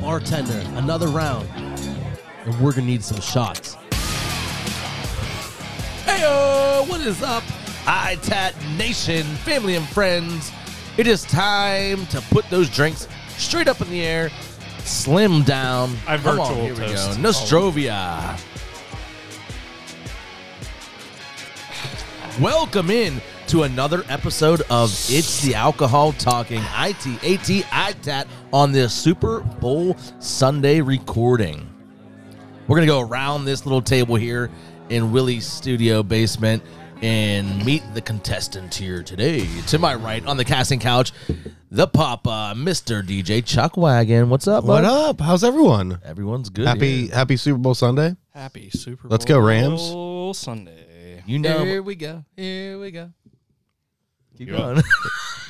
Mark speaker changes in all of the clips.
Speaker 1: Bartender, another round. And we're gonna need some shots. Hey, what is up? ITAT Nation, family and friends. It is time to put those drinks straight up in the air, slim down.
Speaker 2: I
Speaker 1: Come on,
Speaker 2: virtual
Speaker 1: here we
Speaker 2: toast.
Speaker 1: go. Nostrovia. Welcome in to another episode of It's the Alcohol Talking ITAT ITAT on this Super Bowl Sunday recording. We're going to go around this little table here in Willie's studio basement and meet the contestants here today. To my right on the casting couch, the papa, Mr. DJ Chuck Wagon. What's up,
Speaker 3: What
Speaker 1: bud?
Speaker 3: up? How's everyone?
Speaker 1: Everyone's good.
Speaker 3: Happy
Speaker 1: here.
Speaker 3: Happy Super Bowl Sunday.
Speaker 2: Happy Super Bowl.
Speaker 3: Let's go, Rams.
Speaker 2: Oh, Sunday.
Speaker 1: You know,
Speaker 4: we go. Here we go.
Speaker 1: keep
Speaker 2: Yeah.
Speaker 1: going.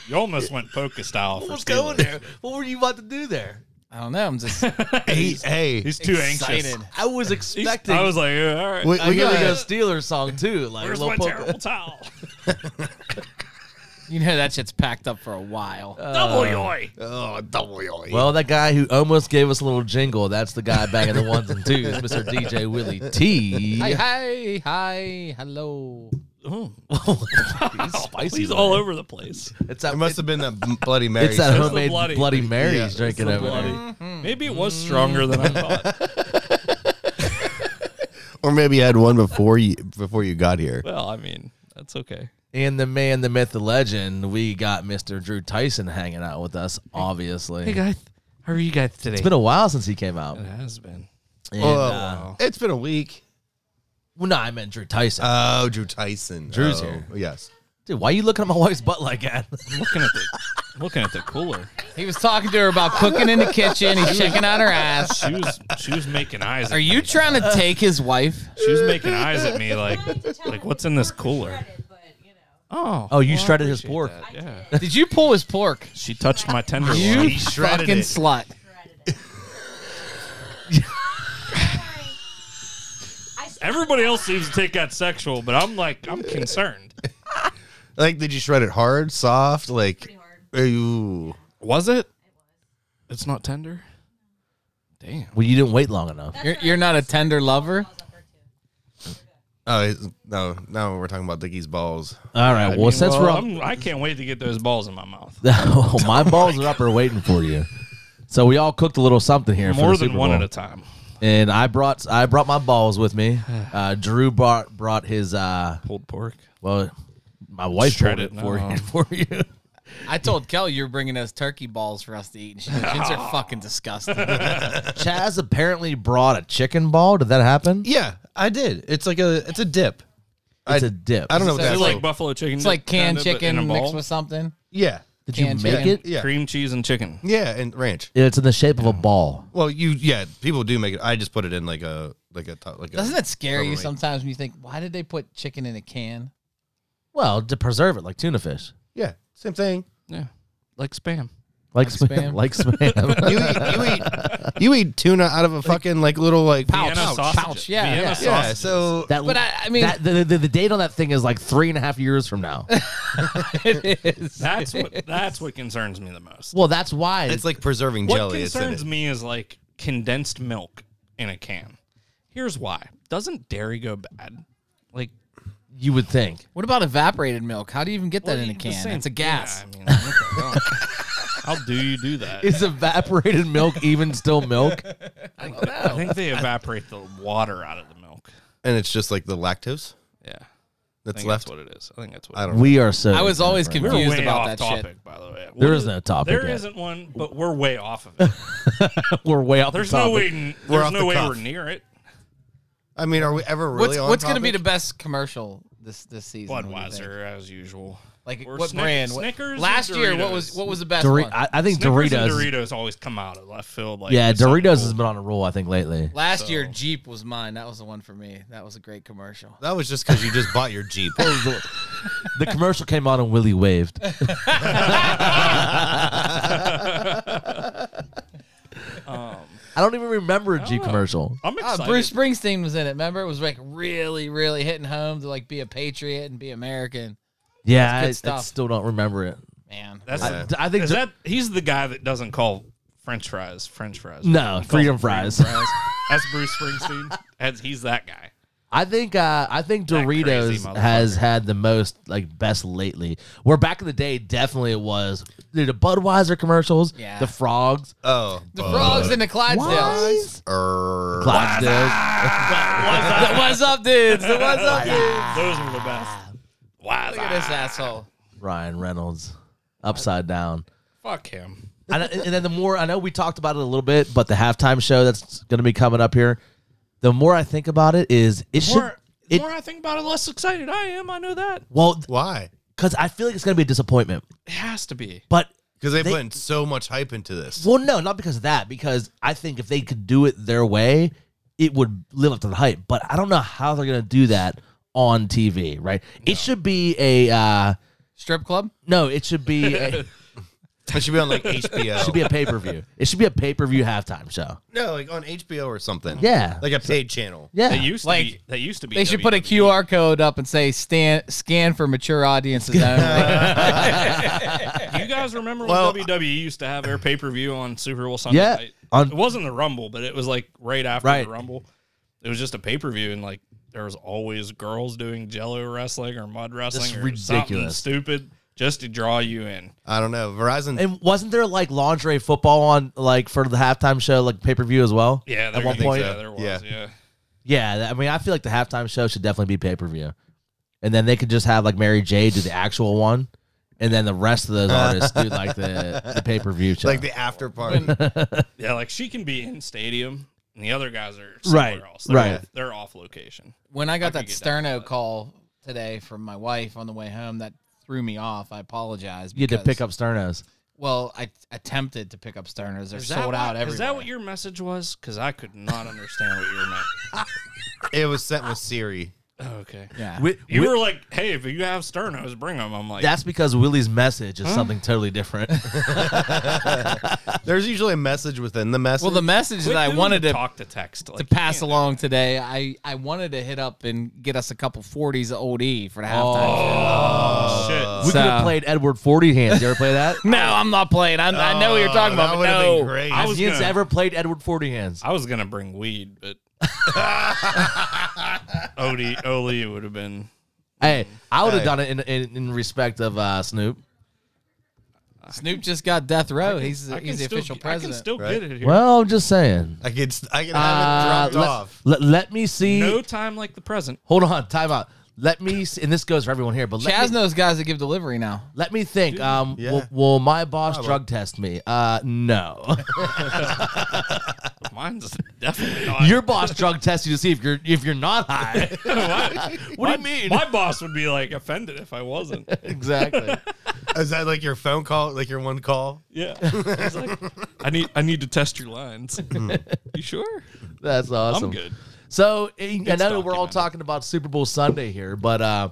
Speaker 2: You almost went polka style for
Speaker 1: What's
Speaker 2: Steelers.
Speaker 1: going there? What were you about to do there?
Speaker 4: I don't know. I'm just
Speaker 3: Hey, hey,
Speaker 2: He's too anxious.
Speaker 4: excited.
Speaker 1: I was
Speaker 2: He's-
Speaker 1: expecting.
Speaker 2: I was like, "Yeah, all right.
Speaker 3: we,
Speaker 1: I
Speaker 3: we
Speaker 1: got
Speaker 3: got
Speaker 1: like a Steelers song too, like
Speaker 2: Where's
Speaker 1: Lil
Speaker 2: my
Speaker 1: Pump-
Speaker 2: terrible towel?
Speaker 4: You know that shit's packed up for a while.
Speaker 1: Uh,
Speaker 2: Double yoy.
Speaker 3: oh, double yoy.
Speaker 1: Well, that guy who almost gave us a little jingle, that's the guy banging the ones and twos, Mr. DJ Willie T.
Speaker 4: hi, hi, hi, hello.
Speaker 1: He's spicy.
Speaker 2: He's
Speaker 1: today.
Speaker 2: all over the place.
Speaker 1: It's that,
Speaker 3: it must have been that Bloody Mary.
Speaker 1: it's that
Speaker 2: the
Speaker 1: homemade Bloody,
Speaker 2: bloody.
Speaker 1: Mary
Speaker 3: Yeah,
Speaker 1: he's drinking over there.
Speaker 2: Maybe it was stronger than I
Speaker 1: Hmm.
Speaker 2: thought.
Speaker 3: or maybe you had one before you before you got here.
Speaker 2: well, I mean, that's okay.
Speaker 1: And the man, the myth, the legend, we got Mr. Drew Tyson hanging out with us, obviously.
Speaker 4: Hey guys, how are you guys today?
Speaker 1: it's been a while since he came out.
Speaker 2: It has been.
Speaker 1: And,
Speaker 3: Oh,
Speaker 1: uh,
Speaker 3: It's been a week.
Speaker 1: well, no, I meant Drew Tyson.
Speaker 3: Oh, Drew Tyson.
Speaker 1: Drew's
Speaker 3: Oh,
Speaker 1: here.
Speaker 3: Yes.
Speaker 1: Dude, why are you looking at my wife's butt like that?
Speaker 2: I'm looking at the looking at the cooler.
Speaker 4: he was talking to her about cooking in the kitchen. He's checking out her ass.
Speaker 2: She was she was making eyes. At
Speaker 4: Are you trying to take his wife?
Speaker 2: She was making eyes at me like like what's in this cooler? Oh,
Speaker 1: Oh, you
Speaker 2: well, I
Speaker 1: shredded his
Speaker 2: appreciate
Speaker 1: pork.
Speaker 2: that, Yeah.
Speaker 4: Did you pull his pork?
Speaker 2: She touched my tenderloin.
Speaker 4: You
Speaker 2: She shredded
Speaker 4: fucking
Speaker 2: it.
Speaker 4: slut.
Speaker 2: Everybody else seems to take that sexual, but I'm like, I'm concerned.
Speaker 3: Like, did you shred it hard, soft? Like, uh, ooh.
Speaker 2: Was it? It's not tender. Damn.
Speaker 1: Well, you didn't wait long enough.
Speaker 4: You're, you're not a tender lover.
Speaker 3: Oh it's- no! Now we're talking about Dickie's balls.
Speaker 1: All right. Well, since we're on,
Speaker 2: I'm, I can not wait to get those balls in my mouth.
Speaker 1: oh, my balls are up are waiting for you. So we all cooked a little something here. for
Speaker 2: More
Speaker 1: the
Speaker 2: than
Speaker 1: Super
Speaker 2: one
Speaker 1: Bowl.
Speaker 2: at a time.
Speaker 1: And I brought I brought my balls with me. Uh, Drew brought brought his uh
Speaker 2: Pulled pork.
Speaker 1: well, my wife
Speaker 2: Shred
Speaker 1: tried it
Speaker 2: it, Uh-huh.
Speaker 1: for
Speaker 2: no.
Speaker 1: you for you.
Speaker 4: I told Kelly you're bringing us turkey balls for us to eat. And she goes, "These are fucking disgusting.
Speaker 1: Chaz apparently brought a chicken ball. Did that happen?
Speaker 3: Yeah, I did. It's like a it's a dip.
Speaker 1: It's
Speaker 3: I-
Speaker 1: a dip.
Speaker 3: I don't know what
Speaker 2: Is it
Speaker 3: that's
Speaker 2: like
Speaker 3: like.
Speaker 2: buffalo chicken?
Speaker 4: It's like canned
Speaker 2: kinda, but in a
Speaker 4: chicken mixed
Speaker 2: ball?
Speaker 4: with something.
Speaker 3: Yeah,
Speaker 1: Did you
Speaker 4: Canned
Speaker 1: make
Speaker 4: chicken.
Speaker 1: it?
Speaker 3: yeah,
Speaker 2: cream cheese and chicken.
Speaker 3: yeah, and ranch.
Speaker 1: It's in the shape of a ball.
Speaker 3: Well, you yeah, people do make it. I just put it in like a like a to- like a.
Speaker 4: Doesn't it scare
Speaker 3: Totally.
Speaker 4: you sometimes when you think, why did they put chicken in a can?
Speaker 1: Well, to preserve it like tuna fish.
Speaker 3: Yeah, same thing.
Speaker 2: Yeah. Like spam.
Speaker 1: Like,
Speaker 4: Like
Speaker 1: spam.
Speaker 4: spam.
Speaker 1: Like spam.
Speaker 3: You eat, you eat you eat tuna out of a fucking like little like
Speaker 2: Vienna sausages.
Speaker 4: pouch, yeah,
Speaker 2: Vienna
Speaker 4: yeah.
Speaker 3: Yeah,
Speaker 2: sausages.
Speaker 3: so
Speaker 1: that,
Speaker 4: But I- I mean-
Speaker 1: that- the, the, the date on that thing is like three and a half years from now.
Speaker 4: it is.
Speaker 2: That's what that's what concerns me the most.
Speaker 1: well, that's why
Speaker 3: it's like preserving
Speaker 2: What
Speaker 3: jelly. It's in
Speaker 2: concerns
Speaker 3: it.
Speaker 2: me is like condensed milk in a can. Here's why. Doesn't dairy go bad? Like
Speaker 1: you would think.
Speaker 4: What about evaporated milk? How do you even get that
Speaker 2: well,
Speaker 4: in a
Speaker 2: the
Speaker 4: can?
Speaker 2: same-
Speaker 4: It's a gas.
Speaker 2: Yeah, I mean, what the hell? How do you do that?
Speaker 1: Is evaporated milk even still milk?
Speaker 2: I think, I think they evaporate the water out of the milk.
Speaker 3: and it's just like the lactose
Speaker 2: Yeah, I
Speaker 3: that's
Speaker 2: think
Speaker 3: left.
Speaker 2: that's what it is. I think that's what.
Speaker 3: I don't. know.
Speaker 1: We are so.
Speaker 4: I was always
Speaker 1: different.
Speaker 2: We're
Speaker 4: confused
Speaker 2: way
Speaker 4: about
Speaker 2: off
Speaker 4: that
Speaker 2: topic,
Speaker 4: shit.
Speaker 2: by the way.
Speaker 1: There is no topic
Speaker 2: There
Speaker 1: yet.
Speaker 2: not one, but we're way off of it.
Speaker 1: We're way off.
Speaker 2: There's
Speaker 1: the
Speaker 2: no
Speaker 1: topic.
Speaker 2: way. There's
Speaker 3: We're off
Speaker 2: no
Speaker 3: the
Speaker 2: way
Speaker 3: cuff.
Speaker 2: we're near it.
Speaker 3: I mean, are we ever really
Speaker 4: what's
Speaker 3: on?
Speaker 4: what's going to be the
Speaker 3: topic?
Speaker 4: best commercial this this season? what do you think?
Speaker 2: Budweiser, as usual.
Speaker 4: Like
Speaker 2: Or
Speaker 4: what
Speaker 2: Snick-
Speaker 4: brand? What-
Speaker 2: Snickers and
Speaker 4: Last year, what was
Speaker 2: Doritos.
Speaker 4: what was the best
Speaker 1: Dori-
Speaker 4: one?
Speaker 1: I, I think
Speaker 2: Snickers and
Speaker 1: Doritos.
Speaker 2: Doritos always come out of left field. Like
Speaker 1: Yeah,
Speaker 2: it's something
Speaker 1: Doritos has
Speaker 2: cool.
Speaker 1: been on a roll. I think lately.
Speaker 4: Last year, Jeep was mine. That was the one for me. That was a great commercial.
Speaker 3: That was just because you just bought your Jeep.
Speaker 1: The commercial came on and Willie waved. I don't even remember a Jeep
Speaker 2: Um, know.
Speaker 1: commercial.
Speaker 2: I'm excited.
Speaker 4: Ah, Bruce Springsteen was in it. Remember, it was like really, really hitting home to like be a patriot and be American.
Speaker 1: Yeah,
Speaker 4: good
Speaker 1: I, I
Speaker 4: stuff.
Speaker 1: still don't remember it.
Speaker 4: Man,
Speaker 2: That's
Speaker 1: I, I think
Speaker 2: is that he's the guy that doesn't call French fries French fries.
Speaker 1: No,
Speaker 2: He calls
Speaker 1: freedom
Speaker 2: them
Speaker 1: fries.
Speaker 2: That's Bruce Springsteen. That's, he's that guy.
Speaker 1: I think uh, I think
Speaker 2: That crazy
Speaker 1: Doritos
Speaker 2: motherfucker.
Speaker 1: has had the most like best lately. Where back in the day, definitely it was dude, the Budweiser commercials,
Speaker 4: Yeah.
Speaker 1: the frogs,
Speaker 3: Oh,
Speaker 4: the frogs and the Clydesdales.
Speaker 1: Wise?
Speaker 3: er,
Speaker 1: Clydesdales.
Speaker 4: The What's up, dudes? The What's up, dudes?
Speaker 2: Those were the best. Wow.
Speaker 4: Look at this asshole.
Speaker 1: Ryan Reynolds, upside down.
Speaker 2: Fuck him.
Speaker 1: I know- and then the more I know, we talked about it a little bit, but the halftime show that's going to be coming up here. The more I think about it, is it should
Speaker 2: More,
Speaker 1: it
Speaker 2: more I think about it, less excited I am. I know that.
Speaker 1: well
Speaker 3: Why?
Speaker 1: because I feel like it's going to be a disappointment,
Speaker 2: It has to be.
Speaker 1: but.
Speaker 3: Because they,
Speaker 1: They-
Speaker 3: put in so much hype into this.
Speaker 1: Well, no, not because of that. Because I think if they could do it their way, it would live up to the hype. But I don't know how they're gonna do that on TV. Right? It should be a uh,
Speaker 4: Strip club?
Speaker 1: no. It should be a,
Speaker 3: It should be on like HBO.
Speaker 1: should be a pay per view. It should be a pay per view halftime show.
Speaker 3: no, like on HBO or something.
Speaker 1: Yeah.
Speaker 3: like a paid channel.
Speaker 1: Yeah.
Speaker 2: That used to
Speaker 4: Like,
Speaker 2: be. That used to be. E.
Speaker 4: They should put a
Speaker 2: WWE.
Speaker 4: QR code up and say scan, scan for mature audiences only.
Speaker 2: Do you guys remember
Speaker 3: Well,
Speaker 2: when WWE used to have their pay per view on Super Bowl Sunday
Speaker 1: Yeah,
Speaker 2: night?
Speaker 1: on-
Speaker 2: it wasn't the Rumble, but it was like right after
Speaker 1: Right.
Speaker 2: the Rumble. It was just a pay per view, and like there was always girls doing Jello wrestling or mud wrestling
Speaker 1: That's
Speaker 2: or something
Speaker 1: ridiculous.
Speaker 2: stupid just to draw you in.
Speaker 3: I don't know. Verizon.
Speaker 1: And wasn't there like lingerie football on like for the halftime show like pay per view as well?
Speaker 2: Yeah,
Speaker 1: At
Speaker 2: there-
Speaker 1: one point.
Speaker 2: yeah, there was.
Speaker 3: Yeah.
Speaker 2: Yeah,
Speaker 1: Yeah, that- I mean, I feel like the halftime show should definitely be pay per view, and then they could just have like Mary J do the actual one, and then the rest of those artists do like the, the pay per view show.
Speaker 3: like the after party.
Speaker 2: yeah, like she can be in stadium, and the other guys are somewhere
Speaker 1: Right,
Speaker 2: else. They're
Speaker 1: right.
Speaker 2: off- they're off location.
Speaker 4: when I got
Speaker 2: I
Speaker 4: that
Speaker 2: could get down
Speaker 4: sterno call today from my wife on the way home, that threw me off. I apologize.
Speaker 1: you had to
Speaker 4: because-
Speaker 1: pick up Sternos.
Speaker 4: Well, I attempted to pick up sternos. They're
Speaker 2: that
Speaker 4: sold
Speaker 2: what-
Speaker 4: out everywhere.
Speaker 2: Is that what your message was? Because I could not understand what your meant.
Speaker 3: it was sent with Siri.
Speaker 2: Okay.
Speaker 4: Yeah.
Speaker 2: You were like, "Hey, if you have sternos, bring them." I'm like,
Speaker 1: That's because Willie's message is something totally different.
Speaker 3: There's usually a message within the message.
Speaker 4: well, the message that
Speaker 2: Quit
Speaker 4: I
Speaker 2: doing
Speaker 4: wanted
Speaker 2: the
Speaker 4: to
Speaker 2: talk to text
Speaker 4: to
Speaker 2: like,
Speaker 4: pass along today, I, I wanted to hit up and get us a couple 40s of old E for the
Speaker 1: Oh.
Speaker 4: halftime.
Speaker 2: shit.
Speaker 1: we could have
Speaker 4: So-
Speaker 1: played Edward Forty Hands. You ever play that?
Speaker 4: No, I'm not playing. I, I know what you're talking
Speaker 3: that
Speaker 4: about. but
Speaker 3: would've
Speaker 4: No.
Speaker 3: been great.
Speaker 2: I
Speaker 1: Has
Speaker 2: was
Speaker 1: Jens
Speaker 2: gonna-
Speaker 1: ever played Edward Forty Hands?
Speaker 2: I was gonna bring weed, but Odie Oli would have been.
Speaker 1: Hey, I would have
Speaker 3: Hey.
Speaker 1: done it in, in, in respect of uh, Snoop.
Speaker 4: Snoop just got death row. he's
Speaker 2: I
Speaker 4: the,
Speaker 2: can
Speaker 4: he's the
Speaker 2: still-
Speaker 4: official
Speaker 2: I can
Speaker 4: president.
Speaker 2: still
Speaker 3: right?
Speaker 2: get it here.
Speaker 1: Well, I'm just saying.
Speaker 3: I could I could
Speaker 1: Uh,
Speaker 3: have it dropped
Speaker 1: let,
Speaker 3: off.
Speaker 1: Let, let me see.
Speaker 2: no time like the present.
Speaker 1: Hold on, time out. Let me, see, and this goes for everyone here, but let me,
Speaker 4: Chaz knows guys that give delivery now.
Speaker 1: Let me think. Um,
Speaker 3: yeah.
Speaker 1: will, will my boss
Speaker 3: Probably.
Speaker 1: drug test me? Uh, no.
Speaker 2: Mine's definitely not.
Speaker 1: Your boss drug tests you to see if you're if you're not high.
Speaker 2: what
Speaker 1: What do you mean?
Speaker 2: My boss would be like offended if I wasn't.
Speaker 1: exactly.
Speaker 3: Is that like your phone call? Like your one call?
Speaker 2: Yeah, He's like, I need I need to test your lines. you sure?
Speaker 1: That's awesome.
Speaker 2: I'm good.
Speaker 1: So I I know we're all
Speaker 2: documented.
Speaker 1: talking about Super Bowl Sunday here, but uh,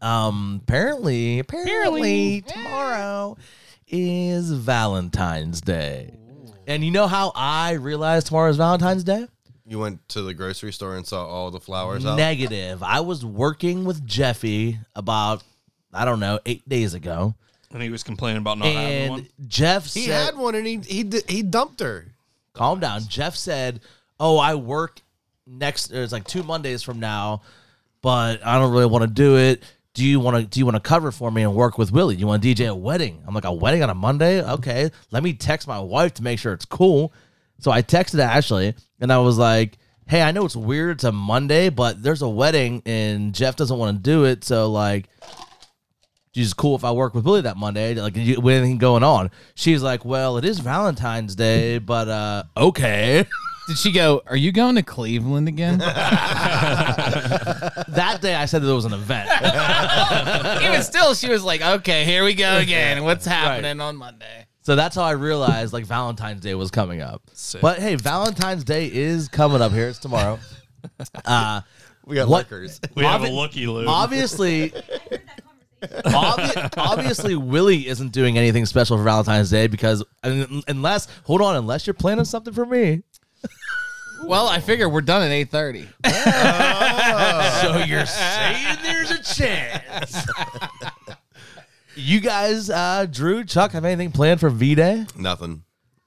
Speaker 1: um, apparently, apparently, tomorrow is Valentine's Day, and you know how I realized tomorrow is Valentine's Day?
Speaker 3: You went to the grocery store and saw all the flowers out.
Speaker 1: Negative. I was working with Jeffy about I don't know eight days ago,
Speaker 2: And he was complaining about not having
Speaker 1: and
Speaker 2: one.
Speaker 1: Jeff
Speaker 3: he
Speaker 1: said,
Speaker 3: had one and he he d- he dumped her.
Speaker 1: calm down. Jeff said, "Oh, I work next. It's like two Mondays from now, but I don't really want to do it. Do you want to? Do you want to cover for me and work with Willie? Do you want to DJ a wedding? I'm like a wedding on a Monday. Okay, let me text my wife to make sure it's cool. So I texted Ashley and I was like." Hey, I know it's weird. It's a Monday, but there's a wedding and Jeff doesn't want to do it. So, like, she's cool if I work with Billy that Monday. Like, you, with anything going on? She's like, well, it is Valentine's Day, but uh, okay.
Speaker 4: Did she go, Are you going to Cleveland again?
Speaker 1: that day I said that there was an event.
Speaker 4: Even still, she was like, Okay, here we go again. What's happening on Monday?
Speaker 1: so that's how I realized like Valentine's Day was coming up. But hey, Valentine's Day is coming up here. It's tomorrow.
Speaker 3: We got
Speaker 1: What-
Speaker 3: liquors.
Speaker 2: We have a
Speaker 1: Obvi-
Speaker 2: looky loo.
Speaker 1: Obviously, Obvi- obviously, Willie isn't doing anything special for Valentine's Day because un- unless hold on, unless you're planning something for me,
Speaker 4: Well, I figure we're done at eight thirty.
Speaker 1: so you're saying there's a chance. you guys, uh, Drew, Chuck, have anything planned for V Day?
Speaker 3: Nothing.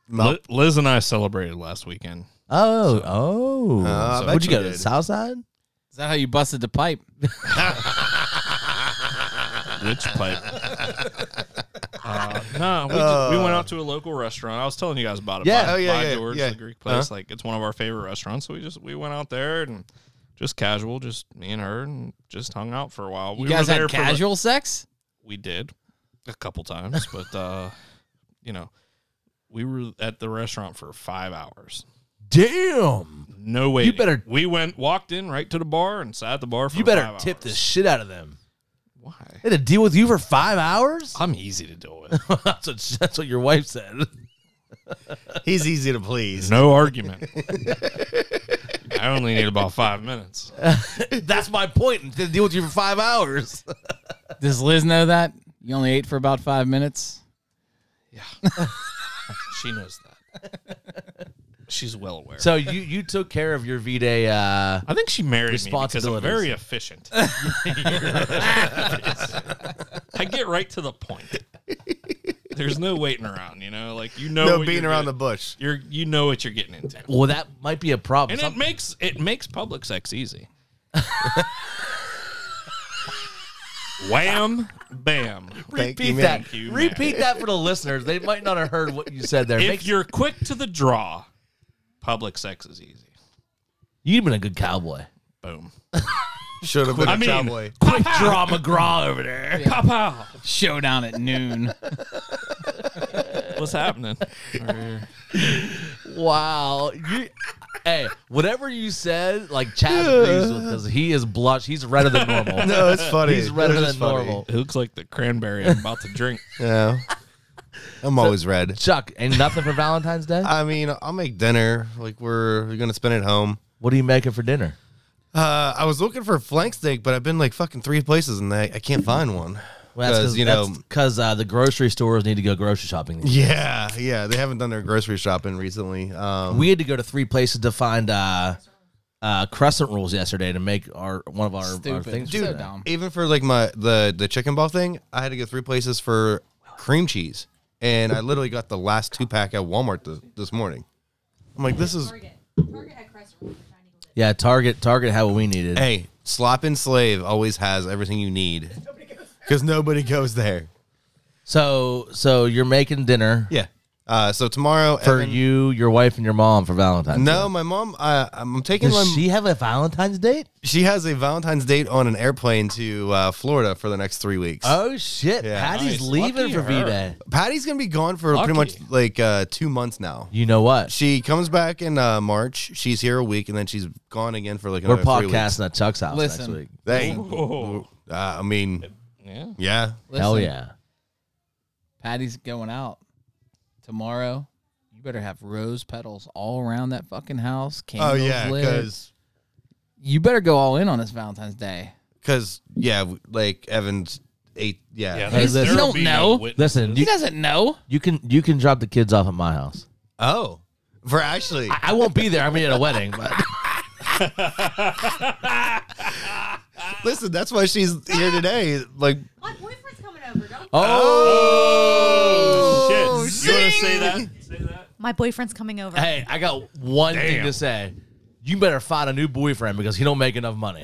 Speaker 2: Li- Liz and I celebrated last weekend.
Speaker 1: Oh, oh,
Speaker 3: I
Speaker 1: So
Speaker 3: bet
Speaker 1: would you
Speaker 3: you
Speaker 1: go to
Speaker 3: did.
Speaker 1: Southside?
Speaker 4: Is that how you busted the pipe?
Speaker 2: Which pipe? uh, no, we, just, we went out to a local restaurant. I was telling you guys about it.
Speaker 1: Yeah.
Speaker 2: by,
Speaker 3: Oh, yeah,
Speaker 2: by
Speaker 3: yeah,
Speaker 2: George,
Speaker 3: yeah.
Speaker 2: the Greek place. Like it's one of our favorite restaurants. So we just we went out there and just casual, just me and her, and just hung out for a while.
Speaker 4: You
Speaker 2: we
Speaker 4: guys
Speaker 2: were there
Speaker 4: had
Speaker 2: for like-
Speaker 4: casual sex?
Speaker 2: we did a couple times, but uh, you know, we were at the restaurant for five hours.
Speaker 1: Damn,
Speaker 2: No way.
Speaker 1: better-
Speaker 2: We went, walked in right to the bar and sat at the bar for.
Speaker 1: you better
Speaker 2: five
Speaker 1: tip
Speaker 2: hours.
Speaker 1: the shit out of them.
Speaker 2: Why?
Speaker 1: They had to deal with you for five hours.
Speaker 2: I'm easy to deal with.
Speaker 1: that's, what, that's what your wife said.
Speaker 3: He's easy to please.
Speaker 2: No argument. I only need about five minutes.
Speaker 1: that's my point. They had to deal with you for five hours.
Speaker 4: Does Liz know that? You only ate for about five minutes?
Speaker 2: She knows that. She's well aware.
Speaker 1: So you you took care of your V Day. Uh,
Speaker 2: I think she married me because I'm
Speaker 1: Responsibilities.
Speaker 2: very efficient. I get right to the point. There's no waiting around, you know. Like you know,
Speaker 3: No
Speaker 2: what
Speaker 3: being
Speaker 2: you're
Speaker 3: around the
Speaker 2: getting-
Speaker 3: bush.
Speaker 2: You're you know what you're getting into,
Speaker 1: well, that might be a problem.
Speaker 2: and
Speaker 1: Some-
Speaker 2: it makes it makes public sex easy. Wham, bam.
Speaker 3: Thank
Speaker 1: repeat
Speaker 3: you, man.
Speaker 1: that.
Speaker 2: Thank you, man.
Speaker 1: repeat that for the listeners. They might not have heard what you said there.
Speaker 2: If
Speaker 1: Make-
Speaker 2: you're quick to the draw, public sex is easy.
Speaker 1: You've been a good cowboy.
Speaker 2: Boom.
Speaker 3: Should have been
Speaker 2: I
Speaker 3: a
Speaker 2: mean,
Speaker 3: cowboy.
Speaker 2: quick
Speaker 1: Draw
Speaker 2: draw,
Speaker 1: McGraw over there.
Speaker 2: papa.
Speaker 4: Showdown at noon.
Speaker 2: What's happening?
Speaker 1: Wow. You, hey, whatever you said, like Chaz agrees with because he is blush. He's redder than normal.
Speaker 3: No, it's funny.
Speaker 1: He's redder
Speaker 3: It was
Speaker 1: than
Speaker 3: just funny.
Speaker 1: normal.
Speaker 2: It looks like the cranberry I'm about to drink.
Speaker 3: Yeah. I'm always red.
Speaker 1: Chuck, ain't nothing for Valentine's Day?
Speaker 3: I mean, I'll make dinner. Like we're, we're gonna spend it at home.
Speaker 1: What are you making for dinner?
Speaker 3: Uh, I was looking for a flank steak, but I've been like fucking three places and I, I can't find one.
Speaker 1: Well, that's
Speaker 3: 'Cause,
Speaker 1: because you know because uh, the grocery stores need to go grocery shopping.
Speaker 3: yeah, yeah, they haven't done their grocery shopping recently. Um,
Speaker 1: We had to go to three places to find uh, uh, crescent rolls yesterday to make our one of our, our
Speaker 4: Stupid.
Speaker 1: things.
Speaker 4: Dude,
Speaker 1: for
Speaker 4: so dumb.
Speaker 3: even for like my the the chicken ball thing, I had to go three places for cream cheese, and I literally got the last two pack at Walmart this, this morning. I'm like, this is
Speaker 5: Target. Target had Crest Roll for shiny gold.
Speaker 1: Yeah, Target Target had what we needed.
Speaker 3: hey, slop and slave always has everything you need because nobody goes there.
Speaker 1: So so you're making dinner
Speaker 3: Yeah. Uh, so tomorrow
Speaker 1: for
Speaker 3: Evan-
Speaker 1: you, your wife, and your mom for Valentine's. Day.
Speaker 3: No, my mom. Uh, I'm taking my.
Speaker 1: Does she have a Valentine's date?
Speaker 3: She has a Valentine's date on an airplane to uh, Florida for the next three weeks.
Speaker 1: Oh shit!
Speaker 3: Yeah.
Speaker 1: Patty's
Speaker 2: Nice.
Speaker 1: leaving
Speaker 2: Lucky
Speaker 1: for V
Speaker 2: her.
Speaker 1: Day.
Speaker 3: Patty's gonna be gone for pretty
Speaker 2: Lucky.
Speaker 3: much like uh, two months now.
Speaker 1: You know what?
Speaker 3: She comes back in uh, March. She's here a week, and then she's gone again for like
Speaker 1: We're
Speaker 3: another three weeks.
Speaker 1: podcasting at Chuck's house
Speaker 4: Listen.
Speaker 1: next week.
Speaker 3: They,
Speaker 2: Whoa.
Speaker 3: uh, I mean,
Speaker 2: Yeah.
Speaker 3: yeah.
Speaker 1: Hell
Speaker 4: Listen,
Speaker 1: yeah!
Speaker 4: Patty's going out tomorrow. You better have rose petals all around that fucking house.
Speaker 3: Oh,
Speaker 4: Candles lit. you better go all in on this Valentine's Day.
Speaker 3: because yeah, w- like Evans eight. Yeah,
Speaker 2: Yeah.
Speaker 1: Hey,
Speaker 2: there's-
Speaker 1: listen.
Speaker 2: there'll
Speaker 4: Don't
Speaker 2: be
Speaker 4: know.
Speaker 2: witnesses.
Speaker 1: Listen,
Speaker 4: He
Speaker 1: you,
Speaker 4: doesn't know.
Speaker 1: you can you can drop the kids off at my house.
Speaker 3: Oh, for actually,
Speaker 1: I, I won't be there. I'm gonna be at a wedding, but
Speaker 3: listen. That's why she's here today. Like,
Speaker 5: My boyfriend's coming over. Don't.
Speaker 1: Oh.
Speaker 2: Oh, shit. You want to say that? Say that?
Speaker 5: My boyfriend's coming over.
Speaker 1: hey, I got one thing
Speaker 2: Damn.
Speaker 1: to say. You better find a new boyfriend because he don't make enough money.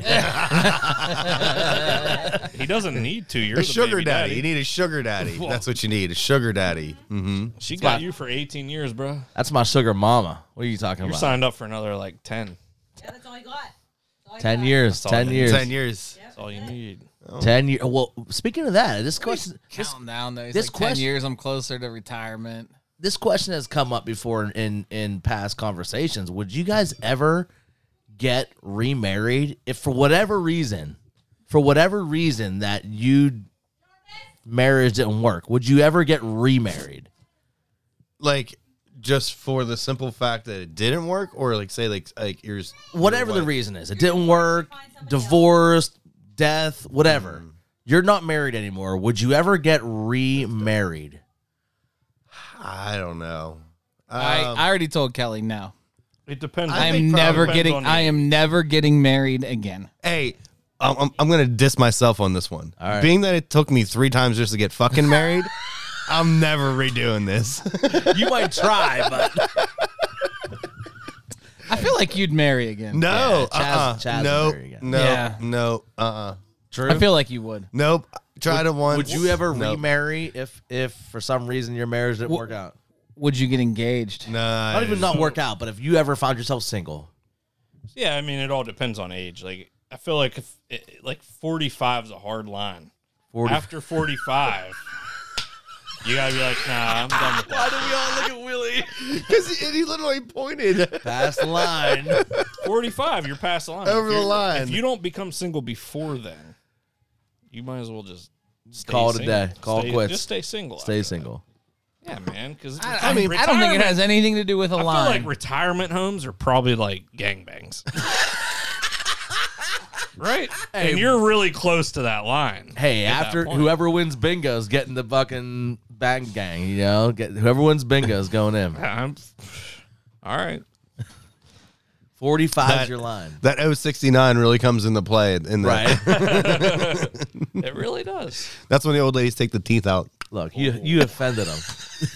Speaker 2: He doesn't need to. You're
Speaker 3: a
Speaker 2: the
Speaker 3: sugar
Speaker 2: baby
Speaker 3: daddy. You need a sugar daddy.
Speaker 2: Whoa.
Speaker 3: That's what you need. A sugar daddy. Mm-hmm.
Speaker 2: She got you for 18 years, bro.
Speaker 1: That's my sugar mama. What are you talking
Speaker 2: You're
Speaker 1: about?
Speaker 2: signed up for another like 10.
Speaker 5: Yeah, that's all I got. That's all I
Speaker 1: Ten
Speaker 5: got.
Speaker 1: years.
Speaker 2: all
Speaker 1: Ten
Speaker 2: it is.
Speaker 1: years.
Speaker 3: Ten years.
Speaker 2: That's all you need.
Speaker 1: Ten years. Well, speaking of that, this question this,
Speaker 4: Counting down though. He's
Speaker 1: this
Speaker 4: like,
Speaker 1: question-
Speaker 4: ten years. I'm closer to retirement.
Speaker 1: this question has come up before in in past conversations. Would you guys ever get remarried if for whatever reason, for whatever reason that you marriage didn't work? Would you ever get remarried?
Speaker 3: Like, just for the simple fact that it didn't work, or like say like like yours.
Speaker 1: Whatever the
Speaker 3: wife-
Speaker 1: reason is, it didn't work,
Speaker 5: Find somebody else.
Speaker 1: divorce, death, whatever. You're not married anymore. Would you ever get remarried?
Speaker 3: I don't know.
Speaker 4: I,
Speaker 3: Um,
Speaker 4: I already told Kelly no.
Speaker 2: It depends.
Speaker 4: I
Speaker 3: I
Speaker 4: am
Speaker 3: think probably
Speaker 4: never
Speaker 2: depends
Speaker 4: getting.
Speaker 2: on
Speaker 4: I
Speaker 2: you.
Speaker 4: am never getting married again.
Speaker 3: hey, I'm, I'm, I'm gonna diss myself on this one.
Speaker 1: All right.
Speaker 3: Being that it took me three times just to get fucking married, I'm never redoing this.
Speaker 1: You might try, but
Speaker 4: I feel like you'd marry again.
Speaker 3: no,
Speaker 1: Yeah, Chaz-
Speaker 3: uh-uh.
Speaker 1: Chaz
Speaker 3: nope,
Speaker 1: will marry again.
Speaker 3: no,
Speaker 4: Yeah.
Speaker 3: no, uh-uh.
Speaker 1: true.
Speaker 4: I feel like you would.
Speaker 3: nope. Tried it once.
Speaker 1: Would you ever
Speaker 3: Nope.
Speaker 1: remarry if if for some reason your marriage didn't work out?
Speaker 4: Would you get engaged?
Speaker 3: Nah,
Speaker 1: Not even not work out, but if you ever found yourself single,
Speaker 2: Yeah, I mean, it all depends on age. Like, I feel like if it, like forty five is a hard line.
Speaker 1: 40
Speaker 2: After forty five, you gotta be like, nah, I'm done with that.
Speaker 3: because he, he literally pointed.
Speaker 1: past the line.
Speaker 2: Forty five, you're past the line.
Speaker 3: Over
Speaker 2: If
Speaker 3: the
Speaker 2: you're-
Speaker 3: line.
Speaker 2: If you don't become single before then, you might as well just stay
Speaker 1: call it a
Speaker 2: single.
Speaker 1: day. Call it
Speaker 2: Stay-
Speaker 1: quits.
Speaker 2: Just stay single.
Speaker 1: Stay
Speaker 2: after
Speaker 1: single.
Speaker 2: that. Yeah, man. Because
Speaker 4: I, mean, I don't think it has anything to do with a
Speaker 2: I feel
Speaker 4: line.
Speaker 2: like retirement homes are probably like gangbangs. right? and you're really close to that line.
Speaker 1: Hey,
Speaker 2: at that
Speaker 1: after
Speaker 2: point.
Speaker 1: whoever wins bingo's getting the fucking bang gang, you know? Get, whoever wins bingo's going in.
Speaker 2: I'm, all right.
Speaker 1: 45 is
Speaker 3: That-
Speaker 1: your line.
Speaker 3: That 069 really comes into play, and
Speaker 1: Right.
Speaker 2: It really does.
Speaker 3: that's when the old ladies take the teeth out.
Speaker 1: Look, you
Speaker 2: Oh.
Speaker 1: you offended them.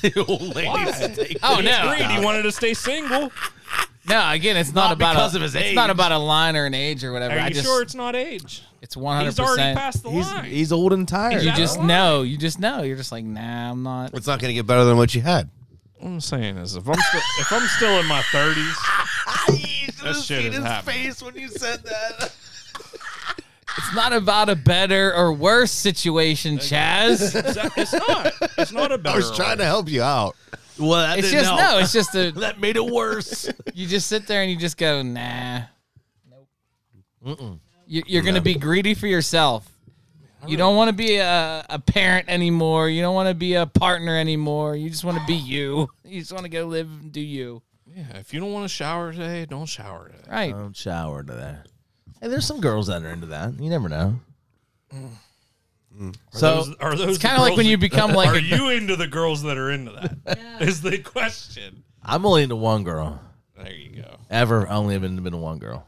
Speaker 1: the old ladies.
Speaker 4: oh
Speaker 2: He agreed.
Speaker 4: no,
Speaker 2: He wanted to stay single.
Speaker 4: no. Again, it's not,
Speaker 1: Not
Speaker 4: about
Speaker 1: because
Speaker 4: a,
Speaker 1: of his
Speaker 4: It's
Speaker 1: age.
Speaker 4: not about a line or an age or whatever.
Speaker 2: Are
Speaker 4: I
Speaker 2: you
Speaker 4: just
Speaker 2: sure it's not age?
Speaker 4: it's one hundred
Speaker 2: He's already
Speaker 4: percent.
Speaker 2: past the
Speaker 1: He's,
Speaker 2: line.
Speaker 1: he's old and tired.
Speaker 4: You
Speaker 2: out
Speaker 4: just
Speaker 2: of line.
Speaker 4: know. You just know. You're just like, nah, I'm not.
Speaker 3: It's not going to get better than what you had.
Speaker 2: What I'm saying is, if I'm still, if I'm still in my 30s, that shit is happening.
Speaker 1: when you said that.
Speaker 4: It's not about a better or worse situation, Chaz.
Speaker 2: It's- It's not. It's not a better.
Speaker 3: I was trying to help you out.
Speaker 1: Well, that
Speaker 4: It's
Speaker 1: didn't
Speaker 4: just
Speaker 1: help.
Speaker 4: no. It's just a.
Speaker 1: that made it worse.
Speaker 4: You just sit there and you just go, nah. Nope. You, you're going to be greedy for yourself. You don't want to be a, a parent anymore. You don't want to be a partner anymore. You just want to be you. You just want to go live and do you.
Speaker 2: Yeah, if you don't want to shower today, don't shower today.
Speaker 4: Right.
Speaker 1: Don't shower to that. Hey, there's some girls that are into that. You never know. So
Speaker 2: Those- Mm. are those
Speaker 4: it's kind of like when you become
Speaker 2: Are
Speaker 4: like a,
Speaker 2: you into the girls that are into that? Is the question.
Speaker 1: I'm only into one girl.
Speaker 2: There you go.
Speaker 1: Ever only been been to one girl.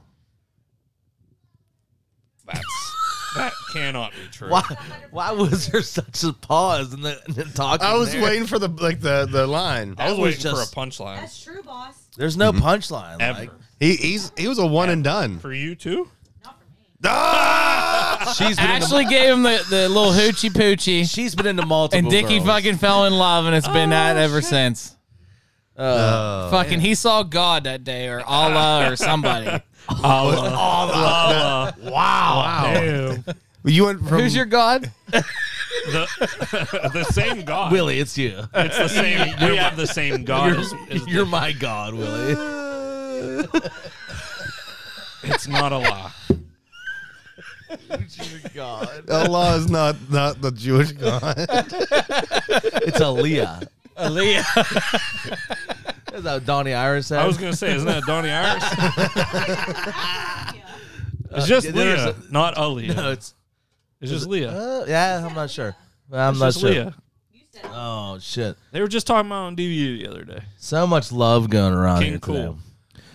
Speaker 2: That's that cannot be true.
Speaker 1: Why? Why was there such a pause in the, in the talking?
Speaker 3: I was
Speaker 1: there?
Speaker 3: waiting for the like the the line.
Speaker 2: I was,
Speaker 1: That was
Speaker 2: waiting
Speaker 1: just-
Speaker 2: for a punchline.
Speaker 5: That's true, boss.
Speaker 1: There's no punchline.
Speaker 2: Ever
Speaker 1: Like,
Speaker 3: He he's he was a one and done.
Speaker 2: for you too?
Speaker 5: Not for me.
Speaker 3: Ah!
Speaker 1: she's been into,
Speaker 4: Ashley gave him the, the little hoochie poochie,
Speaker 1: she's been into multiple.
Speaker 4: and Dickie
Speaker 1: girls.
Speaker 4: fucking fell in love, and it's been that ever since.
Speaker 1: Uh,
Speaker 4: fucking, he saw God that day, or Allah, or somebody.
Speaker 2: Allah.
Speaker 4: Oh.
Speaker 3: Wow.
Speaker 2: Damn.
Speaker 3: You went from
Speaker 4: Who's your God?
Speaker 2: the, the same God.
Speaker 1: Willie, it's you.
Speaker 2: It's the same. we have the same God. Is, is
Speaker 1: You're my god, Willie.
Speaker 2: it's not a lie.
Speaker 1: god.
Speaker 3: Allah is not not the Jewish God.
Speaker 1: It's Aaliyah.
Speaker 4: Aaliyah.
Speaker 1: That's how Donnie Iris said.
Speaker 2: I was gonna say, isn't that Donnie Iris?
Speaker 5: Yeah.
Speaker 2: It's just
Speaker 1: there's
Speaker 2: Leah, not Aaliyah.
Speaker 1: No, it's.
Speaker 2: it's just Leah.
Speaker 1: Uh, yeah, I'm not sure. I'm
Speaker 2: It's
Speaker 1: not
Speaker 2: just
Speaker 1: sure.
Speaker 2: Leah.
Speaker 5: You said it.
Speaker 1: Oh shit!
Speaker 2: They were just talking about on DVU the other day.
Speaker 1: So much love going around
Speaker 2: King
Speaker 1: here
Speaker 2: Cool.
Speaker 1: today.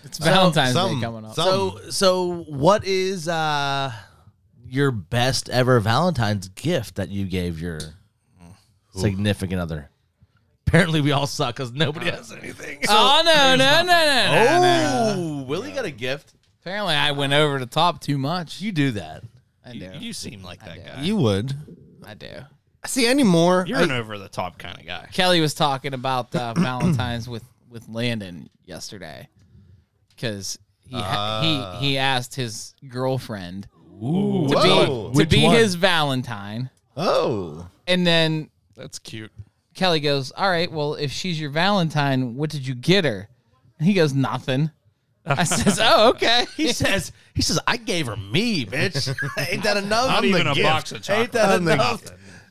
Speaker 4: It's Valentine's
Speaker 3: Some-
Speaker 4: Day coming up.
Speaker 3: some-
Speaker 1: So, so what is uh your best ever Valentine's gift that you gave your significant other? Apparently, we all suck because nobody has anything.
Speaker 4: oh no no no no! no, no.
Speaker 1: oh, Willie got a gift.
Speaker 4: Apparently, I went over the top too much.
Speaker 1: Oh. You do that.
Speaker 4: I do.
Speaker 2: You, you seem like that guy.
Speaker 3: you would
Speaker 4: I do.
Speaker 3: see anymore.
Speaker 2: You're an over the top kind of guy.
Speaker 4: Kelly was talking about uh, Valentine's with with Landon yesterday because he ha- he he asked his girlfriend
Speaker 2: Ooh,
Speaker 4: to
Speaker 3: Ah. Whoa.
Speaker 4: be, to be his Valentine,
Speaker 3: oh,
Speaker 4: and then
Speaker 2: that's cute.
Speaker 4: Kelly goes, "All right, well, if she's your Valentine, what did you get her?" And he goes, "Nothing." I says, "Oh, okay."
Speaker 1: He says, he says, I gave her me, bitch. Ain't that enough?
Speaker 2: Not
Speaker 1: I'm the
Speaker 2: even a
Speaker 1: gift.
Speaker 2: box of
Speaker 1: Ain't
Speaker 2: chocolate.
Speaker 1: that
Speaker 3: I'm the-
Speaker 1: enough?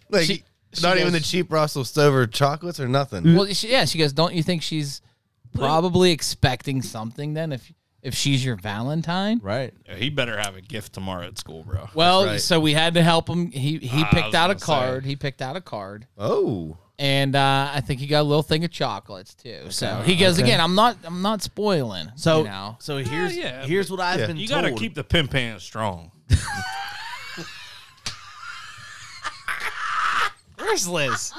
Speaker 3: like
Speaker 4: She- she
Speaker 3: not
Speaker 4: goes-
Speaker 3: even the cheap Russell Stover chocolates or nothing.
Speaker 4: Well, she, yeah, she goes, "Don't you think she's probably expecting something then if if she's your Valentine.
Speaker 1: Right.
Speaker 2: Yeah, he better have a gift tomorrow at school, bro.
Speaker 4: Well,
Speaker 3: right.
Speaker 4: so we had to help him. He he
Speaker 2: Ah, I
Speaker 4: picked
Speaker 2: was
Speaker 4: out a
Speaker 2: gonna say.
Speaker 4: card. He picked out a card.
Speaker 3: Oh,
Speaker 4: and uh, I think he got a little thing of chocolates too. So he goes again. I'm not. I'm not spoiling.
Speaker 1: So
Speaker 4: you know,
Speaker 1: so here's
Speaker 2: yeah,
Speaker 1: here's what I've
Speaker 3: yeah.
Speaker 1: been
Speaker 2: You
Speaker 1: told.
Speaker 2: got to keep the pimp pants strong.
Speaker 4: where's Liz?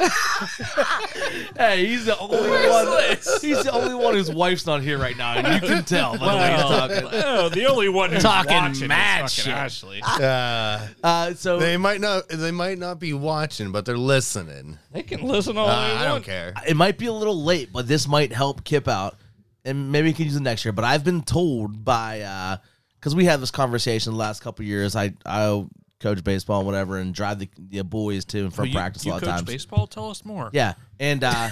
Speaker 1: Hey, he's the only one. He's the only one whose wife's not here right now, and you can tell. by the way he's talking.
Speaker 2: oh, the only one who's
Speaker 4: Talking
Speaker 2: watching is
Speaker 4: mad
Speaker 2: fucking
Speaker 4: shit.
Speaker 2: Ashley.
Speaker 3: uh,
Speaker 1: Uh, so
Speaker 3: they might not. They might not be watching, but they're listening.
Speaker 2: They can listen all
Speaker 3: Uh,
Speaker 2: they want.
Speaker 3: I don't care.
Speaker 1: it might be a little late, but this might help Kip out, and maybe we can use it next year. But I've been told by because we had this conversation the last couple years. I I coach baseball and whatever, and drive the, the boys to and from
Speaker 2: Well, you-
Speaker 1: practice
Speaker 2: you
Speaker 1: a lot
Speaker 2: coach
Speaker 1: of times.
Speaker 2: baseball. Tell us more.
Speaker 1: Yeah, and uh,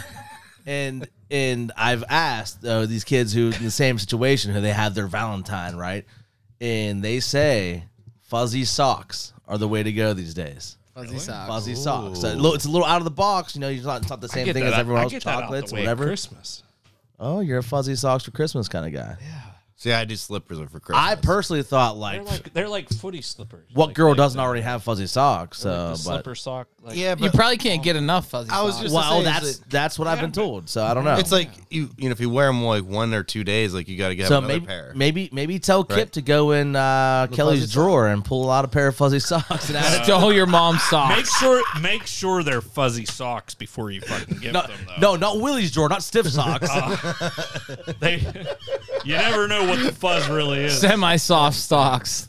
Speaker 1: and and I've asked uh, these kids who in the same situation who they have their Valentine right, and they say fuzzy socks are the way to go these days.
Speaker 4: Fuzzy socks.
Speaker 1: Fuzzy socks. So it lo- it's a little out of the box, you know. It's not, it's not the
Speaker 2: I
Speaker 1: same
Speaker 2: get
Speaker 1: thing
Speaker 2: that
Speaker 1: as
Speaker 2: out-
Speaker 1: everyone
Speaker 2: I
Speaker 1: else.
Speaker 2: get that out the
Speaker 1: Chocolates,
Speaker 2: way at
Speaker 1: whatever.
Speaker 2: Christmas.
Speaker 1: Oh, you're a fuzzy socks for Christmas kind of guy.
Speaker 3: See, I do slippers for Christmas.
Speaker 1: I personally thought like,
Speaker 2: They're like they're like footy slippers.
Speaker 1: what
Speaker 2: Like-
Speaker 1: girl
Speaker 2: like
Speaker 1: doesn't
Speaker 2: the-
Speaker 1: already have fuzzy socks?
Speaker 2: like the
Speaker 1: So, but
Speaker 2: slipper sock. Like,
Speaker 3: yeah,
Speaker 4: You
Speaker 3: but
Speaker 4: probably can't get enough fuzzy.
Speaker 3: I was
Speaker 4: socks.
Speaker 3: just-
Speaker 1: well,
Speaker 3: It's the same
Speaker 1: that's
Speaker 3: as it-
Speaker 1: that's what I've been told. So I don't know.
Speaker 3: it's like you. You know, if you wear them like one or two days, like you got to get
Speaker 1: So
Speaker 3: another
Speaker 1: maybe,
Speaker 3: pair.
Speaker 1: maybe maybe tell Kip
Speaker 3: Right.
Speaker 1: to go in uh, Kelly's
Speaker 3: fuzzy
Speaker 1: drawer and pull out a pair of fuzzy socks and add it to.
Speaker 4: stole your mom's socks.
Speaker 2: Make sure make sure they're fuzzy socks before you fucking gift
Speaker 1: No,
Speaker 2: them. Though. Uh,
Speaker 1: no, not Willie's drawer, not stiff socks.
Speaker 2: They, you never know what the fuzz really is.
Speaker 4: Semi soft socks.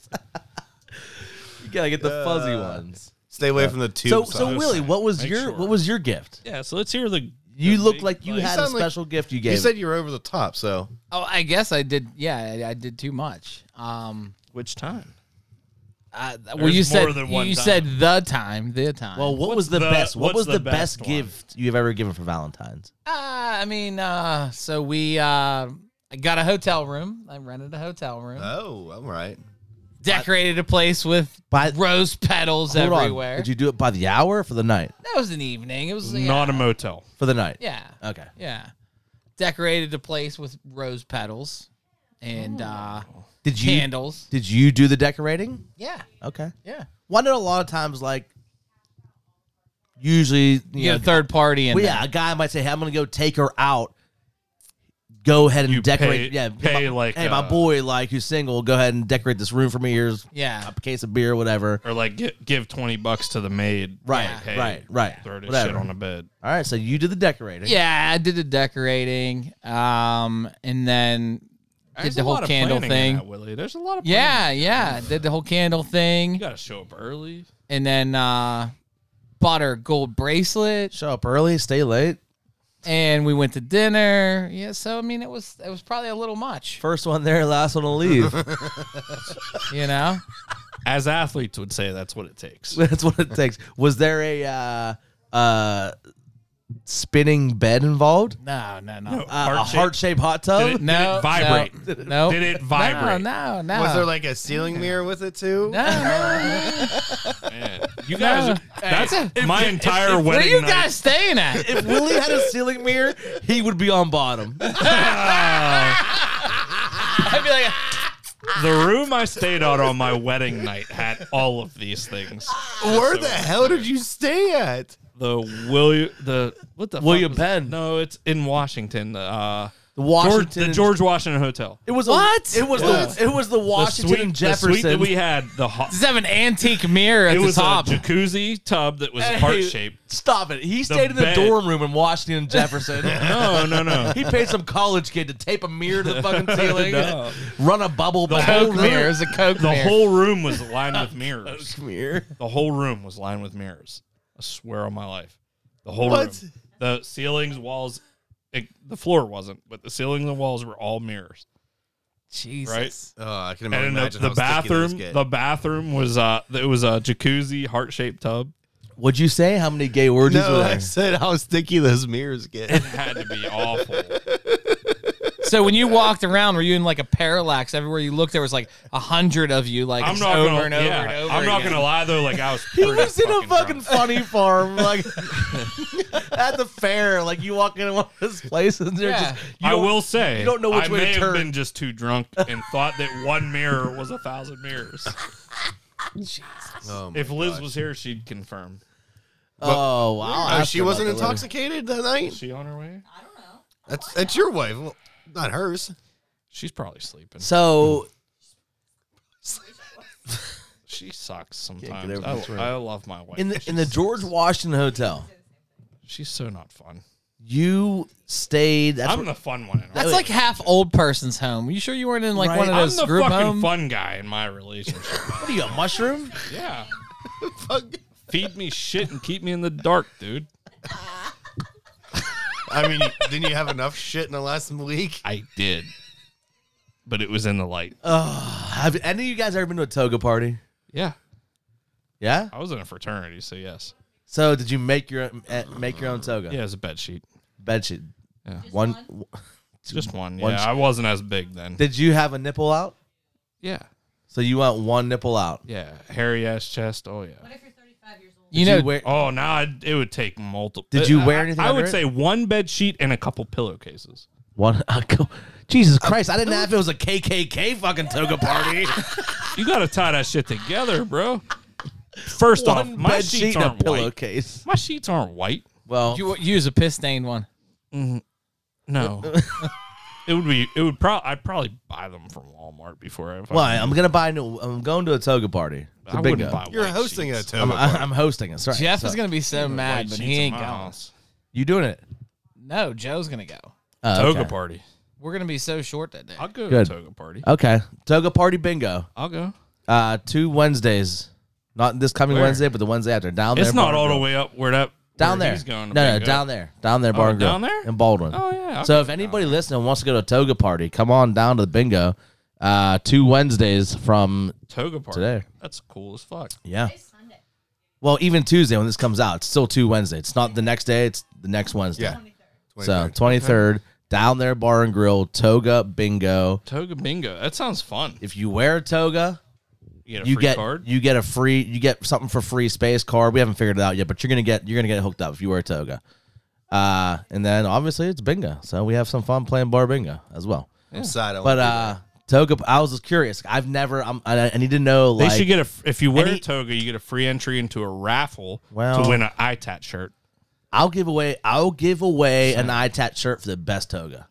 Speaker 1: you gotta get the fuzzy ones.
Speaker 3: Stay away from the tube.
Speaker 1: So,
Speaker 3: socks.
Speaker 1: so Willie, what was
Speaker 2: Make
Speaker 1: your
Speaker 2: sure.
Speaker 1: what was your gift?
Speaker 2: Yeah, so let's hear the.
Speaker 1: You
Speaker 2: the
Speaker 1: looked
Speaker 2: big,
Speaker 1: like you had a
Speaker 3: sound like-
Speaker 1: special gift you gave.
Speaker 3: you said you were over the top, so
Speaker 4: Oh, I guess I did. Yeah, I, I did too much. Um,
Speaker 2: which time.
Speaker 4: I, well,
Speaker 2: There's
Speaker 4: you
Speaker 2: more
Speaker 4: said
Speaker 2: than one
Speaker 4: you
Speaker 2: time.
Speaker 4: said the time, the time.
Speaker 1: well, what was
Speaker 2: What's
Speaker 1: the,
Speaker 2: the-
Speaker 1: best? What
Speaker 2: what's
Speaker 1: was
Speaker 2: the
Speaker 1: the, best,
Speaker 2: best one?
Speaker 1: gift you've ever given for Valentine's?
Speaker 4: Uh, I mean, uh, so we uh, I got a hotel room. I rented a hotel room.
Speaker 3: oh, I'm right.
Speaker 4: decorated a place with
Speaker 1: By-
Speaker 4: rose petals
Speaker 1: Hold on.
Speaker 4: everywhere.
Speaker 1: Did you do it by the hour or for the night?
Speaker 4: that was an evening. It was yeah,
Speaker 2: Not a motel.
Speaker 1: For the night.
Speaker 4: Yeah,
Speaker 1: Okay.
Speaker 4: yeah. Decorated the place with rose petals and uh,
Speaker 1: Oh. Did you
Speaker 4: candles.
Speaker 1: did you do the decorating?
Speaker 4: Yeah,
Speaker 1: Okay.
Speaker 4: yeah.
Speaker 1: Why did a lot of times like usually you
Speaker 4: You
Speaker 1: know
Speaker 4: get a third party and
Speaker 1: Well, yeah, a guy might say, "Hey, I'm gonna go take her out. Go ahead and
Speaker 2: You
Speaker 1: decorate.
Speaker 2: pay-
Speaker 1: yeah,
Speaker 2: pay
Speaker 1: my,
Speaker 2: like,
Speaker 1: hey,
Speaker 2: uh,
Speaker 1: my boy, like who's single, go ahead and decorate this room for me. Here's
Speaker 4: yeah.
Speaker 1: a case of beer, whatever.
Speaker 2: Or like gi- give twenty bucks to the maid.
Speaker 1: Right,
Speaker 2: Like, hey,
Speaker 1: right, right.
Speaker 2: Throw this
Speaker 1: Whatever.
Speaker 2: shit on the bed.
Speaker 1: All right, so you did the decorating.
Speaker 4: Yeah, I did the decorating, um, and then did
Speaker 2: There's
Speaker 4: the
Speaker 2: a
Speaker 4: whole
Speaker 2: lot of
Speaker 4: candle
Speaker 2: planning in
Speaker 4: thing.
Speaker 2: that, Willie. There's a lot of planning.
Speaker 4: Yeah, yeah, did the whole candle
Speaker 2: You
Speaker 4: thing,
Speaker 2: gotta show up early.
Speaker 4: and then uh, bought her a gold bracelet.
Speaker 1: Show up early, stay late.
Speaker 4: and we went to dinner. Yeah, so I mean, it was it was probably a little much,
Speaker 1: First one there, last one to leave.
Speaker 4: you know.
Speaker 2: As athletes would say, that's what it takes.
Speaker 1: That's what it takes. Was there a uh, uh, spinning bed involved?
Speaker 4: No, no, no,
Speaker 1: Uh, a heart shaped hot tub?
Speaker 2: Did it-
Speaker 4: no.
Speaker 2: vibrate?
Speaker 4: No, no.
Speaker 2: Did it vibrate?
Speaker 4: No, no, no.
Speaker 3: Was there like a ceiling mirror with it too?
Speaker 4: no, no, no.
Speaker 2: Man, you guys, that's
Speaker 4: Hey,
Speaker 2: my entire wedding
Speaker 4: Where are you
Speaker 2: night.
Speaker 4: guys staying at?
Speaker 1: if Willie had a ceiling mirror, he would be on bottom.
Speaker 4: I'd be like,
Speaker 2: The room I stayed on on my wedding night had all of these things.
Speaker 3: Where the hell did you stay at?
Speaker 2: The William, the what the fuck
Speaker 1: William
Speaker 2: was-
Speaker 1: Penn.
Speaker 2: No, it's in Washington. The, uh, George,
Speaker 1: Washington
Speaker 2: the George Washington Hotel.
Speaker 1: It was
Speaker 4: What?
Speaker 1: A, it was the it was the Washington
Speaker 2: the suite,
Speaker 1: and
Speaker 2: The suite that
Speaker 1: Jefferson.
Speaker 2: we had. The ho-
Speaker 4: does it have an antique mirror at
Speaker 2: it
Speaker 4: the
Speaker 2: was
Speaker 4: top?
Speaker 2: a jacuzzi tub that was
Speaker 1: Hey,
Speaker 2: heart shaped.
Speaker 1: Stop it! He stayed in the
Speaker 2: bed.
Speaker 1: dorm room in Washington and Jefferson.
Speaker 2: No, no, no.
Speaker 1: he paid some college kid to tape a mirror to the fucking ceiling,
Speaker 2: No.
Speaker 1: run a bubble bath.
Speaker 2: whole
Speaker 4: Coke mirror. It was a Coke
Speaker 2: The
Speaker 4: mirror.
Speaker 2: whole room was lined with mirrors.
Speaker 1: mirror.
Speaker 2: The whole room was lined with mirrors. I swear on my life. The whole
Speaker 3: What?
Speaker 2: room. The ceilings, walls, it, the floor wasn't, but the ceilings and walls were all mirrors.
Speaker 4: Jesus.
Speaker 3: Oh, I can
Speaker 2: And then the,
Speaker 3: imagine
Speaker 2: the
Speaker 3: how sticky those
Speaker 2: bathroom,
Speaker 3: get.
Speaker 2: the bathroom was uh, it was a jacuzzi heart shaped tub.
Speaker 1: Would you say how many gay orgies were
Speaker 3: No, I
Speaker 1: there?
Speaker 3: Oh, said how sticky those mirrors get.
Speaker 2: It had to be awful.
Speaker 4: So when you walked around, were you in like a parallax? Everywhere you looked, there was like a hundred of you, like
Speaker 2: I'm
Speaker 4: just
Speaker 2: not
Speaker 4: over
Speaker 2: gonna.
Speaker 4: and over
Speaker 2: yeah,
Speaker 4: and over.
Speaker 2: I'm not
Speaker 4: again.
Speaker 2: gonna lie though. Like I was.
Speaker 1: He
Speaker 2: pretty
Speaker 1: was in a fucking
Speaker 2: drunk.
Speaker 1: funny farm, like at the fair. Like you walk into one of those places, and they're
Speaker 4: Yeah.
Speaker 1: just. You
Speaker 2: I
Speaker 1: don't-
Speaker 2: will say,
Speaker 1: you don't know which
Speaker 2: I
Speaker 1: way to
Speaker 2: may
Speaker 1: turn.
Speaker 2: have been just too drunk and thought that one mirror was a thousand mirrors.
Speaker 3: Oh, my
Speaker 2: if Liz
Speaker 3: gosh.
Speaker 2: was here, she'd confirm.
Speaker 1: Oh wow!
Speaker 3: Oh, she wasn't intoxicated that
Speaker 2: Is
Speaker 3: night.
Speaker 2: she on her way?
Speaker 5: I don't know.
Speaker 3: That's that's your wife, well, not hers.
Speaker 2: She's probably sleeping.
Speaker 1: So
Speaker 2: She sucks
Speaker 1: get
Speaker 2: sometimes.
Speaker 1: over this
Speaker 2: I, I love my wife.
Speaker 1: in the
Speaker 2: She
Speaker 1: in the
Speaker 2: sucks.
Speaker 1: George Washington Hotel,
Speaker 2: she's so not fun.
Speaker 1: you stayed. That's
Speaker 2: I'm
Speaker 1: where-
Speaker 2: the fun one. In our
Speaker 4: That's like half old person's home. You sure you weren't in like
Speaker 1: Right.
Speaker 4: one of
Speaker 2: I'm
Speaker 4: those
Speaker 2: the
Speaker 4: group
Speaker 2: fucking
Speaker 4: homes?
Speaker 2: fun guy in my relationship.
Speaker 1: what are you a mushroom?
Speaker 2: yeah. Feed me shit and keep me in the dark, dude.
Speaker 3: I mean, didn't you have enough shit in the last week?
Speaker 2: I did. But it was in the light.
Speaker 1: Have any of you guys ever been to a toga party?
Speaker 2: yeah.
Speaker 1: Yeah.
Speaker 2: I was in a fraternity, so yes.
Speaker 1: So did you make your own- eh, make your own toga?
Speaker 2: Yeah, it was a bed sheet.
Speaker 1: Bed sheet.
Speaker 2: Yeah. Just
Speaker 1: One.
Speaker 2: Just one.
Speaker 1: One
Speaker 2: yeah,
Speaker 1: sh-
Speaker 2: I wasn't as big then.
Speaker 1: Did you have a nipple out?
Speaker 2: yeah.
Speaker 1: So you want one nipple out?
Speaker 2: Yeah. Hairy ass chest. Oh, yeah.
Speaker 5: What if you're 35 years old?
Speaker 4: You
Speaker 1: Did
Speaker 4: know,
Speaker 1: you wear-
Speaker 2: Oh, now I'd, it would take multiple.
Speaker 1: Did you wear
Speaker 2: I-
Speaker 1: anything
Speaker 2: I,
Speaker 1: under
Speaker 2: would
Speaker 1: it?
Speaker 2: say one bed sheet and a couple pillowcases.
Speaker 1: One. uh, Jesus Christ! I didn't know if it was a KKK fucking toga party.
Speaker 2: You got to tie that shit together, bro. First off,
Speaker 1: One
Speaker 2: my
Speaker 1: bed sheet
Speaker 2: sheets
Speaker 1: and a
Speaker 2: aren't white.
Speaker 1: pillowcase.
Speaker 2: My sheets aren't white.
Speaker 1: Well,
Speaker 4: you use a piss stained one.
Speaker 2: No. it would be. It would probably. I'd probably buy them from Walmart before I. if I
Speaker 1: why?
Speaker 2: knew.
Speaker 1: I'm gonna buy. New, I'm going to a toga party. It's a
Speaker 2: I
Speaker 1: big
Speaker 2: wouldn't
Speaker 1: go.
Speaker 2: buy.
Speaker 3: You're
Speaker 2: white
Speaker 3: hosting
Speaker 2: sheets.
Speaker 3: a toga
Speaker 1: I'm,
Speaker 3: party.
Speaker 1: I'm hosting it. Sorry.
Speaker 4: Jeff
Speaker 1: So-
Speaker 4: is gonna be so
Speaker 2: White
Speaker 4: mad, Ah, but
Speaker 2: sheets
Speaker 4: he
Speaker 2: in
Speaker 4: ain't
Speaker 2: my
Speaker 4: going.
Speaker 2: house.
Speaker 1: You doing it?
Speaker 4: No, Joe's gonna go.
Speaker 1: Oh,
Speaker 2: Toga
Speaker 1: okay.
Speaker 2: party.
Speaker 4: We're gonna be so short that day.
Speaker 2: I'll go
Speaker 1: Good.
Speaker 2: to a toga party.
Speaker 1: Okay. Toga party bingo.
Speaker 2: I'll go.
Speaker 1: Uh, two Wednesdays. Not this coming
Speaker 2: Where?
Speaker 1: Wednesday, but the Wednesday after. Down there.
Speaker 2: It's not
Speaker 1: Bar
Speaker 2: all the
Speaker 1: Grill.
Speaker 2: way up where that
Speaker 1: Down
Speaker 2: where
Speaker 1: there.
Speaker 2: He's going to
Speaker 1: no, no,
Speaker 2: Bingo.
Speaker 1: down there. Down there, bar
Speaker 2: Oh,
Speaker 1: and grill.
Speaker 2: down there?
Speaker 1: In Baldwin.
Speaker 2: Oh yeah. I'll
Speaker 1: So
Speaker 2: go
Speaker 1: if
Speaker 2: down
Speaker 1: anybody listening wants to go to a toga party, come on down to the bingo. Uh, two Wednesdays from
Speaker 2: there. toga party
Speaker 1: today.
Speaker 2: that's cool as fuck.
Speaker 1: yeah.
Speaker 5: It's Sunday.
Speaker 1: Well, even Tuesday when this comes out, it's still two Wednesday. It's not the next day; it's the next Wednesday.
Speaker 3: Yeah.
Speaker 5: 23rd.
Speaker 1: So twenty third down there, bar and grill, toga bingo.
Speaker 2: Toga bingo. That sounds fun.
Speaker 1: If you wear a toga,
Speaker 2: You get a
Speaker 1: you
Speaker 2: free
Speaker 1: get
Speaker 2: card.
Speaker 1: you get a free you get something for free space card. We haven't figured it out yet, but you're gonna get you're gonna get hooked up if you wear a toga. Uh, and then obviously it's bingo, so we have some fun playing bar bingo as well.
Speaker 3: I'm sad. I won't
Speaker 1: But
Speaker 3: be
Speaker 1: uh, toga, I was just curious. I've never. I'm, I, I need to know.
Speaker 2: They
Speaker 1: Like,
Speaker 2: should get a if you wear
Speaker 1: any-
Speaker 2: a toga, you get a free entry into a raffle
Speaker 1: Well-
Speaker 2: to win an ITAT shirt.
Speaker 1: I'll give away. I'll give away an iTat shirt for the best toga.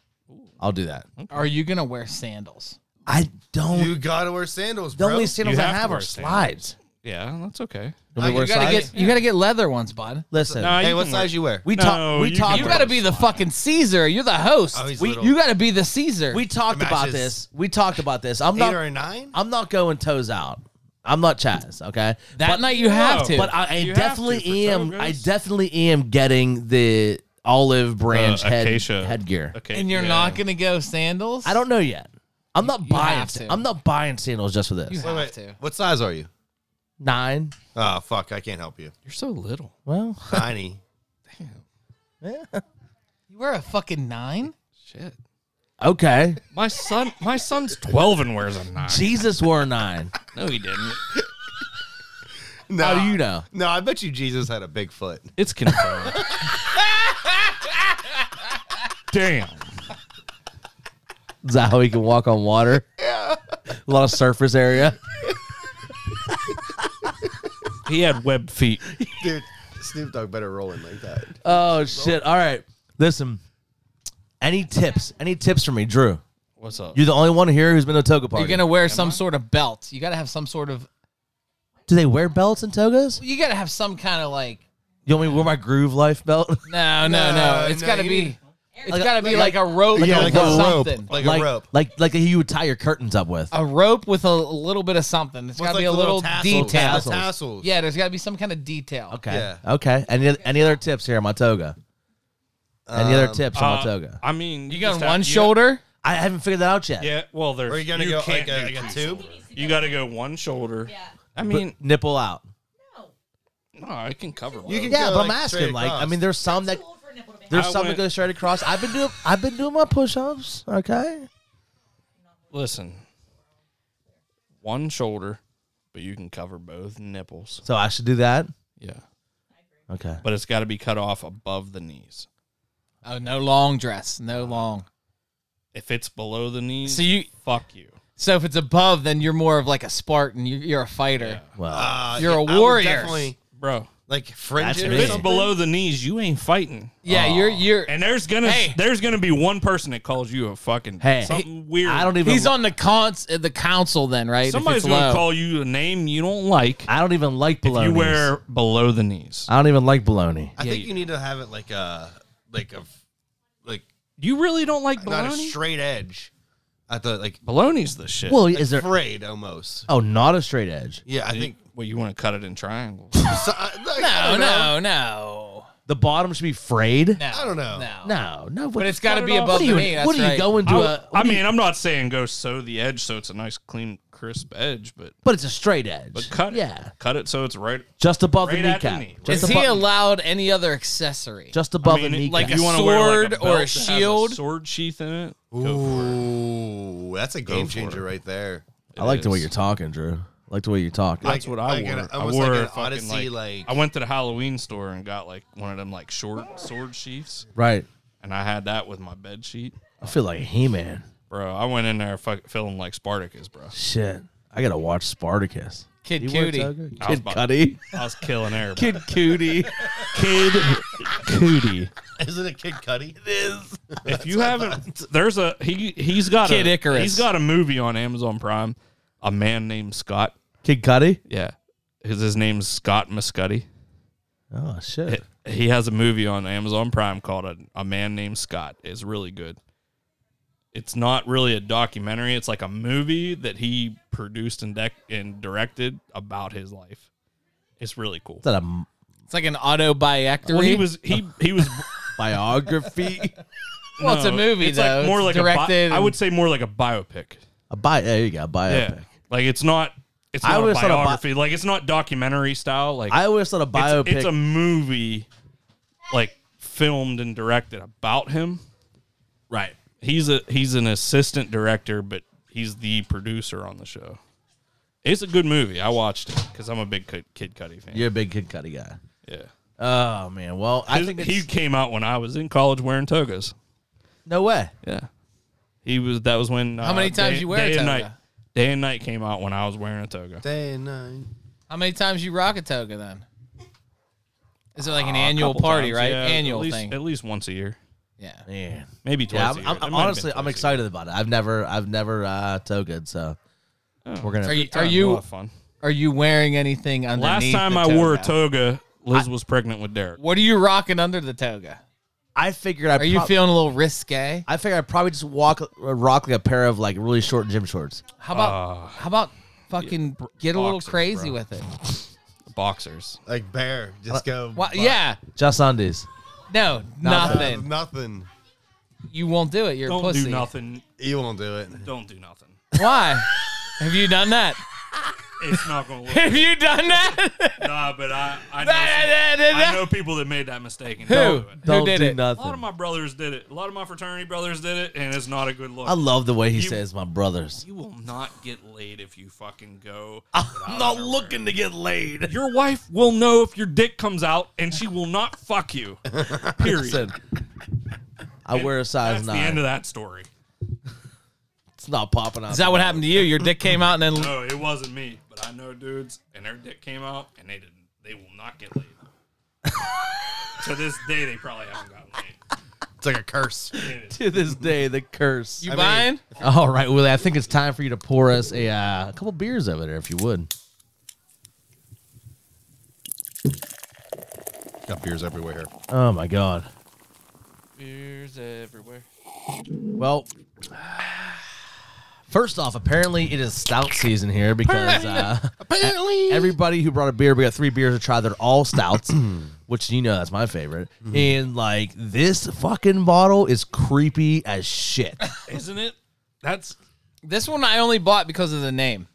Speaker 1: I'll do that.
Speaker 4: Are you gonna wear sandals?
Speaker 1: I
Speaker 3: there.
Speaker 1: don't.
Speaker 3: you gotta wear sandals,
Speaker 1: the
Speaker 3: bro.
Speaker 1: only sandals
Speaker 2: you
Speaker 1: I
Speaker 2: have to
Speaker 1: have
Speaker 2: wear
Speaker 1: are
Speaker 2: sandals.
Speaker 1: slides.
Speaker 2: Yeah, that's
Speaker 1: You
Speaker 2: okay.
Speaker 3: Uh,
Speaker 1: want me to
Speaker 3: you
Speaker 1: wear
Speaker 3: gotta
Speaker 4: You,
Speaker 1: slides?
Speaker 4: get, you gotta get leather ones, bud.
Speaker 1: Listen,
Speaker 2: No,
Speaker 3: hey,
Speaker 2: you
Speaker 3: what
Speaker 2: can wear-
Speaker 3: size you wear?
Speaker 1: we
Speaker 2: no,
Speaker 1: talk. We
Speaker 2: you
Speaker 1: talked.
Speaker 2: can
Speaker 4: You
Speaker 2: wear-
Speaker 1: about-
Speaker 4: gotta be the fucking Caesar. You're the host.
Speaker 3: Oh, he's
Speaker 4: We-
Speaker 3: little.
Speaker 4: you gotta be the Caesar.
Speaker 1: We talked
Speaker 3: The
Speaker 1: about
Speaker 3: matches.
Speaker 1: this. We talked about this. I'm
Speaker 3: Eight
Speaker 1: not.
Speaker 3: or a nine?
Speaker 1: I'm not going toes out. I'm not Chaz. Okay.
Speaker 4: that
Speaker 1: But-
Speaker 4: night you have to.
Speaker 1: But I, I
Speaker 2: You have to for
Speaker 1: definitely am. I
Speaker 2: togas.
Speaker 1: definitely am getting the olive branch
Speaker 2: Uh,
Speaker 1: head,
Speaker 2: acacia.
Speaker 1: headgear.
Speaker 2: Okay,
Speaker 4: and you're
Speaker 2: yeah.
Speaker 4: not gonna go sandals.
Speaker 1: I don't know yet. I'm not buying.
Speaker 4: have to.
Speaker 1: I'm not buying sandals just for this.
Speaker 4: You
Speaker 3: Wait,
Speaker 4: have
Speaker 3: wait.
Speaker 4: to.
Speaker 3: What size are you?
Speaker 1: Nine.
Speaker 3: Oh fuck, I can't help you.
Speaker 2: You're so little.
Speaker 1: Well,
Speaker 3: Tiny.
Speaker 4: You wear a fucking nine.
Speaker 2: Shit.
Speaker 1: okay.
Speaker 2: My son, my son's twelve and wears a nine.
Speaker 1: Jesus wore a nine.
Speaker 2: No, he didn't.
Speaker 3: no,
Speaker 1: How do you know?
Speaker 3: No, I bet you Jesus had a big foot.
Speaker 2: It's confirmed. Damn.
Speaker 1: Is that how he can walk on water? Yeah. A lot of surface area.
Speaker 2: He had web feet.
Speaker 3: Dude, Snoop Dogg better rolling like that.
Speaker 1: Oh shit! All right, listen. Any tips? Any tips for me, Drew?
Speaker 2: What's up?
Speaker 1: You're the only one here who's been to a toga party.
Speaker 4: You're gonna wear some sort of belt. You gotta have some sort of.
Speaker 1: Do they wear belts and togas?
Speaker 4: You gotta have some kind of like.
Speaker 1: You want me to wear my Groove Life belt?
Speaker 4: No, no,
Speaker 3: No,
Speaker 4: no. It's
Speaker 3: no,
Speaker 4: gotta
Speaker 3: you
Speaker 4: be.
Speaker 3: need-
Speaker 4: it's
Speaker 1: Like a-
Speaker 4: gotta be
Speaker 3: like
Speaker 4: like, a rope.
Speaker 3: yeah, like
Speaker 4: with
Speaker 3: a rope.
Speaker 4: something.
Speaker 3: Like
Speaker 1: like
Speaker 3: a rope. Oh,
Speaker 1: Like like you would tie your curtains up with.
Speaker 4: a rope with a little bit of something. It's
Speaker 3: With,
Speaker 4: got to
Speaker 3: like,
Speaker 4: be a
Speaker 3: the
Speaker 4: little,
Speaker 3: tassels.
Speaker 4: detail.
Speaker 3: The tassels.
Speaker 4: Yeah, there's got to be some kind of detail.
Speaker 1: okay.
Speaker 3: yeah.
Speaker 1: Okay. Any any other tips here on my toga? Any other
Speaker 3: Um,
Speaker 1: tips on my toga?
Speaker 2: Uh, I mean,
Speaker 4: You got
Speaker 2: just
Speaker 4: on one
Speaker 2: have- you-
Speaker 4: shoulder.
Speaker 1: I haven't figured that out yet.
Speaker 2: Yeah. Well, there's.
Speaker 3: Are you gonna go like
Speaker 2: can't
Speaker 3: a,
Speaker 2: do
Speaker 3: like a
Speaker 2: two
Speaker 3: tube?
Speaker 2: shoulder. You got to go one shoulder.
Speaker 5: Yeah.
Speaker 2: I
Speaker 1: But
Speaker 2: mean,
Speaker 1: nipple out.
Speaker 5: No.
Speaker 2: no, I can cover.
Speaker 3: You
Speaker 2: both.
Speaker 3: can
Speaker 1: Yeah,
Speaker 3: go,
Speaker 1: but I'm
Speaker 3: like, straight
Speaker 1: asking. Like, I
Speaker 3: across.
Speaker 1: mean, there's some
Speaker 5: I'm
Speaker 1: that
Speaker 5: too old for nipple to
Speaker 1: There's
Speaker 2: I
Speaker 1: something
Speaker 2: went-
Speaker 1: that goes straight across. I've been doing I've been doing my push-ups. Okay.
Speaker 2: Listen, one shoulder, but you can cover both nipples.
Speaker 1: So I should do that.
Speaker 2: Yeah.
Speaker 1: Okay.
Speaker 2: But it's got to be cut off above the knees.
Speaker 4: Oh, no long dress, no
Speaker 3: Uh,
Speaker 4: long.
Speaker 2: If it's below the knees,
Speaker 4: So you,
Speaker 2: fuck you.
Speaker 4: so if it's above, then you're more of like a Spartan. You, you're a fighter.
Speaker 1: Well,
Speaker 3: Uh,
Speaker 4: You're a
Speaker 3: I would
Speaker 4: warrior.
Speaker 3: definitely,
Speaker 2: Bro,
Speaker 3: like
Speaker 1: That's
Speaker 3: fringes.
Speaker 1: me.
Speaker 2: if it's
Speaker 1: Something.
Speaker 2: below the knees, you ain't fighting.
Speaker 4: Yeah, you're you're.
Speaker 2: And there's gonna
Speaker 4: Hey.
Speaker 2: there's gonna be one person that calls you a fucking
Speaker 1: Hey.
Speaker 2: something weird.
Speaker 1: I don't even
Speaker 4: He's on the cons uh, the council then, right? If
Speaker 2: Somebody's
Speaker 4: it's
Speaker 2: gonna
Speaker 4: low.
Speaker 2: call you a name you don't like.
Speaker 1: I don't even like
Speaker 2: If
Speaker 1: bologna.
Speaker 2: you wear below the knees,
Speaker 1: I don't even like bologna.
Speaker 3: I
Speaker 2: Yeah,
Speaker 3: think
Speaker 2: you-
Speaker 3: you need to have it like a like a like
Speaker 2: you really don't like
Speaker 3: not a
Speaker 2: baloney.
Speaker 3: straight edge. I thought like
Speaker 2: Baloney's the shit.
Speaker 1: Well, is there
Speaker 3: frayed almost.
Speaker 1: Oh, not a straight edge.
Speaker 3: Yeah, I think.
Speaker 2: well, you want to cut it in triangles.
Speaker 3: so- I- like, I
Speaker 4: No,
Speaker 3: don't know.
Speaker 4: no, no,
Speaker 1: The bottom should be frayed?
Speaker 4: no.
Speaker 3: I don't know.
Speaker 4: No,
Speaker 1: No, no.
Speaker 4: but it's got to
Speaker 2: cut it
Speaker 4: be
Speaker 2: off.
Speaker 1: what
Speaker 4: above
Speaker 1: are
Speaker 4: the
Speaker 1: you,
Speaker 4: knee. That's
Speaker 1: what are you
Speaker 4: right.
Speaker 1: going to
Speaker 2: I,
Speaker 1: a-
Speaker 2: I
Speaker 1: what are you-
Speaker 2: mean, I'm not saying go sew the edge so it's a nice, clean, crisp edge, but
Speaker 1: but it's a straight edge.
Speaker 2: but cut
Speaker 1: yeah.
Speaker 2: it, cut it so it's right.
Speaker 1: Just above
Speaker 2: Right
Speaker 1: the
Speaker 2: at the
Speaker 1: kneecap.
Speaker 2: knee.
Speaker 1: Just
Speaker 4: Is he
Speaker 1: abo-
Speaker 4: allowed any other accessory?
Speaker 1: just above
Speaker 2: I mean,
Speaker 1: the kneecap.
Speaker 2: like
Speaker 4: a
Speaker 2: if you want to wear like
Speaker 4: sword
Speaker 2: a
Speaker 4: or
Speaker 2: belt
Speaker 4: a
Speaker 2: that has
Speaker 4: shield.
Speaker 2: sword sheath in it.
Speaker 3: Ooh, that's a game
Speaker 2: for
Speaker 3: changer
Speaker 2: it.
Speaker 3: right there.
Speaker 1: I like the way
Speaker 2: is.
Speaker 1: you're talking, Drew. I like the way you're talking.
Speaker 2: That's what I
Speaker 3: like
Speaker 2: wore.
Speaker 3: an-
Speaker 2: I
Speaker 3: almost
Speaker 2: wore
Speaker 3: like
Speaker 2: a
Speaker 3: an
Speaker 2: fucking,
Speaker 3: Odyssey, like-
Speaker 2: I went to the Halloween store and got like one of them like short sword sheaths,
Speaker 1: right.
Speaker 2: and I had that with my bed sheet,
Speaker 1: I feel like He Man.
Speaker 2: bro. I went in there fuck, feeling like Spartacus, bro.
Speaker 1: Shit. I gotta watch Spartacus.
Speaker 4: Kid
Speaker 1: He
Speaker 4: Cudi.
Speaker 1: works out good.
Speaker 2: I was
Speaker 1: Kid
Speaker 2: about-
Speaker 1: Cudi.
Speaker 2: I was killing everybody.
Speaker 1: Kid Cudi.
Speaker 2: Kid Cootie.
Speaker 3: Isn't it Kid Cudi? It is.
Speaker 2: If you haven't, there's a he. He's got
Speaker 4: Kid
Speaker 2: a,
Speaker 4: Icarus.
Speaker 2: He's got a movie on Amazon Prime. A man named Scott.
Speaker 1: Kid Cudi.
Speaker 2: Yeah, his his name's Scott Muscutty.
Speaker 1: Oh shit.
Speaker 2: It- he has a movie on Amazon Prime called a, a Man Named Scott. It's really good. It's not really a documentary. It's like a movie that he produced and dec- and directed about his life. It's really cool.
Speaker 1: Is that a m-
Speaker 4: It's like an autobiography.
Speaker 2: Well, he was he he was. uh,
Speaker 1: biography?
Speaker 4: Well, it's a movie,
Speaker 2: it's
Speaker 4: though.
Speaker 2: Like more
Speaker 4: It's
Speaker 2: like
Speaker 4: directed
Speaker 2: A bi- I
Speaker 4: and-
Speaker 2: would say more like a biopic.
Speaker 1: a bi. There you go. Biopic.
Speaker 2: Yeah, like it's not. It's
Speaker 1: I
Speaker 2: not a
Speaker 1: always thought a bi-
Speaker 2: biography. like it's not documentary style. Like
Speaker 1: I always thought a biopic.
Speaker 2: It's, it's a movie, like filmed and directed about him. Right. He's a he's an assistant director, but he's the producer on the show. It's a good movie. I watched it because I'm a big Kid, Kid Cudi fan.
Speaker 1: you're a big Kid Cudi guy.
Speaker 2: Yeah.
Speaker 1: Oh man. Well, I think it's,
Speaker 2: he came out when I was in college wearing togas.
Speaker 1: no way.
Speaker 2: Yeah. He was. That was when. uh,
Speaker 4: How many times you wear a
Speaker 2: day and
Speaker 4: toga?
Speaker 2: night, Day and night came out when I was wearing a toga.
Speaker 3: Day and night.
Speaker 4: How many times you rock a toga then? Is it like an annual
Speaker 2: Ah, Couple
Speaker 4: party,
Speaker 2: times,
Speaker 4: right?
Speaker 2: yeah,
Speaker 4: annual
Speaker 2: at least,
Speaker 4: thing.
Speaker 2: At least once a year,
Speaker 4: yeah.
Speaker 1: Man.
Speaker 2: maybe
Speaker 1: Yeah.
Speaker 2: twice. a
Speaker 1: I'm, I'm,
Speaker 2: year. It might have
Speaker 1: I'm
Speaker 2: been
Speaker 1: honestly,
Speaker 2: twice
Speaker 1: I'm
Speaker 2: a year.
Speaker 1: excited about it. I've never, I've never uh, togered, so
Speaker 2: Oh.
Speaker 1: we're gonna.
Speaker 4: Are you
Speaker 2: Time,
Speaker 4: are
Speaker 2: a lot
Speaker 4: you
Speaker 2: of fun?
Speaker 4: are you wearing anything
Speaker 2: Last
Speaker 4: underneath?
Speaker 2: time
Speaker 4: the
Speaker 2: I wore a
Speaker 4: toga?
Speaker 2: toga, Liz was pregnant with Derek.
Speaker 4: What are you rocking under the toga?
Speaker 1: I figured. I
Speaker 4: Are you
Speaker 1: prob-
Speaker 4: feeling a little risque?
Speaker 1: I figured I'd probably just walk, uh, rock like a pair of like really short gym shorts.
Speaker 4: How about how about fucking get a little
Speaker 2: boxers,
Speaker 4: crazy
Speaker 2: Ah. bro.
Speaker 4: with it?
Speaker 2: Boxers.
Speaker 3: Like bear, just go.
Speaker 4: Why,
Speaker 3: buck-
Speaker 4: yeah.
Speaker 1: Just undies.
Speaker 4: No,
Speaker 3: Uh,
Speaker 4: nothing.
Speaker 3: nothing.
Speaker 4: You won't do it. You're
Speaker 2: Don't
Speaker 4: a pussy.
Speaker 2: do nothing.
Speaker 3: You won't do it.
Speaker 2: Don't do nothing.
Speaker 4: Why? Have you done that?
Speaker 2: It's not gonna work.
Speaker 4: Have you done that?
Speaker 2: nah, but I I know, some- I know people that made that mistake. And
Speaker 4: Who?
Speaker 2: Don't do it.
Speaker 1: Don't
Speaker 4: did
Speaker 1: do
Speaker 4: it?
Speaker 2: A lot of
Speaker 1: nothing.
Speaker 2: my brothers did it. A lot of my fraternity brothers did it, and it's not a good look.
Speaker 1: I love the way he
Speaker 2: You-
Speaker 1: says, "My brothers."
Speaker 2: you will not get laid if you fucking go.
Speaker 1: I'm not looking to get laid.
Speaker 2: Your wife will know if your dick comes out, and she will not fuck you. Period.
Speaker 1: Listen, I wear a size
Speaker 2: That's the end
Speaker 1: nine.
Speaker 2: of that story.
Speaker 1: It's not popping out.
Speaker 4: Is that what happened to you? Your dick came out and then
Speaker 2: No, it wasn't me, but I know dudes, and their dick came out, and they didn't. They will not get laid. to this day, they probably haven't gotten laid.
Speaker 3: It's like a curse.
Speaker 2: It is-
Speaker 1: to this day the curse?
Speaker 4: you
Speaker 3: mean-
Speaker 4: buying?
Speaker 1: All right, Willie. I think it's time for you to pour us a, uh, couple beers over there, if you would.
Speaker 3: Got beers everywhere here.
Speaker 1: Oh my God.
Speaker 2: Beers everywhere.
Speaker 1: Well, first off, apparently it is stout season here because uh, apparently everybody who brought a beer, we got three beers to try. They're all stouts, which you know that's my favorite.
Speaker 2: Mm-hmm.
Speaker 1: And like this fucking bottle is creepy as shit.
Speaker 2: Isn't it? That's
Speaker 4: This one I only bought because of the name.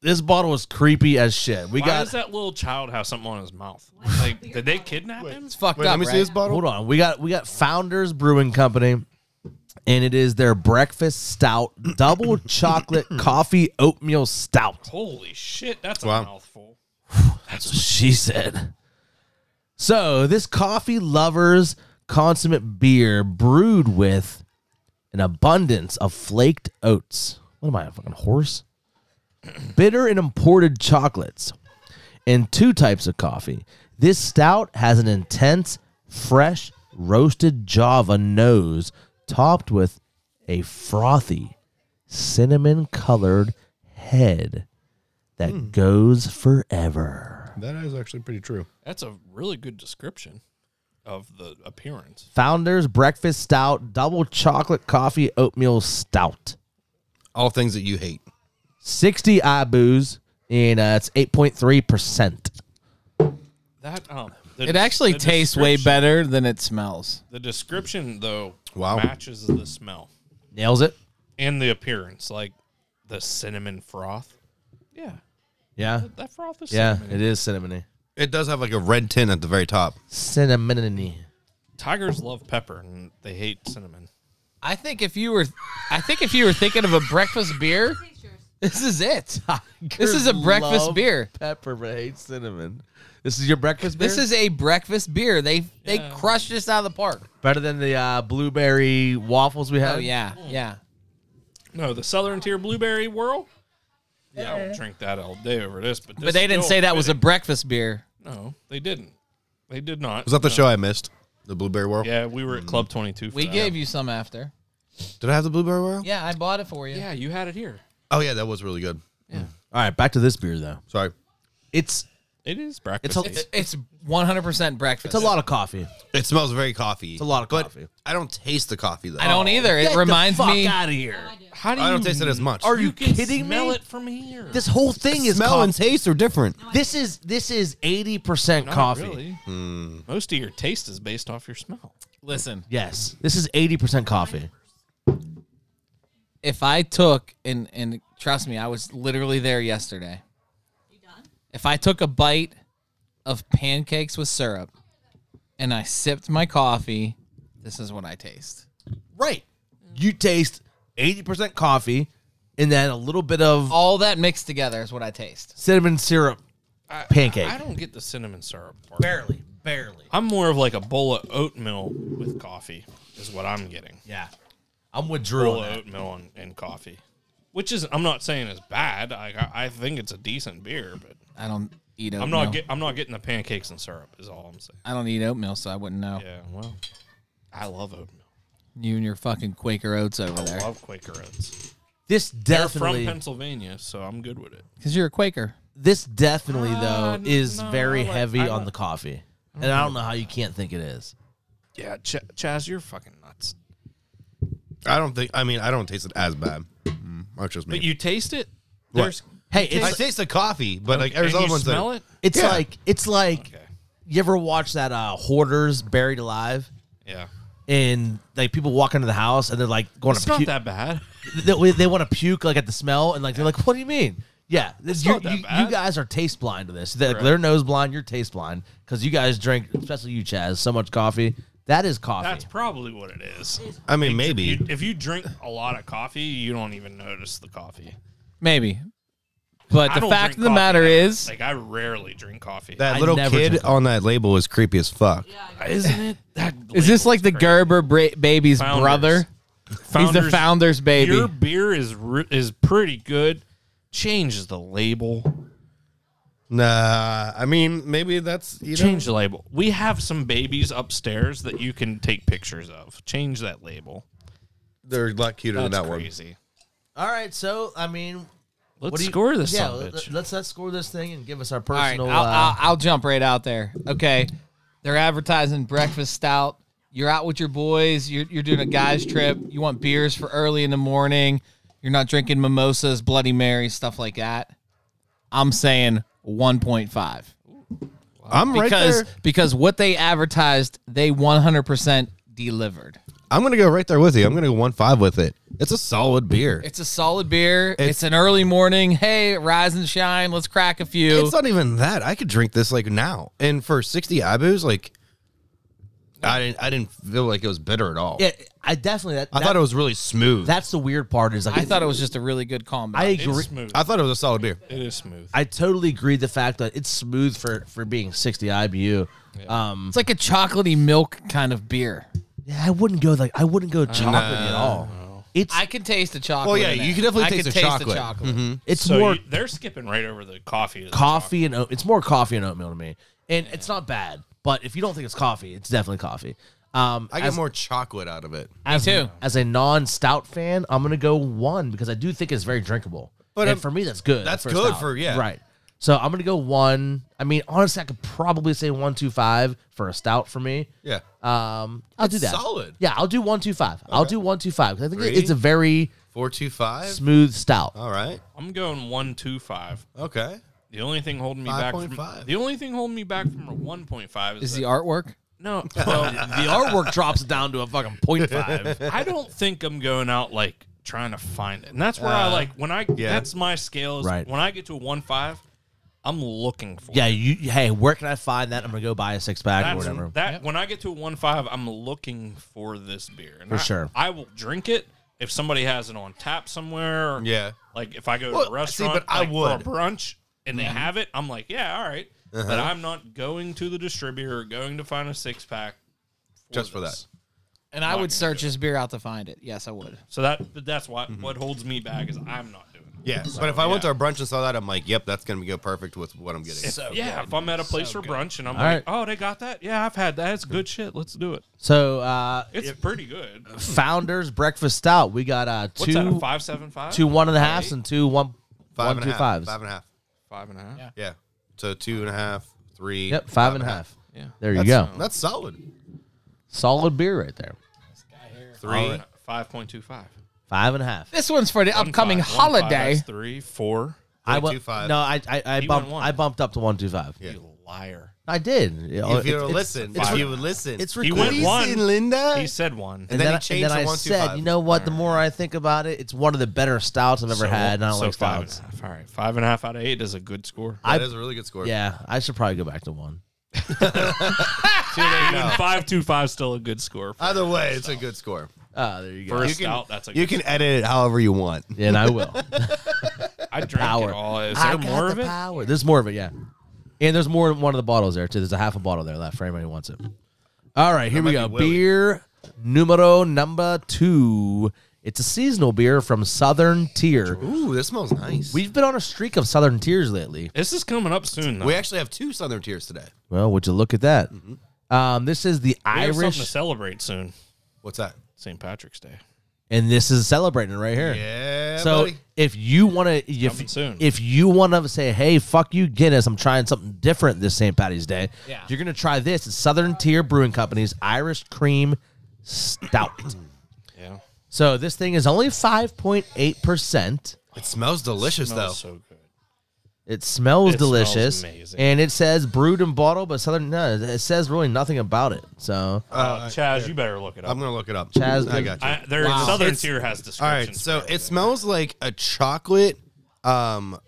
Speaker 1: this bottle is creepy as shit. We
Speaker 2: Why
Speaker 1: got
Speaker 2: does that little child have something on his mouth? Like, did they kidnap him?
Speaker 4: It's fucked
Speaker 3: Wait,
Speaker 4: up.
Speaker 3: let me
Speaker 4: right?
Speaker 3: see this bottle.
Speaker 1: hold on. We got we got Founders Brewing Company, and it is their breakfast stout, double chocolate coffee oatmeal stout.
Speaker 2: Holy shit, that's a
Speaker 3: Wow.
Speaker 2: mouthful.
Speaker 1: That's what she said. So this coffee lovers consummate beer brewed with an abundance of flaked oats. What am I, a fucking horse? Bitter and imported chocolates, and two types of coffee. This stout has an intense, fresh, roasted Java nose topped with a frothy, cinnamon colored head that goes forever.
Speaker 3: That is actually pretty true.
Speaker 2: That's a really good description of the appearance.
Speaker 1: Founders Breakfast Stout, double chocolate coffee oatmeal stout.
Speaker 3: All things that you hate.
Speaker 1: 60 IBUs, and uh, it's 8.3%.
Speaker 2: That um,
Speaker 4: It actually tastes way better than it smells.
Speaker 2: The description though
Speaker 3: Wow.
Speaker 2: matches the smell
Speaker 1: Nails it.
Speaker 2: and the appearance, like the cinnamon froth. Yeah,
Speaker 1: Yeah.
Speaker 2: that froth is
Speaker 1: Yeah,
Speaker 2: cinnamon.
Speaker 1: it is cinnamony.
Speaker 3: It does have like a red tint at the very top.
Speaker 1: Cinnamony.
Speaker 2: Tigers love pepper and they hate cinnamon.
Speaker 4: I think if you were, I think if you were thinking of a breakfast beer,
Speaker 5: Pictures.
Speaker 4: this is it. This is a breakfast
Speaker 1: Love
Speaker 4: beer.
Speaker 1: Pepper, but hate cinnamon. This is your breakfast beer?
Speaker 4: This is a breakfast beer. They they
Speaker 2: Yeah.
Speaker 4: crushed this out of the park.
Speaker 1: better than the uh, blueberry waffles we had.
Speaker 4: Oh yeah, yeah.
Speaker 2: No, the southern tier blueberry whirl. Yeah, I would drink that all day over this, but this
Speaker 4: But they didn't
Speaker 2: still
Speaker 4: say that was a
Speaker 2: fitting.
Speaker 4: breakfast beer.
Speaker 2: No, they didn't. They did not.
Speaker 3: Was that the
Speaker 2: No.
Speaker 3: show I missed? The Blueberry Whirl?
Speaker 2: Yeah, we were at Club Twenty Two.
Speaker 4: We gave you some after.
Speaker 3: Did I have the Blueberry Whirl?
Speaker 4: Yeah, I bought it for you.
Speaker 2: Yeah, you had it here.
Speaker 3: Oh, yeah, that was really good.
Speaker 1: All right, back to this beer, though.
Speaker 3: Sorry.
Speaker 1: It's
Speaker 2: It is breakfast.
Speaker 1: a-
Speaker 4: It's it's 100% breakfast.
Speaker 1: it's a lot of coffee.
Speaker 3: It smells very coffee. It's
Speaker 1: a lot of coffee.
Speaker 3: I don't taste the coffee, though. Oh.
Speaker 4: I don't either. It
Speaker 1: Get the
Speaker 4: reminds
Speaker 1: fuck
Speaker 4: me
Speaker 1: out of here.
Speaker 2: How do
Speaker 3: I don't
Speaker 2: you
Speaker 3: taste it as much.
Speaker 1: Are you,
Speaker 2: can
Speaker 1: kidding
Speaker 2: smell
Speaker 1: me?
Speaker 2: it from here?
Speaker 1: This whole thing is
Speaker 3: Smell
Speaker 1: coffee.
Speaker 3: and taste are different.
Speaker 1: This is this is eighty percent
Speaker 2: Not
Speaker 1: coffee.
Speaker 2: really.
Speaker 3: Hmm.
Speaker 2: Most of your taste is based off your smell.
Speaker 4: Listen,
Speaker 1: Yes, this is eighty percent coffee.
Speaker 4: if I took and and trust me, I was literally there yesterday.
Speaker 5: You done?
Speaker 4: If I took a bite of pancakes with syrup and I sipped my coffee, this is what I taste.
Speaker 1: Right. You taste eighty percent coffee, and then a little bit of
Speaker 4: All that mixed together is what I taste.
Speaker 1: cinnamon syrup.
Speaker 2: I,
Speaker 1: Pancake.
Speaker 2: I don't get the cinnamon syrup part.
Speaker 1: Barely, barely.
Speaker 2: I'm more of like a bowl of oatmeal with coffee is what I'm getting.
Speaker 1: Yeah, I'm with
Speaker 2: A
Speaker 1: Drew.
Speaker 2: bowl
Speaker 1: on
Speaker 2: of
Speaker 1: that.
Speaker 2: oatmeal and, and coffee, which is I'm not saying is bad. I I think it's a decent beer, but
Speaker 4: I don't eat oatmeal.
Speaker 2: I'm not get, I'm not getting the pancakes and syrup is all I'm saying.
Speaker 4: I don't eat oatmeal, so I wouldn't know.
Speaker 2: Yeah, well, I love oatmeal.
Speaker 4: You and your fucking Quaker oats over
Speaker 2: I
Speaker 4: there.
Speaker 2: love Quaker Oats.
Speaker 1: This
Speaker 2: They're from
Speaker 1: definitely,
Speaker 2: Pennsylvania, so I'm good with it.
Speaker 4: Because you're a Quaker.
Speaker 1: this definitely
Speaker 2: Ah,
Speaker 1: though is
Speaker 2: no,
Speaker 1: very
Speaker 2: I like-
Speaker 1: heavy
Speaker 2: I
Speaker 1: on
Speaker 2: like- Mm-hmm.
Speaker 1: the coffee, and I don't know how you can't think it is.
Speaker 2: Yeah, Ch- Chaz, you're fucking nuts.
Speaker 3: I don't think, I mean, I don't taste it as bad. Mm, that's just me.
Speaker 2: But you taste it.
Speaker 3: What?
Speaker 2: There's
Speaker 1: Hey,
Speaker 3: I
Speaker 1: it's
Speaker 3: taste the coffee, but like every
Speaker 2: and
Speaker 3: other
Speaker 2: you
Speaker 3: one's
Speaker 2: smell
Speaker 3: like,
Speaker 2: it.
Speaker 1: it's
Speaker 3: Yeah.
Speaker 1: like it's like
Speaker 2: Okay.
Speaker 1: you ever watch that uh hoarders buried alive,
Speaker 2: Yeah.
Speaker 1: and like people walk into the house and they're like going
Speaker 2: It's
Speaker 1: to
Speaker 2: not
Speaker 1: puke.
Speaker 2: that bad.
Speaker 1: they, they want to puke like at the smell and like they're like what do you mean yeah this, you,
Speaker 2: not that
Speaker 1: you,
Speaker 2: bad.
Speaker 1: you guys are taste blind to this they're, they're nose blind you're taste blind because you guys drink especially you chaz so much coffee that is coffee
Speaker 2: That's probably what it is.
Speaker 3: I mean, maybe.
Speaker 2: You- if you drink a lot of coffee, you don't even notice the coffee.
Speaker 4: Maybe. But
Speaker 2: I
Speaker 4: the
Speaker 2: don't drink
Speaker 4: fact of the
Speaker 2: coffee
Speaker 4: matter
Speaker 2: ever.
Speaker 4: is,
Speaker 2: like I rarely drink coffee.
Speaker 3: that
Speaker 1: I
Speaker 3: little
Speaker 1: never
Speaker 3: kid
Speaker 1: drink
Speaker 3: on that label is creepy as fuck.
Speaker 5: Yeah. I
Speaker 2: isn't it. That
Speaker 4: is this like the Gerber bra- baby's
Speaker 2: Founders.
Speaker 4: brother? He's the founder's baby.
Speaker 2: Your beer is re- is pretty good. Change the label.
Speaker 3: Nah, I mean, maybe that's, you know.
Speaker 2: Change the label. We have some babies upstairs that you can take pictures of. Change that label.
Speaker 3: They're a lot cuter
Speaker 2: That's
Speaker 3: than that one.
Speaker 2: crazy.
Speaker 1: all right so i mean
Speaker 2: Let's
Speaker 1: what do you,
Speaker 2: score this
Speaker 1: yeah
Speaker 2: yeah,
Speaker 1: let,
Speaker 2: bitch.
Speaker 1: us let's score this thing and give us our
Speaker 4: All right,
Speaker 1: personal
Speaker 4: I'll,
Speaker 1: uh,
Speaker 4: I'll, I'll jump right out there. Okay, they're advertising breakfast stout. You're out with your boys. You're, you're doing a guys trip. You want beers for early in the morning. You're not drinking mimosas, Bloody Marys, stuff like that. I'm saying 1.5
Speaker 3: I'm right
Speaker 4: because
Speaker 3: there.
Speaker 4: because what they advertised, they 100% delivered.
Speaker 3: I'm gonna go right there with you. I'm gonna go one five with it. It's a solid beer.
Speaker 4: It's a solid beer. It's,
Speaker 3: It's-
Speaker 4: an early morning. Hey, rise and shine. Let's crack a few.
Speaker 3: It's not even that. I could drink this like now, and for sixty abus, like I didn't. I didn't feel like it was bitter at all.
Speaker 1: Yeah, I definitely that,
Speaker 3: I
Speaker 1: that-
Speaker 3: thought it was really smooth.
Speaker 1: that's the weird part is like
Speaker 4: I thought it was just a really good combo.
Speaker 1: I agree.
Speaker 2: It's smooth.
Speaker 3: I thought it was a solid beer.
Speaker 2: it is smooth.
Speaker 1: I totally agree the fact that it's smooth for for being 60 IBU. Um
Speaker 4: it's like a chocolatey milk kind of beer.
Speaker 1: yeah, I wouldn't go like I wouldn't go chocolate at all. It's
Speaker 4: Uh, I can taste the chocolate.
Speaker 3: Well, yeah,
Speaker 4: in it.
Speaker 3: you can definitely
Speaker 4: I
Speaker 3: taste
Speaker 4: could
Speaker 3: the
Speaker 4: the
Speaker 3: chocolate.
Speaker 4: chocolate.
Speaker 1: it's
Speaker 2: So
Speaker 1: more
Speaker 2: you- they're skipping right over the coffee. to the
Speaker 1: coffee and oat, it's more coffee and oatmeal to me. And it's not bad, but if you don't think it's coffee, it's definitely coffee. Um
Speaker 3: I got more chocolate out of it.
Speaker 1: as,
Speaker 4: too.
Speaker 1: As a non-stout fan, I'm gonna go one because I do think it's very drinkable.
Speaker 3: But,
Speaker 1: and
Speaker 3: um,
Speaker 1: for me, that's good.
Speaker 3: that's
Speaker 1: a
Speaker 3: good
Speaker 1: stout.
Speaker 3: for- yeah.
Speaker 1: Right. So I'm gonna go one. I mean, honestly, I could probably say one two five for a stout for me.
Speaker 3: Yeah.
Speaker 1: Um, I'll do
Speaker 3: It's
Speaker 1: that.
Speaker 3: solid.
Speaker 1: Yeah, I'll do one two five. I'll do one two five because I think
Speaker 3: Three. Uh,
Speaker 1: it's a very
Speaker 3: Four two five.
Speaker 1: smooth stout.
Speaker 3: All right.
Speaker 2: top. I'm going one two five.
Speaker 3: Okay.
Speaker 2: The only thing holding me back from
Speaker 3: 5.5.
Speaker 2: the only thing holding me back from a one point five is,
Speaker 4: Is the
Speaker 2: that-
Speaker 4: artwork?
Speaker 2: no. well,
Speaker 1: the artwork drops down to a fucking point five.
Speaker 2: I don't think I'm going out like trying to find it, and that's where I like when I
Speaker 3: Uh, yeah.
Speaker 2: that's my scale. Is
Speaker 1: Right.
Speaker 2: When I get to a one five, I'm looking for.
Speaker 1: yeah,
Speaker 2: it.
Speaker 1: you. Hey, where can I find that? I'm gonna go buy a six pack or
Speaker 2: That's,
Speaker 1: whatever.
Speaker 2: that when I get to a one five, I'm looking for this beer. And
Speaker 1: For
Speaker 2: I-
Speaker 1: sure.
Speaker 2: I will drink it if somebody has it on tap somewhere. Or
Speaker 3: Yeah.
Speaker 2: like if I go
Speaker 3: Well,
Speaker 2: to
Speaker 3: see,
Speaker 2: a restaurant,
Speaker 3: but I
Speaker 2: like,
Speaker 3: would. Mm-hmm. Uh-huh.
Speaker 2: for a brunch and they have it. I'm like, yeah, all right. But I'm not going to the distributor, or going to find a six pack
Speaker 3: Just for
Speaker 2: this.
Speaker 4: And I would search this beer out to find it. Yes, I would.
Speaker 2: So that but that's why
Speaker 3: Mm-hmm.
Speaker 2: what holds me back is I'm not doing. it.
Speaker 3: Yeah. but if I went to
Speaker 2: yeah.
Speaker 3: a brunch and saw that, I'm like, yep, that's gonna go perfect with what I'm getting.
Speaker 2: yeah, if I'm at a place for brunch and I'm
Speaker 1: All
Speaker 2: like, oh, they got that. Yeah, I've had that. It's good shit. Let's do it.
Speaker 1: So, uh,
Speaker 2: It's pretty good.
Speaker 1: Founders Breakfast Stout. We got uh
Speaker 2: What's that?
Speaker 1: two,
Speaker 2: A five seven five?
Speaker 1: two one and a halves
Speaker 2: Eight?
Speaker 1: and two one
Speaker 3: Five
Speaker 1: one
Speaker 3: and
Speaker 1: two
Speaker 3: a half.
Speaker 1: fives.
Speaker 3: Five and a half.
Speaker 2: Five and a half.
Speaker 3: Yeah. So two and a half, three.
Speaker 1: Yep, five and a half.
Speaker 4: Yeah.
Speaker 1: There you
Speaker 3: That's,
Speaker 1: go.
Speaker 3: That's solid.
Speaker 1: Solid beer right there.
Speaker 3: Three.
Speaker 2: Five point two five.
Speaker 1: Five and a half.
Speaker 4: This one's for the upcoming holiday.
Speaker 2: three, four.
Speaker 1: I went,
Speaker 3: 1.25.
Speaker 1: no, I I, I
Speaker 2: You
Speaker 1: bumped
Speaker 2: went one.
Speaker 1: I bumped up to one two five.
Speaker 3: Yeah.
Speaker 2: You liar.
Speaker 1: I did. You know,
Speaker 3: If
Speaker 1: Oh, it's-
Speaker 3: you would
Speaker 1: it's-
Speaker 3: listen,
Speaker 1: it's
Speaker 3: if
Speaker 1: re-
Speaker 3: you would listen,
Speaker 1: it's
Speaker 2: He
Speaker 1: recorded.
Speaker 2: went one.
Speaker 3: Listen, Linda.
Speaker 1: Uh,
Speaker 2: He said one.
Speaker 3: And then he changed
Speaker 1: I
Speaker 3: to one, two,
Speaker 1: said,
Speaker 3: five.
Speaker 1: you know what? The more I think about it, it's one of the better stouts I've ever had, and I don't like
Speaker 2: five and a
Speaker 1: stouts.
Speaker 2: half. All right, five and a half out of eight is a good score.
Speaker 3: that is a really good score.
Speaker 1: Yeah, I should probably go back to one. Ah!
Speaker 2: Five two five still a good score. For,
Speaker 3: Either way, it's a good score.
Speaker 1: Ah, there you go.
Speaker 2: for a
Speaker 3: You can-
Speaker 2: stout, that's a
Speaker 3: You
Speaker 2: good
Speaker 3: can edit it however you want.
Speaker 1: and I will.
Speaker 2: I drink
Speaker 1: power.
Speaker 2: it all. Is
Speaker 1: I
Speaker 2: there
Speaker 1: got
Speaker 2: more
Speaker 1: the
Speaker 2: of it?
Speaker 1: Power. There's more of it, yeah. And there's more in one of the bottles there too. There's a half a bottle there left for anybody who wants it. All right, here we
Speaker 3: might
Speaker 1: go.
Speaker 3: be Willy.
Speaker 1: Beer numero number two. It's a seasonal beer from Southern Tier.
Speaker 3: Ooh, this smells nice. We
Speaker 1: We've been on a streak of Southern Tiers lately.
Speaker 2: This is coming up soon. Though.
Speaker 3: we actually have two Southern Tiers today.
Speaker 1: Well, would you look at that?
Speaker 3: Mm-hmm.
Speaker 1: Um, this is the
Speaker 2: We have something to
Speaker 1: Irish,
Speaker 2: celebrate soon.
Speaker 3: What's that?
Speaker 2: St. Patrick's Day.
Speaker 1: and this is celebrating right here.
Speaker 3: Yeah,
Speaker 1: So
Speaker 3: buddy.
Speaker 1: if you want to,
Speaker 2: Coming
Speaker 1: if
Speaker 2: soon.
Speaker 1: if you want to say, hey, fuck you, Guinness, I'm trying something different this St. Patty's Day.
Speaker 4: Yeah.
Speaker 1: You're gonna try this. It's Southern Tier Brewing Company's Irish Cream Stout.
Speaker 2: Yeah,
Speaker 1: so this thing is only 5.8 percent.
Speaker 3: It smells delicious
Speaker 2: smells
Speaker 3: though.
Speaker 2: so good.
Speaker 1: It smells
Speaker 2: It smells
Speaker 1: delicious,
Speaker 2: amazing.
Speaker 1: and it says brewed and bottled, but Southern no, it says really nothing about it. So
Speaker 2: Uh, Chaz, you better look it
Speaker 3: I'm
Speaker 2: up.
Speaker 3: gonna look it up.
Speaker 1: Chaz,
Speaker 3: I got you.
Speaker 2: I, their Southern
Speaker 3: It's-
Speaker 2: Tier has
Speaker 3: All
Speaker 2: descriptions.
Speaker 3: right, so
Speaker 2: for
Speaker 3: it smells like a chocolate. Um,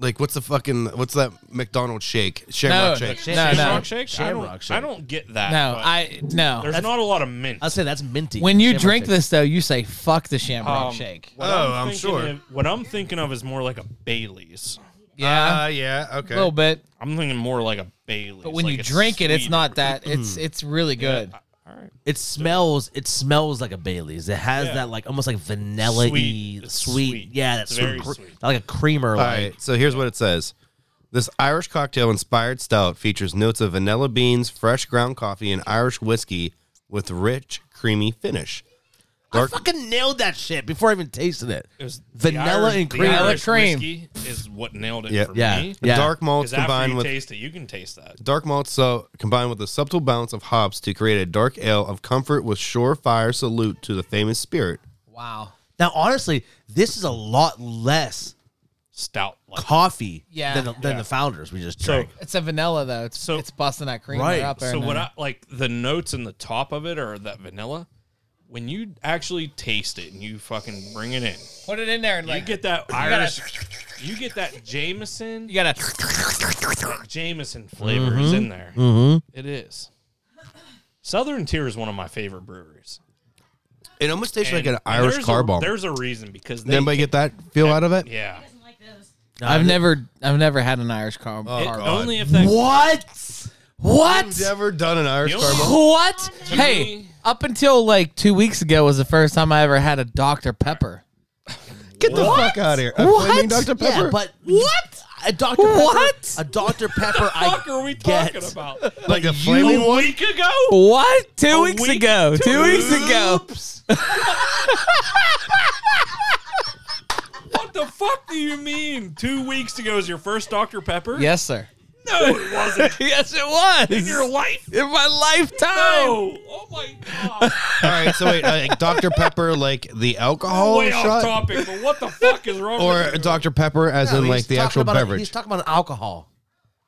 Speaker 3: like what's the fucking what's that McDonald's shake? Shamrock
Speaker 4: No,
Speaker 3: shake.
Speaker 4: no,
Speaker 2: Shamrock
Speaker 4: no,
Speaker 2: shake? I
Speaker 1: Shamrock
Speaker 2: don't,
Speaker 1: shake.
Speaker 2: I don't get that.
Speaker 4: no.
Speaker 2: but
Speaker 4: I no.
Speaker 2: there's not a lot of mint.
Speaker 1: I'd say that's minty.
Speaker 4: When you
Speaker 1: Shamrock
Speaker 4: drink
Speaker 1: shake.
Speaker 4: this though, you say "fuck the Shamrock
Speaker 2: Um,
Speaker 4: Shake."
Speaker 2: what
Speaker 3: Oh, I'm
Speaker 2: thinking
Speaker 3: sure.
Speaker 2: Of, what I'm thinking of is more like a Bailey's.
Speaker 4: Yeah,
Speaker 3: Uh, yeah. Okay.
Speaker 4: a little bit.
Speaker 2: I'm thinking more like a Bailey's.
Speaker 4: But when
Speaker 2: like
Speaker 4: you
Speaker 2: it's
Speaker 4: drink it, it's
Speaker 2: sweeter.
Speaker 4: not that. It's it's really good.
Speaker 2: All right.
Speaker 1: It smells. It smells like a Bailey's. It has
Speaker 2: Yeah.
Speaker 1: that like almost like vanilla y
Speaker 2: Sweet.
Speaker 1: sweet,
Speaker 2: It's sweet.
Speaker 1: Yeah, that's
Speaker 2: It's
Speaker 1: sort
Speaker 2: very
Speaker 1: of cre-
Speaker 2: sweet.
Speaker 1: like a creamer.
Speaker 3: All
Speaker 1: like
Speaker 3: right. So here's what it says. This Irish cocktail inspired stout features notes of vanilla beans, fresh ground coffee, and Irish whiskey with rich, creamy finish.
Speaker 1: I fucking nailed that shit before I even tasted it.
Speaker 2: It was the
Speaker 1: Vanilla
Speaker 2: Irish-
Speaker 1: and
Speaker 2: the
Speaker 1: cream.
Speaker 2: Irish
Speaker 4: cream.
Speaker 2: whiskey is what nailed it
Speaker 3: Yeah.
Speaker 2: for
Speaker 1: Yeah.
Speaker 2: me.
Speaker 1: Yeah.
Speaker 3: Dark malts
Speaker 2: Because after
Speaker 3: combined
Speaker 2: you
Speaker 3: with
Speaker 2: taste it, you can taste that.
Speaker 3: Dark malts so combined with a subtle bounce of hops to create a dark ale of comfort with surefire salute to the famous spirit.
Speaker 4: Wow.
Speaker 1: Now, honestly, this is a lot less
Speaker 2: Stout. Like.
Speaker 1: coffee
Speaker 4: Yeah.
Speaker 1: than the, than
Speaker 2: Yeah.
Speaker 1: the founders we just
Speaker 2: So
Speaker 1: drank.
Speaker 4: It's a vanilla though. It's
Speaker 2: So-
Speaker 4: it's busting that cream
Speaker 1: Right.
Speaker 4: up there.
Speaker 2: So
Speaker 4: and
Speaker 2: what
Speaker 4: then-
Speaker 2: I like the notes in the top of it are that vanilla, when you actually taste it and you fucking bring it in,
Speaker 4: Put it in there and
Speaker 2: you
Speaker 4: like
Speaker 2: get that Irish, you get that Jameson,
Speaker 4: you gotta.
Speaker 2: Jameson flavor is
Speaker 3: Mm-hmm.
Speaker 2: in there. It is. Southern Tier is one of my favorite breweries.
Speaker 3: It almost tastes like
Speaker 2: And
Speaker 3: an Irish
Speaker 2: there's
Speaker 3: car
Speaker 2: a,
Speaker 3: bomb. Did
Speaker 2: There's a reason because they
Speaker 3: anybody get that feel out of it?
Speaker 2: yeah.
Speaker 5: doesn't like those.
Speaker 4: I've never, I've never had an Irish car.
Speaker 2: It-
Speaker 3: Oh, God.
Speaker 2: only if that
Speaker 4: What?
Speaker 3: I've
Speaker 4: What?
Speaker 3: never done an Irish
Speaker 2: You
Speaker 3: car bomb.
Speaker 4: What? Hey,
Speaker 2: me-
Speaker 4: up until like two weeks ago was the first time I ever had a Dr Pepper.
Speaker 3: Get the fuck out of here. A
Speaker 4: What?
Speaker 3: flaming Dr.
Speaker 1: Yeah,
Speaker 3: Pepper?
Speaker 1: but what? A Dr. Pepper,
Speaker 4: What?
Speaker 1: A Dr. Pepper. I
Speaker 2: fuck are we
Speaker 1: get.
Speaker 2: talking about?
Speaker 3: like the flaming
Speaker 2: A week
Speaker 3: Oh.
Speaker 2: ago?
Speaker 4: What? Two
Speaker 2: A
Speaker 4: weeks
Speaker 2: week?
Speaker 4: ago. Two weeks ago.
Speaker 2: What the fuck do you mean? Two weeks ago is your first Dr. Pepper?
Speaker 4: Yes, sir.
Speaker 2: No, it wasn't.
Speaker 4: yes, it was.
Speaker 2: In your life?
Speaker 4: In my lifetime.
Speaker 2: No. Oh my god.
Speaker 3: All right, so wait, uh, Dr. Pepper, like the alcohol
Speaker 2: Way off
Speaker 3: shot?
Speaker 2: topic, but what the fuck is wrong
Speaker 3: Or
Speaker 2: with you?
Speaker 3: Dr. Pepper as
Speaker 1: No,
Speaker 3: in
Speaker 1: he's
Speaker 3: like the
Speaker 1: talking
Speaker 3: actual
Speaker 1: about-
Speaker 3: beverage?
Speaker 1: he's talking about alcohol.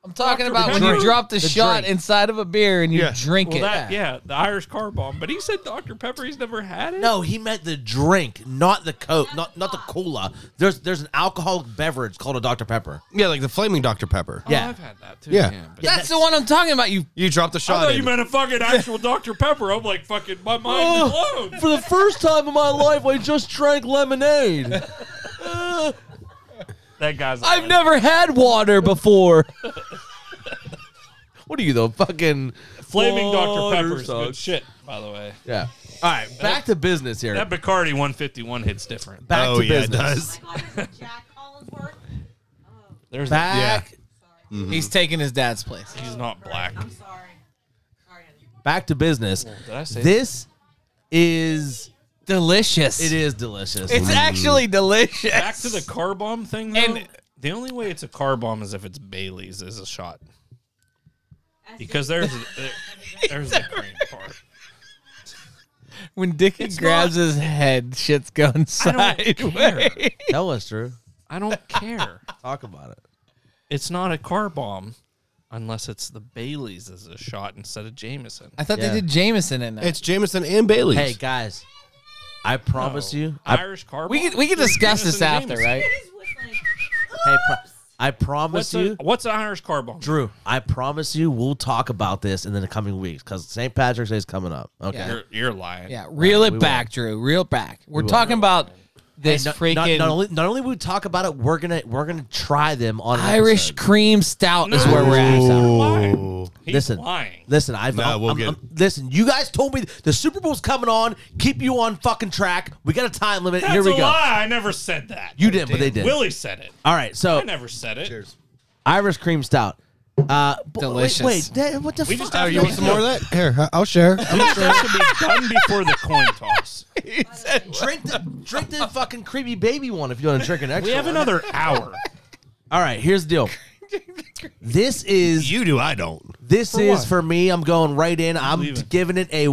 Speaker 4: I'm talking
Speaker 2: Dr.
Speaker 4: about when
Speaker 2: Pepper.
Speaker 4: you drop the,
Speaker 1: The
Speaker 4: shot
Speaker 1: drink.
Speaker 4: inside of a beer and you
Speaker 3: Yeah.
Speaker 4: drink
Speaker 2: well,
Speaker 4: it.
Speaker 2: that, yeah, the Irish car bomb. But he said Dr. Pepper, he's never had it.
Speaker 1: No, he meant the drink, not the coke, not not the cola. There's there's an alcoholic beverage called a Dr. Pepper.
Speaker 3: yeah, like the flaming Dr. Pepper.
Speaker 2: Oh,
Speaker 1: yeah.
Speaker 2: I've had that too.
Speaker 3: Yeah.
Speaker 2: but-
Speaker 1: Yeah,
Speaker 4: That's the one I'm talking about. You
Speaker 3: You dropped the
Speaker 2: I
Speaker 3: shot
Speaker 2: thought
Speaker 3: in.
Speaker 2: you meant a fucking actual Dr. Pepper. I'm like fucking my mind is blown.
Speaker 1: For the first time in my life, I just drank lemonade.
Speaker 2: That guy's
Speaker 4: I've
Speaker 2: lying.
Speaker 4: never had water before.
Speaker 1: What are you, the fucking
Speaker 2: flaming Dr.
Speaker 1: Water
Speaker 2: Pepper's good
Speaker 1: sucks.
Speaker 2: shit, by the way.
Speaker 1: Yeah. All right, back to business here.
Speaker 2: That Bacardi 151 hits different.
Speaker 1: Back
Speaker 3: oh,
Speaker 1: to
Speaker 3: yeah, it
Speaker 1: business.
Speaker 3: does.
Speaker 5: I got this at Jack Collinsworth.
Speaker 2: There's that.
Speaker 4: Back.
Speaker 5: Sorry.
Speaker 1: Hmm.
Speaker 4: He's taking his dad's place.
Speaker 2: He's not black.
Speaker 5: I'm sorry. Sorry.
Speaker 1: Back to business.
Speaker 2: Did I say
Speaker 1: This is
Speaker 4: Delicious.
Speaker 1: it is delicious.
Speaker 4: It's actually delicious.
Speaker 2: back to the car bomb thing? Though,
Speaker 4: And-
Speaker 2: the only way it's a car bomb is if it's Bailey's as a shot
Speaker 5: That's
Speaker 2: because there's there- there's the green part.
Speaker 4: when Dickie grabs his head, shit's going
Speaker 2: I don't care.
Speaker 4: sideways.
Speaker 1: Tell us, Drew.
Speaker 2: I don't care.
Speaker 1: Talk about it.
Speaker 2: It's not a car bomb unless it's the Bailey's as a shot instead of Jameson.
Speaker 4: I thought
Speaker 1: Yeah.
Speaker 4: they did Jameson in there.
Speaker 3: It's Jameson and Bailey's.
Speaker 1: Hey guys, I promise
Speaker 2: No.
Speaker 1: you. I,
Speaker 2: Irish car.
Speaker 4: We
Speaker 2: bomb?
Speaker 4: can we can
Speaker 2: There's
Speaker 4: discuss
Speaker 2: Jameson
Speaker 4: this
Speaker 2: and
Speaker 4: after,
Speaker 2: Jameson.
Speaker 4: right?
Speaker 5: He's whistling.
Speaker 1: hey, pro- I promise
Speaker 2: What's
Speaker 1: you.
Speaker 2: a, what's an Irish car bomb?
Speaker 1: Drew, I promise you, we'll talk about this in the coming weeks because St. Patrick's Day is coming up. Okay,
Speaker 4: Yeah.
Speaker 2: You're, you're lying.
Speaker 4: Yeah, reel
Speaker 1: we
Speaker 4: it back, Drew. Reel it back. We're
Speaker 1: will.
Speaker 4: talking about this
Speaker 1: not,
Speaker 4: freaking
Speaker 1: not, not only not only we talk about it, we're gonna we're gonna try them on an
Speaker 4: Irish
Speaker 1: episode.
Speaker 4: cream stout is
Speaker 2: No.
Speaker 4: where we're at.
Speaker 2: Lying. He's
Speaker 1: Listen,
Speaker 2: lying.
Speaker 1: listen, I've
Speaker 3: Nah,
Speaker 1: I'm-
Speaker 3: we'll
Speaker 1: I'm-
Speaker 3: get
Speaker 1: I'm- listen. You guys told me the Super Bowl's coming on. Keep you on fucking track. We got a time limit.
Speaker 2: That's
Speaker 1: Here we
Speaker 2: a
Speaker 1: go.
Speaker 2: lie. I never said that.
Speaker 1: You didn't, but they did.
Speaker 2: Willie said it.
Speaker 1: All right, so
Speaker 2: I never said it.
Speaker 1: Irish cream stout. Uh, b-
Speaker 4: Delicious.
Speaker 1: Wait, wait that- what the
Speaker 2: We
Speaker 1: fuck?
Speaker 2: just have
Speaker 3: You want some more of that? Here, I- I'll share. I'm sure.
Speaker 2: to be done before the coin toss.
Speaker 1: drink the drink the fucking creepy baby one if you want to drink an extra.
Speaker 2: We have
Speaker 1: one.
Speaker 2: another hour.
Speaker 1: All right, here's the deal. This is
Speaker 3: You do, I don't.
Speaker 1: This
Speaker 2: For
Speaker 1: is
Speaker 2: what?
Speaker 1: for me. I'm going right in. I'm
Speaker 2: Leave it.
Speaker 1: giving it a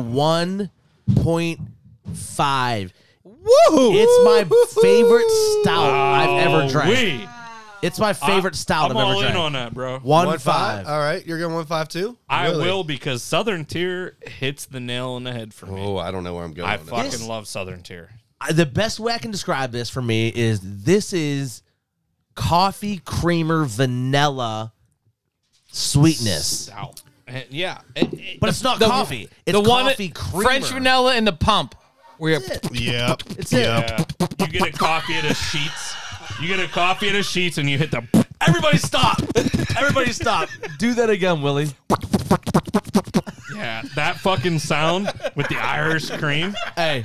Speaker 1: 1.5.
Speaker 4: Woohoo!
Speaker 1: It's my favorite stout I've ever
Speaker 2: Oh,
Speaker 1: drank.
Speaker 2: we.
Speaker 1: It's my favorite stout
Speaker 2: I'm
Speaker 1: have
Speaker 2: all
Speaker 1: ever drank.
Speaker 2: in on that, bro.
Speaker 1: One,
Speaker 3: One
Speaker 1: five.
Speaker 3: five. All right, you're going one five too.
Speaker 2: I
Speaker 3: Really?
Speaker 2: will because Southern Tier hits the nail on the head for me.
Speaker 3: Oh, I don't know where I'm going.
Speaker 2: I
Speaker 3: on
Speaker 2: fucking
Speaker 3: this.
Speaker 2: love Southern Tier.
Speaker 1: I- The best way I can describe this for me is this is coffee creamer vanilla sweetness.
Speaker 2: Stout. Eh, Yeah. It- it-
Speaker 1: But it's not
Speaker 4: The-
Speaker 1: coffee. It's
Speaker 4: the one
Speaker 1: coffee creamer.
Speaker 4: French vanilla in the pump. We're
Speaker 3: Yep.
Speaker 1: It's it.
Speaker 2: yeah. You get a coffee at a Sheets. You get a coffee at a Sheets and you hit the. Everybody stop.
Speaker 1: Everybody stop. Do that again, Willie.
Speaker 2: Yeah. That fucking sound with the Irish cream.
Speaker 1: Hey,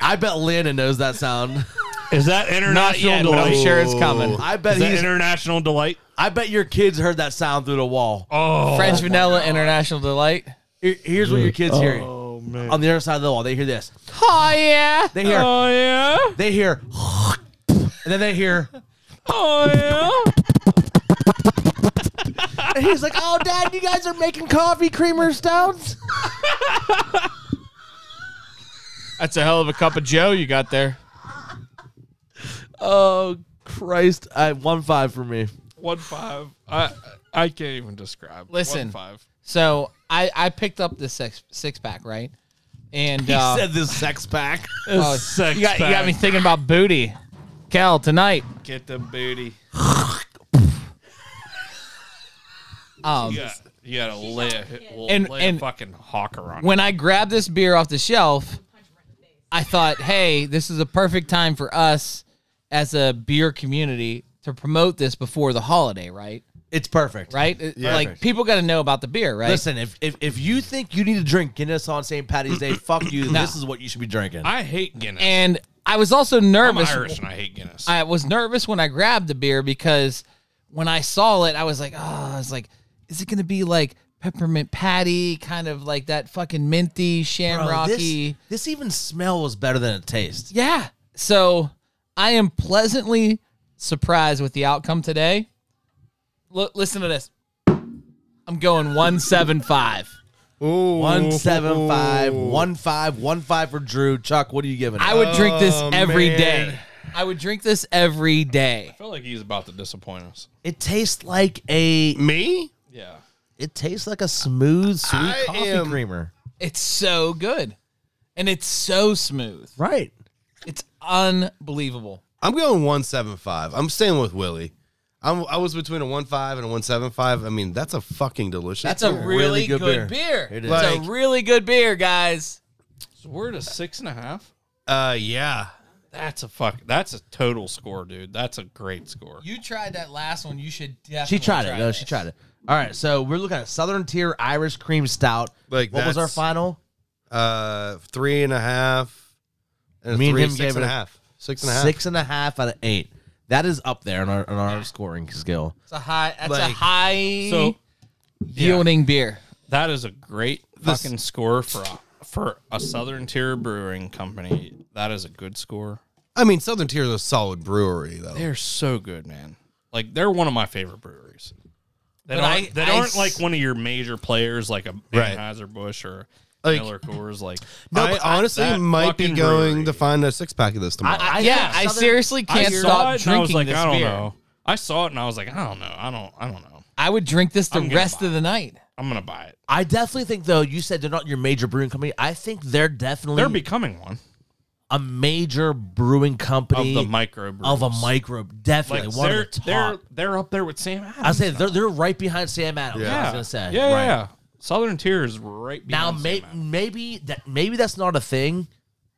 Speaker 1: I bet Landon knows that sound.
Speaker 2: Is that international
Speaker 4: not yet, but
Speaker 2: delight?
Speaker 4: I'm sure it's coming.
Speaker 1: I bet
Speaker 2: Is that
Speaker 1: he's
Speaker 2: international delight?
Speaker 1: I bet your kids heard that sound through the wall.
Speaker 2: Oh.
Speaker 4: French vanilla international delight.
Speaker 1: Here- Here's what your kids hear
Speaker 2: Oh man.
Speaker 1: on the other side of the wall. They hear this.
Speaker 4: Oh yeah.
Speaker 1: They hear.
Speaker 2: Oh yeah.
Speaker 1: They hear. And then they hear.
Speaker 2: Oh yeah.
Speaker 1: And he's like, "Oh, Dad, you guys are making coffee creamer stouts."
Speaker 4: That's a hell of a cup of Joe you got there.
Speaker 1: Oh Christ! I one five for me.
Speaker 2: One five. I I can't even describe.
Speaker 4: Listen.
Speaker 2: One five.
Speaker 4: So I I picked up this six six pack right, And
Speaker 1: He
Speaker 4: uh,
Speaker 1: said this sex pack.
Speaker 4: oh,
Speaker 2: sex
Speaker 4: you, got, you got
Speaker 2: bag.
Speaker 4: me thinking about booty. Cal, tonight.
Speaker 2: Get the booty.
Speaker 4: Um,
Speaker 2: Yeah, you gotta lay a, well,
Speaker 4: And-
Speaker 2: lay
Speaker 4: and-
Speaker 2: a fucking hawker on
Speaker 4: when I grabbed this beer off the shelf, I thought, hey, this is a perfect time for us as a beer community to promote this before the holiday, right?
Speaker 1: It's perfect.
Speaker 4: Right? It- Like people got to know about the beer, right?
Speaker 1: Listen, if, if if you think you need to drink Guinness on St. Patty's Day, fuck you. This is what you should be drinking.
Speaker 2: I hate Guinness.
Speaker 4: And I was also
Speaker 2: I'm
Speaker 4: nervous.
Speaker 2: Irish and I hate Guinness.
Speaker 4: I was nervous when I grabbed the beer because when I saw it, I was like, oh, I was like, is it going to be like peppermint patty, kind of like that fucking minty,
Speaker 1: Bro,
Speaker 4: shamrocky?
Speaker 1: this, this even smells better than it tastes.
Speaker 4: Yeah. So I am pleasantly surprised with the outcome today. L- listen to this. I'm going 175.
Speaker 1: One seven five one five one five for Drew. Chuck, what are you giving?
Speaker 4: I
Speaker 1: it?
Speaker 4: would drink this
Speaker 3: Oh,
Speaker 4: every
Speaker 3: man.
Speaker 4: day. I would drink this every day.
Speaker 2: I feel like he's about to disappoint us.
Speaker 1: It tastes like a.
Speaker 3: Me?
Speaker 2: Yeah.
Speaker 1: It tastes like a smooth, sweet
Speaker 3: I
Speaker 1: coffee
Speaker 3: am-
Speaker 1: creamer.
Speaker 4: It's so good. And it's so smooth.
Speaker 1: Right.
Speaker 4: It's unbelievable.
Speaker 3: I'm going one seven five. I'm staying with Willie. I'm, I was between a one five and a one seven five. I mean, that's a fucking delicious.
Speaker 4: That's a
Speaker 1: Really
Speaker 4: really,
Speaker 1: good
Speaker 4: good,
Speaker 1: beer.
Speaker 4: beer.
Speaker 1: It
Speaker 4: It's
Speaker 1: is.
Speaker 4: a
Speaker 3: Like-
Speaker 4: really good beer, guys.
Speaker 2: So we're at a six and a half.
Speaker 3: uh, yeah.
Speaker 2: That's a fuck. That's a total score, dude. That's a great score.
Speaker 4: You tried that last one. You should definitely.
Speaker 1: She tried it.
Speaker 4: try
Speaker 1: No, she
Speaker 4: this.
Speaker 1: tried it. All right, so we're looking at Southern Tier Irish Cream Stout.
Speaker 3: Like
Speaker 1: what was our
Speaker 3: that's-
Speaker 1: final?
Speaker 3: Uh, three and a half. And
Speaker 1: Me and
Speaker 3: three,
Speaker 1: him
Speaker 3: six
Speaker 1: gave
Speaker 3: and
Speaker 1: it
Speaker 3: a
Speaker 1: a-
Speaker 3: half. Six and a half.
Speaker 1: Six and a half out of eight. That is up there in our, in our scoring skill.
Speaker 4: It's a high. That's a
Speaker 3: Like-
Speaker 4: high
Speaker 2: So
Speaker 4: yielding beer.
Speaker 2: that is a great fucking score for a, for a Southern Tier brewing company. That is a good score.
Speaker 3: I mean, Southern Tier is a solid brewery, though.
Speaker 2: They're so good, man. Like they're one of my favorite breweries. That
Speaker 4: But
Speaker 2: aren't,
Speaker 4: I-
Speaker 2: that
Speaker 4: I
Speaker 2: aren't
Speaker 4: s-
Speaker 2: like one of your major players, like a
Speaker 3: Right.
Speaker 2: Anheuser Busch or
Speaker 3: Like-
Speaker 2: Miller Coors. Like
Speaker 3: I honestly
Speaker 2: that
Speaker 3: might be
Speaker 2: fucking
Speaker 3: going
Speaker 2: brewery.
Speaker 3: to find a six pack of this tomorrow.
Speaker 4: yeah, I
Speaker 1: Southern-
Speaker 4: seriously can't
Speaker 2: saw
Speaker 4: stop
Speaker 2: it and
Speaker 4: drinking
Speaker 2: I was like,
Speaker 4: this
Speaker 2: I don't
Speaker 4: beer.
Speaker 2: know. I saw it and I was like, I don't know. I don't. I don't know.
Speaker 4: I would drink this the
Speaker 2: I'm gonna
Speaker 4: rest
Speaker 2: buy
Speaker 4: of the night.
Speaker 2: I'm gonna buy it.
Speaker 1: I definitely think though you said they're not your major brewing company. I think they're definitely
Speaker 2: They're becoming one
Speaker 1: a major brewing
Speaker 2: of
Speaker 1: company
Speaker 2: the micro brews.
Speaker 1: of a micro. Definitely
Speaker 2: Like
Speaker 1: one
Speaker 2: they're
Speaker 1: of the top.
Speaker 2: they're they're up there with Sam Adams.
Speaker 1: I say they're they're right behind Sam Adams.
Speaker 2: yeah.
Speaker 1: I was gonna say
Speaker 2: yeah, yeah,
Speaker 1: right.
Speaker 2: yeah. Southern Tier is right
Speaker 1: Now
Speaker 2: behind
Speaker 1: may,
Speaker 2: Sam Adams.
Speaker 1: maybe that maybe that's not a thing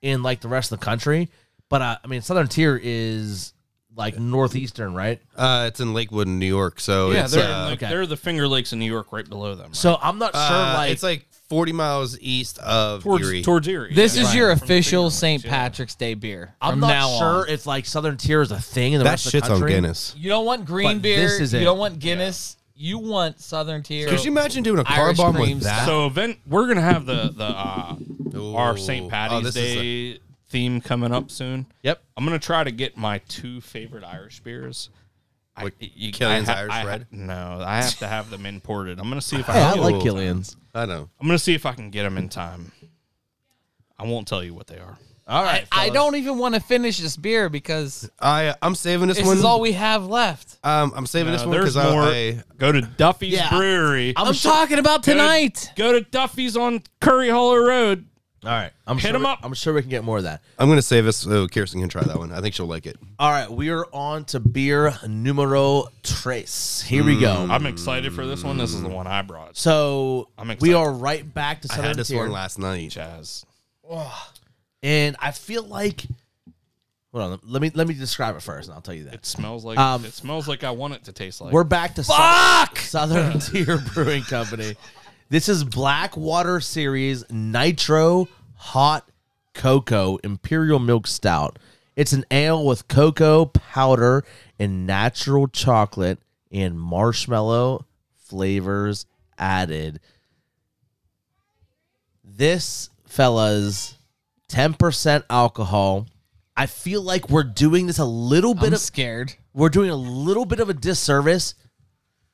Speaker 1: in like the rest of the country, but uh, I mean Southern Tier is like northeastern, right?
Speaker 3: Uh, it's in Lakewood, in New York. So
Speaker 2: Yeah,
Speaker 3: it's,
Speaker 2: they're like
Speaker 3: uh,
Speaker 1: Oh, okay.
Speaker 2: they're the Finger Lakes in New York, right below them. Right?
Speaker 1: So I'm not sure.
Speaker 3: uh,
Speaker 1: like
Speaker 3: it's like 40 miles east of
Speaker 2: towards
Speaker 3: Erie.
Speaker 2: towards Erie.
Speaker 4: This
Speaker 2: yeah.
Speaker 4: is your
Speaker 2: From the Finger
Speaker 4: official
Speaker 2: Lakes,
Speaker 4: St.
Speaker 2: yeah.
Speaker 4: Patrick's Day beer.
Speaker 1: I'm
Speaker 4: from
Speaker 1: not
Speaker 4: now
Speaker 1: sure
Speaker 4: on.
Speaker 1: if like Southern Tier is a thing in the
Speaker 3: that
Speaker 1: rest of the
Speaker 3: shit's
Speaker 1: country.
Speaker 3: on Guinness.
Speaker 4: You don't want green
Speaker 1: But
Speaker 4: beer.
Speaker 1: this is
Speaker 4: you
Speaker 1: it.
Speaker 4: don't want Guinness. You want Southern Tier.
Speaker 3: Could you imagine doing a car
Speaker 4: Irish
Speaker 3: bomb
Speaker 4: cream
Speaker 3: with that?
Speaker 2: So event we're gonna have the the uh,
Speaker 3: Ooh.
Speaker 2: our St. Patty's
Speaker 3: Oh, this is a-
Speaker 2: Day theme coming up soon.
Speaker 1: Yep.
Speaker 2: I'm gonna try to get my two favorite Irish beers.
Speaker 3: Like
Speaker 2: I- you-
Speaker 3: Killian's
Speaker 2: I
Speaker 3: Irish
Speaker 2: I
Speaker 3: Red?
Speaker 2: no, I have to have them imported. I'm gonna see if I.
Speaker 1: Hey, I
Speaker 2: Can get,
Speaker 1: like
Speaker 3: Ooh.
Speaker 1: Killian's.
Speaker 3: I know.
Speaker 2: I'm gonna see if I can get them in time. I won't tell you what they are.
Speaker 1: All
Speaker 4: I,
Speaker 1: right,
Speaker 4: I
Speaker 1: fellas.
Speaker 4: don't even want to finish this beer because
Speaker 3: I I'm saving this,
Speaker 4: this
Speaker 3: one.
Speaker 4: is all we have left.
Speaker 3: um, I'm saving this
Speaker 2: Uh,
Speaker 3: one
Speaker 2: there's
Speaker 3: because I,
Speaker 2: more.
Speaker 3: I
Speaker 2: go to Duffy's
Speaker 1: Yeah.
Speaker 2: Brewery.
Speaker 1: I'm
Speaker 4: I'm,
Speaker 1: sure-
Speaker 4: talking about
Speaker 2: Go to-
Speaker 4: tonight.
Speaker 2: Go to Duffy's on Curry Hollow Road.
Speaker 1: All right, I'm
Speaker 2: Hit
Speaker 1: sure
Speaker 2: 'em
Speaker 1: we-
Speaker 2: up.
Speaker 1: I'm sure we can get more of that.
Speaker 3: I'm gonna save this so Kirsten can try that one. I think she'll like it.
Speaker 1: All right, we are on to beer numero tres. Here we go.
Speaker 3: Mm.
Speaker 2: I'm excited for this one. This is the one I brought.
Speaker 1: so
Speaker 2: I'm
Speaker 1: we
Speaker 2: excited.
Speaker 1: are right back to
Speaker 3: I had
Speaker 1: Southern
Speaker 3: this
Speaker 1: Tier,
Speaker 3: one last night.
Speaker 2: Jazz.
Speaker 1: and I feel like. Hold on, let me let me describe it first, and I'll tell you that
Speaker 2: It smells like
Speaker 1: Um,
Speaker 2: it smells like I want it to taste like.
Speaker 1: we're back to Fuck! Southern Tier Brewing Company. This is Blackwater Series Nitro Hot Cocoa Imperial Milk Stout. It's an ale with cocoa powder and natural chocolate and marshmallow flavors added. This, fellas, 10% alcohol. I feel like we're doing this a little bit
Speaker 4: I'm
Speaker 1: of
Speaker 4: scared.
Speaker 1: we're doing a little bit of a disservice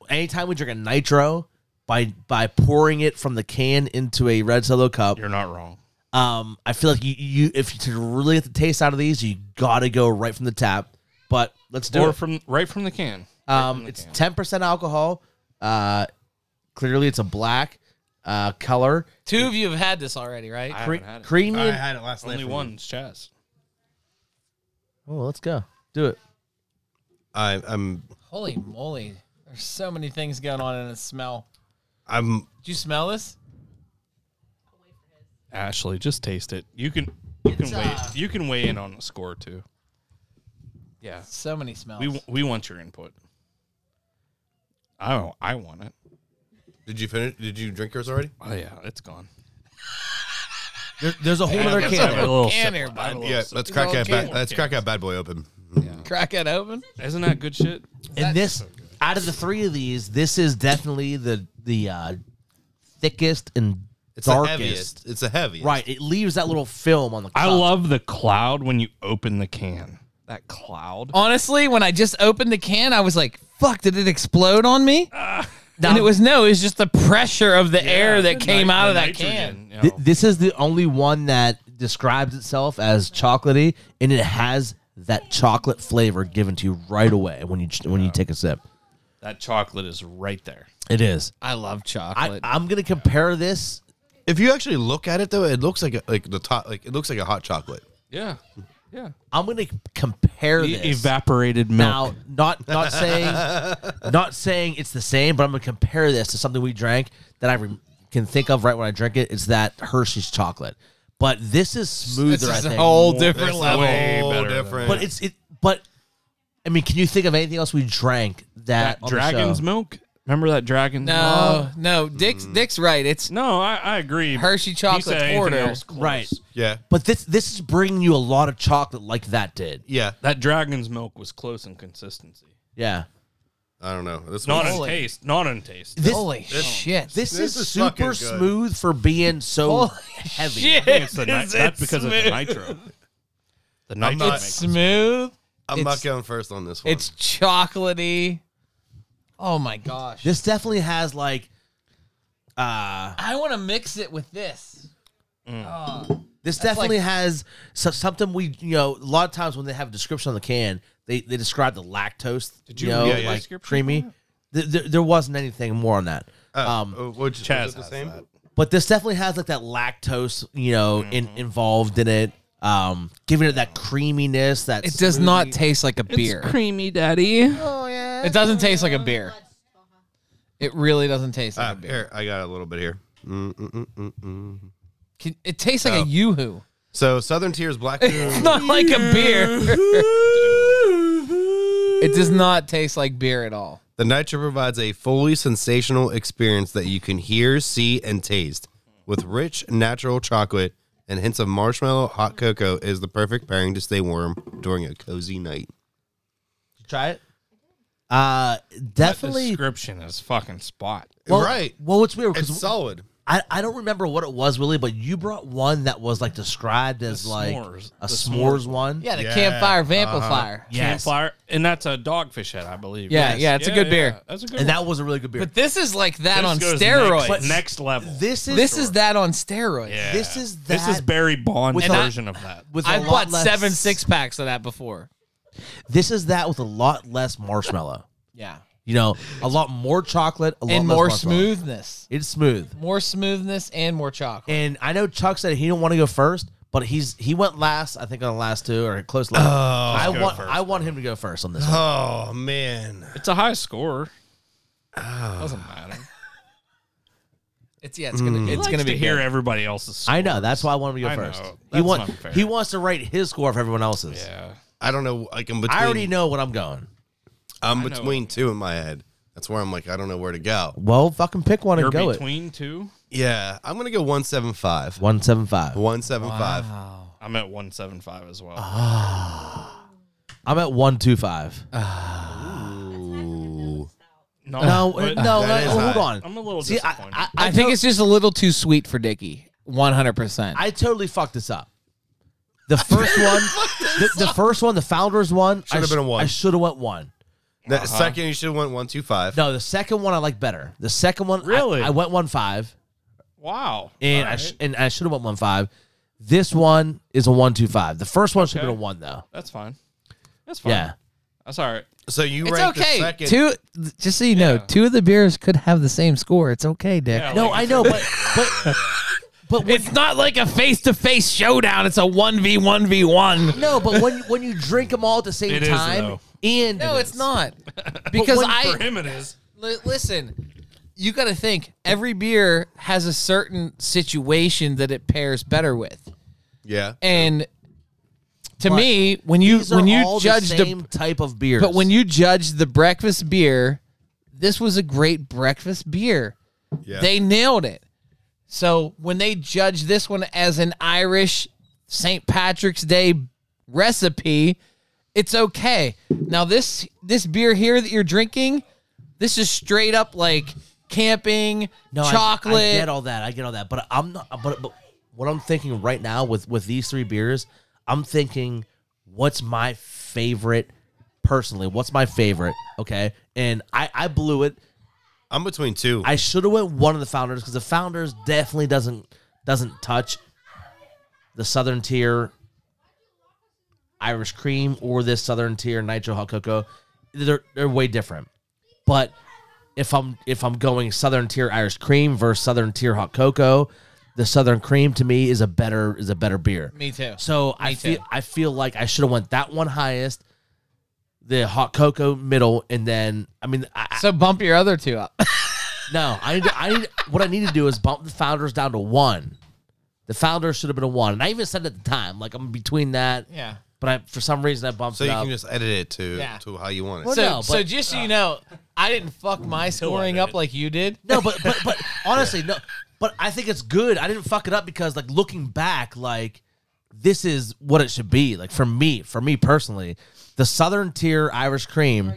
Speaker 1: anytime we drink a nitro by by pouring it from the can into a red solo cup.
Speaker 2: You're not wrong.
Speaker 1: Um, I feel like you, you if you to really get the taste out of these, you gotta go right from the tap. But let's do
Speaker 2: Or
Speaker 1: it.
Speaker 2: from right from the can. Right
Speaker 1: um,
Speaker 2: from the
Speaker 1: it's
Speaker 2: can.
Speaker 1: ten percent alcohol. Uh, clearly it's a black. uh, color,
Speaker 4: Two of you have had this already, right?
Speaker 2: I
Speaker 1: cre-
Speaker 2: haven't had it.
Speaker 1: creamy.
Speaker 3: I
Speaker 1: And-
Speaker 3: had it last night.
Speaker 2: Only
Speaker 3: for me.
Speaker 2: one's Chaz.
Speaker 1: oh, let's go. Do it.
Speaker 3: I, I'm
Speaker 4: Holy moly. There's so many things going on in the smell.
Speaker 3: I'm
Speaker 4: Did you smell this?
Speaker 2: Ashley, just taste it. You can you can weigh
Speaker 4: uh,
Speaker 2: you can weigh in on the score too. Yeah,
Speaker 4: So many smells.
Speaker 2: we we want your input. I I want it.
Speaker 3: Did you finish? Did you drink yours already?
Speaker 2: Oh yeah, it's gone.
Speaker 1: There, there's a whole
Speaker 2: Yeah,
Speaker 1: other
Speaker 2: let's have a
Speaker 1: can.
Speaker 2: little
Speaker 4: can
Speaker 2: sip.
Speaker 4: here, bud.
Speaker 3: Yeah, let's crack that. Bad, let's crack that bad boy open.
Speaker 4: Crack it open.
Speaker 2: Isn't that good shit?
Speaker 1: And this, out of the three of these, this is definitely the the uh, thickest and
Speaker 3: It's the
Speaker 1: darkest.
Speaker 3: heaviest. It's the heaviest.
Speaker 1: Right. It leaves that little film on the. Cup.
Speaker 2: I love the cloud when you open the can. That cloud.
Speaker 4: Oh, Honestly, when I just opened the can, I was like, fuck, did it explode on me? and it was no, it was just the pressure of the air that came out of that can.
Speaker 1: Th- this is the only one that describes itself as chocolatey, and it has that chocolate flavor given to you right away when you when you take a sip.
Speaker 2: That chocolate is right there.
Speaker 1: It is.
Speaker 4: I love
Speaker 1: I,
Speaker 4: chocolate.
Speaker 1: I'm gonna compare this.
Speaker 3: If you actually look at it though, it looks like a, like the top like it looks like a hot chocolate.
Speaker 2: Yeah. Yeah.
Speaker 1: I'm gonna compare
Speaker 2: E,
Speaker 1: this.
Speaker 2: evaporated
Speaker 1: Now, not not saying not saying it's the same, but I'm gonna compare this to something we drank that I re- can think of right when I drink it. It's that Hershey's chocolate, but this is smoother. I
Speaker 4: is a
Speaker 1: think.
Speaker 4: whole
Speaker 3: It's
Speaker 4: different level.
Speaker 3: way
Speaker 2: Way better than
Speaker 3: different.
Speaker 1: but it's it. But I mean, can you think of anything else we drank that,
Speaker 2: that dragon's milk. Remember that dragon's milk?
Speaker 4: no, no, Dick's Dick's right. It's
Speaker 2: No, I, I agree.
Speaker 4: Hershey
Speaker 2: He
Speaker 4: chocolate
Speaker 2: said anything
Speaker 4: porter.
Speaker 2: else close.
Speaker 1: Right.
Speaker 3: yeah,
Speaker 1: But this this is bringing you a lot of chocolate like that did.
Speaker 3: yeah.
Speaker 2: That dragon's milk was close in consistency.
Speaker 1: Yeah.
Speaker 3: I don't know. This
Speaker 2: Not
Speaker 3: one's-
Speaker 2: in taste. Not in taste.
Speaker 1: This
Speaker 4: holy shit.
Speaker 1: this,
Speaker 3: This
Speaker 1: is,
Speaker 3: is fucking
Speaker 1: super
Speaker 3: good.
Speaker 1: smooth for being so
Speaker 4: Holy
Speaker 1: heavy.
Speaker 4: shit.
Speaker 2: I think it's the ni-
Speaker 4: is
Speaker 2: that's
Speaker 4: it
Speaker 2: because of the
Speaker 4: smooth.
Speaker 2: nitro. The
Speaker 3: I'm
Speaker 2: nitro
Speaker 3: not-
Speaker 2: makes it.
Speaker 4: smooth.
Speaker 3: I'm
Speaker 4: it's-
Speaker 3: not going first on this one.
Speaker 4: It's chocolatey. Oh my gosh.
Speaker 1: This definitely has like uh
Speaker 4: I want to mix it with this.
Speaker 1: this definitely has so, something we you know a lot of times when they have a description on the can they they describe the lactose did you,
Speaker 2: you
Speaker 1: know
Speaker 2: read
Speaker 3: the
Speaker 1: like
Speaker 2: description
Speaker 1: creamy Th- th- there wasn't anything more on that
Speaker 3: Oh,
Speaker 1: um
Speaker 3: oh, which is
Speaker 2: Chaz
Speaker 3: it the
Speaker 2: has
Speaker 3: same?
Speaker 2: that.
Speaker 1: but this definitely has like that lactose, you know, in, involved in it, um, giving it that creaminess. That
Speaker 4: It does not taste like a beer.
Speaker 2: creamy, daddy.
Speaker 4: It doesn't taste like a beer. It really doesn't taste like
Speaker 3: Ah,
Speaker 4: a beer.
Speaker 3: here, I got a little bit here. Mm, mm, mm, mm, mm.
Speaker 4: Can- It tastes
Speaker 2: Oh.
Speaker 4: like a yoo-hoo.
Speaker 3: So Southern Tears Black Moon.
Speaker 4: It's not like a beer. it does not taste like beer at all.
Speaker 3: The Nitro provides a fully sensational experience that you can hear, see, and taste. With rich, natural chocolate and hints of marshmallow, hot cocoa is the perfect pairing to stay warm during a cozy night.
Speaker 1: try it. Uh, definitely.
Speaker 2: Description is fucking spot.
Speaker 1: Well,
Speaker 3: right.
Speaker 1: Well, it's weird
Speaker 3: It's
Speaker 1: because
Speaker 3: solid.
Speaker 1: I, I don't remember what it was really, but you brought one that was like described as
Speaker 2: The
Speaker 1: like
Speaker 2: s'mores.
Speaker 1: a
Speaker 2: The
Speaker 1: s'mores,
Speaker 2: s'mores.
Speaker 1: one.
Speaker 4: Yeah, the
Speaker 3: Yeah,
Speaker 4: campfire
Speaker 2: Uh-huh.
Speaker 4: vamplifier.
Speaker 1: Yes.
Speaker 2: Campfire, and that's a dogfish head, I believe.
Speaker 4: Yeah, yeah, it's a good beer.
Speaker 2: That's a good
Speaker 1: and
Speaker 2: one.
Speaker 1: that was a really good beer.
Speaker 4: But this is like that
Speaker 2: This
Speaker 4: on
Speaker 2: goes
Speaker 4: steroids.
Speaker 2: Next, next level.
Speaker 1: this is
Speaker 4: this is that on steroids.
Speaker 2: Yeah.
Speaker 1: this is
Speaker 2: This is
Speaker 1: that
Speaker 2: Barry Bond's
Speaker 1: with a-
Speaker 2: version of that.
Speaker 1: with a
Speaker 4: I
Speaker 1: lot
Speaker 4: bought
Speaker 1: less-
Speaker 4: seven six packs of that before.
Speaker 1: This is that with a lot less marshmallow.
Speaker 4: Yeah.
Speaker 1: You know, a lot more chocolate, a lot
Speaker 4: And
Speaker 1: less
Speaker 4: more
Speaker 1: marshmallow.
Speaker 4: smoothness.
Speaker 1: It's smooth.
Speaker 4: More smoothness and more chocolate.
Speaker 1: And I know Chuck said he didn't want to go first, but he's he went last. I think on the last two or close. Last. I
Speaker 2: Oh, go
Speaker 1: want
Speaker 2: first,
Speaker 1: I want him to go first on this. one.
Speaker 3: Oh man.
Speaker 2: It's a high score. Doesn't matter.
Speaker 4: It's yeah, it's gonna
Speaker 2: Mm. He
Speaker 4: it's
Speaker 2: likes
Speaker 4: gonna
Speaker 2: to
Speaker 4: be
Speaker 2: hear
Speaker 4: good.
Speaker 2: everybody else's. Score.
Speaker 1: I know that's why I want him to go
Speaker 2: I
Speaker 1: first.
Speaker 2: know.
Speaker 1: He
Speaker 2: That's
Speaker 1: wants
Speaker 2: not fair.
Speaker 1: he wants to rate his score for everyone else's.
Speaker 2: Yeah.
Speaker 3: I don't know. Like I'm between.
Speaker 1: I already know what I'm going.
Speaker 3: I'm
Speaker 2: know.
Speaker 3: between two in my head. That's where I'm like, I don't know where to go.
Speaker 1: Well, fucking pick one
Speaker 2: You're
Speaker 1: and go it.
Speaker 2: between two.
Speaker 3: Yeah, I'm gonna go one seven five.
Speaker 1: One seven five.
Speaker 3: One seven five.
Speaker 2: I'm at 175 as well.
Speaker 1: Uh-huh. I'm at one two five.
Speaker 4: Uh,
Speaker 1: no,
Speaker 2: but
Speaker 1: no, no,
Speaker 3: That is
Speaker 1: hold
Speaker 3: high.
Speaker 1: on.
Speaker 2: I'm a little
Speaker 1: See, I,
Speaker 2: disappointed.
Speaker 1: I,
Speaker 4: I think it's just a little too sweet for Dicky. One hundred percent.
Speaker 1: I totally fucked this up. The first one, the, the first one, the founders one, I
Speaker 3: Should've
Speaker 1: sh-
Speaker 3: been a one.
Speaker 1: I should have went one.
Speaker 3: That Second, you should have went one two five.
Speaker 1: No, the second one I like better. The second one, I-
Speaker 2: Really?
Speaker 1: I, went one five,
Speaker 2: wow.
Speaker 1: and
Speaker 2: All
Speaker 1: I
Speaker 2: right.
Speaker 1: sh- and I should have went one five. This one is a one two five. The first one should have been a
Speaker 2: Okay.
Speaker 1: one though.
Speaker 2: That's fine. That's fine.
Speaker 1: Yeah,
Speaker 2: That's all right.
Speaker 3: So you
Speaker 4: It's
Speaker 3: ranked
Speaker 4: okay.
Speaker 3: the second.
Speaker 4: Two, just so you know,
Speaker 2: Yeah.
Speaker 4: two of the beers could have the same score. It's okay, Dick.
Speaker 2: Yeah,
Speaker 1: No,
Speaker 2: like,
Speaker 1: I know, but but but when,
Speaker 4: It's not like a face to face showdown. It's a one v one v one.
Speaker 1: no, but when when you drink them all at the same
Speaker 2: It is,
Speaker 1: time,
Speaker 2: though.
Speaker 1: and
Speaker 4: No, it's not because
Speaker 1: when-
Speaker 4: I
Speaker 2: for him it is.
Speaker 4: Li- listen, you got to think every beer has a certain situation that it pairs better with.
Speaker 3: Yeah.
Speaker 4: And to
Speaker 1: But
Speaker 4: me, when you
Speaker 1: These are
Speaker 4: when you
Speaker 1: all
Speaker 4: judge
Speaker 1: the
Speaker 4: the,
Speaker 1: same type of beers,
Speaker 4: but when you judge the breakfast beer, this was a great breakfast beer.
Speaker 3: Yeah.
Speaker 4: They nailed it. So when they judge this one as an Irish St. Patrick's Day recipe, it's okay. Now this this beer here that you're drinking, this is straight up like camping,
Speaker 1: no, I-
Speaker 4: chocolate.
Speaker 1: I, get all that, I get all that, but I'm not. But, but what I'm thinking right now with with these three beers, I'm thinking, what's my favorite personally? What's my favorite? Okay, and I I blew it.
Speaker 3: I'm between two.
Speaker 1: I should have went one of the founders because the founders definitely doesn't doesn't touch the southern tier Irish cream or this southern tier nitro hot cocoa. They're they're way different. But if I'm if I'm going southern tier Irish cream versus southern tier hot cocoa, the southern cream to me is a better is a better beer.
Speaker 4: me too.
Speaker 1: So I
Speaker 4: too.
Speaker 1: feel I feel like I should have went that one highest, the hot cocoa middle, and then I mean I,
Speaker 4: So bump your other two up.
Speaker 1: no, I need. To, I need. What I need to do is bump the founders down to one. The founders should have been a one, and I even said it at the time, like I'm between that.
Speaker 4: yeah.
Speaker 1: But I, for some reason, I bumped
Speaker 3: so
Speaker 1: it
Speaker 3: you
Speaker 1: up.
Speaker 3: can just edit it to
Speaker 4: Yeah.
Speaker 3: to how you want it.
Speaker 1: Well,
Speaker 4: So,
Speaker 1: Oh, no,
Speaker 4: so
Speaker 1: but- uh,
Speaker 4: just so you know, I didn't fuck my scoring up like you did.
Speaker 1: no, but but but honestly, no. But I think it's good. I didn't fuck it up because, like, looking back, like this is what it should be. Like for me, for me personally, the Southern Tier Irish Cream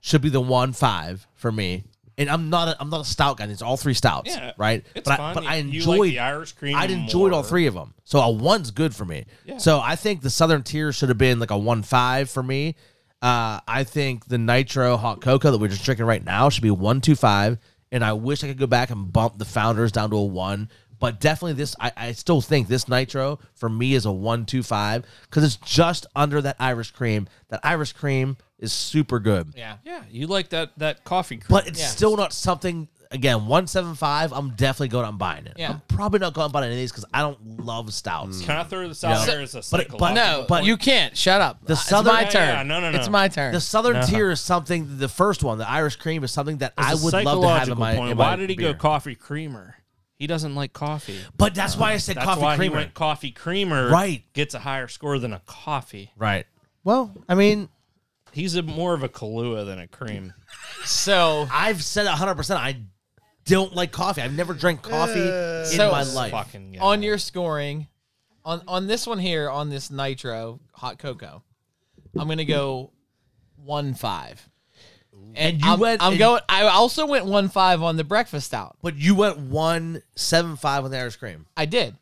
Speaker 1: should be the one five for me. And I'm not a, I'm not a stout guy. It's all three stouts,
Speaker 2: Yeah,
Speaker 1: right?
Speaker 2: it's
Speaker 1: but
Speaker 2: fine.
Speaker 1: I, but I
Speaker 2: You
Speaker 1: enjoyed
Speaker 2: like the Irish cream
Speaker 1: I'd enjoyed all
Speaker 2: more.
Speaker 1: three of them, so a one's good for me. So I think the Southern Tier should have been like a one five for me. Uh, I think the Nitro Hot Cocoa that we're just drinking right now should be one two five, and I wish I could go back and bump the Founders down to a one. But definitely this, I, I still think this Nitro for me is a one two five because it's just under that Irish cream. That Irish cream is super good
Speaker 4: Yeah.
Speaker 2: Yeah, you like that that coffee cream.
Speaker 1: but it's still not something. Again, one seven five. I'm definitely going out and buying it.
Speaker 4: Yeah. Mm.
Speaker 1: I'm probably not going out and buying any of these because I don't love stouts.
Speaker 2: Can I throw this
Speaker 1: No.
Speaker 2: out there as a
Speaker 1: But-
Speaker 2: psychological?
Speaker 1: but
Speaker 4: No,
Speaker 1: But-
Speaker 4: you can't. Shut up. Uh,
Speaker 1: The
Speaker 4: it's
Speaker 1: Southern-
Speaker 4: my
Speaker 1: Yeah,
Speaker 4: turn.
Speaker 2: yeah, no, no, no.
Speaker 4: It's my turn.
Speaker 1: The southern tier is something. The first one, the Irish cream, is something that I
Speaker 2: Uh-huh. It's a
Speaker 1: would love to have in
Speaker 2: psychological
Speaker 1: my.
Speaker 2: point.
Speaker 1: in
Speaker 2: why
Speaker 1: my
Speaker 2: did he
Speaker 1: beer.
Speaker 2: go coffee creamer? He doesn't like coffee.
Speaker 1: But that's why I said
Speaker 2: That's
Speaker 1: coffee
Speaker 2: why
Speaker 1: creamer.
Speaker 2: he went coffee creamer.
Speaker 1: Right.
Speaker 2: gets a higher score than a coffee.
Speaker 1: right. Well, I mean,
Speaker 2: He's a, more of a Kahlua than a cream.
Speaker 4: so
Speaker 1: I've said 100. percent I don't like coffee. I've never drank coffee in
Speaker 4: So-
Speaker 1: my life.
Speaker 2: Fucking yeah.
Speaker 4: on your scoring, on on this one here, on this nitro hot cocoa, I'm gonna go one five. And
Speaker 1: you
Speaker 4: I'm,
Speaker 1: went
Speaker 4: I'm
Speaker 1: and-
Speaker 4: going. I also went one five on the breakfast out.
Speaker 1: But you went one seven five with the Irish cream.
Speaker 4: I did.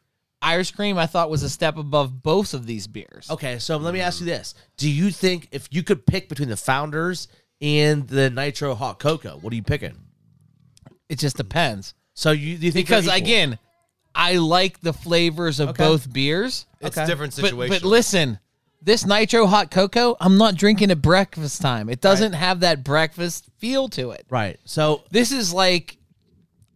Speaker 4: Irish cream, I thought was a step above both of these beers.
Speaker 1: Okay, so let me ask you this: Do you think if you could pick between the founders and the Nitro Hot Cocoa, what are you picking?
Speaker 4: It just depends
Speaker 1: So you do you think they're
Speaker 4: because
Speaker 1: equal?
Speaker 4: again, I like the flavors of both beers.
Speaker 3: It's different
Speaker 4: But,
Speaker 3: situation.
Speaker 4: but listen, this nitro hot cocoa, I'm not drinking at breakfast time. It doesn't have that breakfast feel to it.
Speaker 1: right? So
Speaker 4: This is like,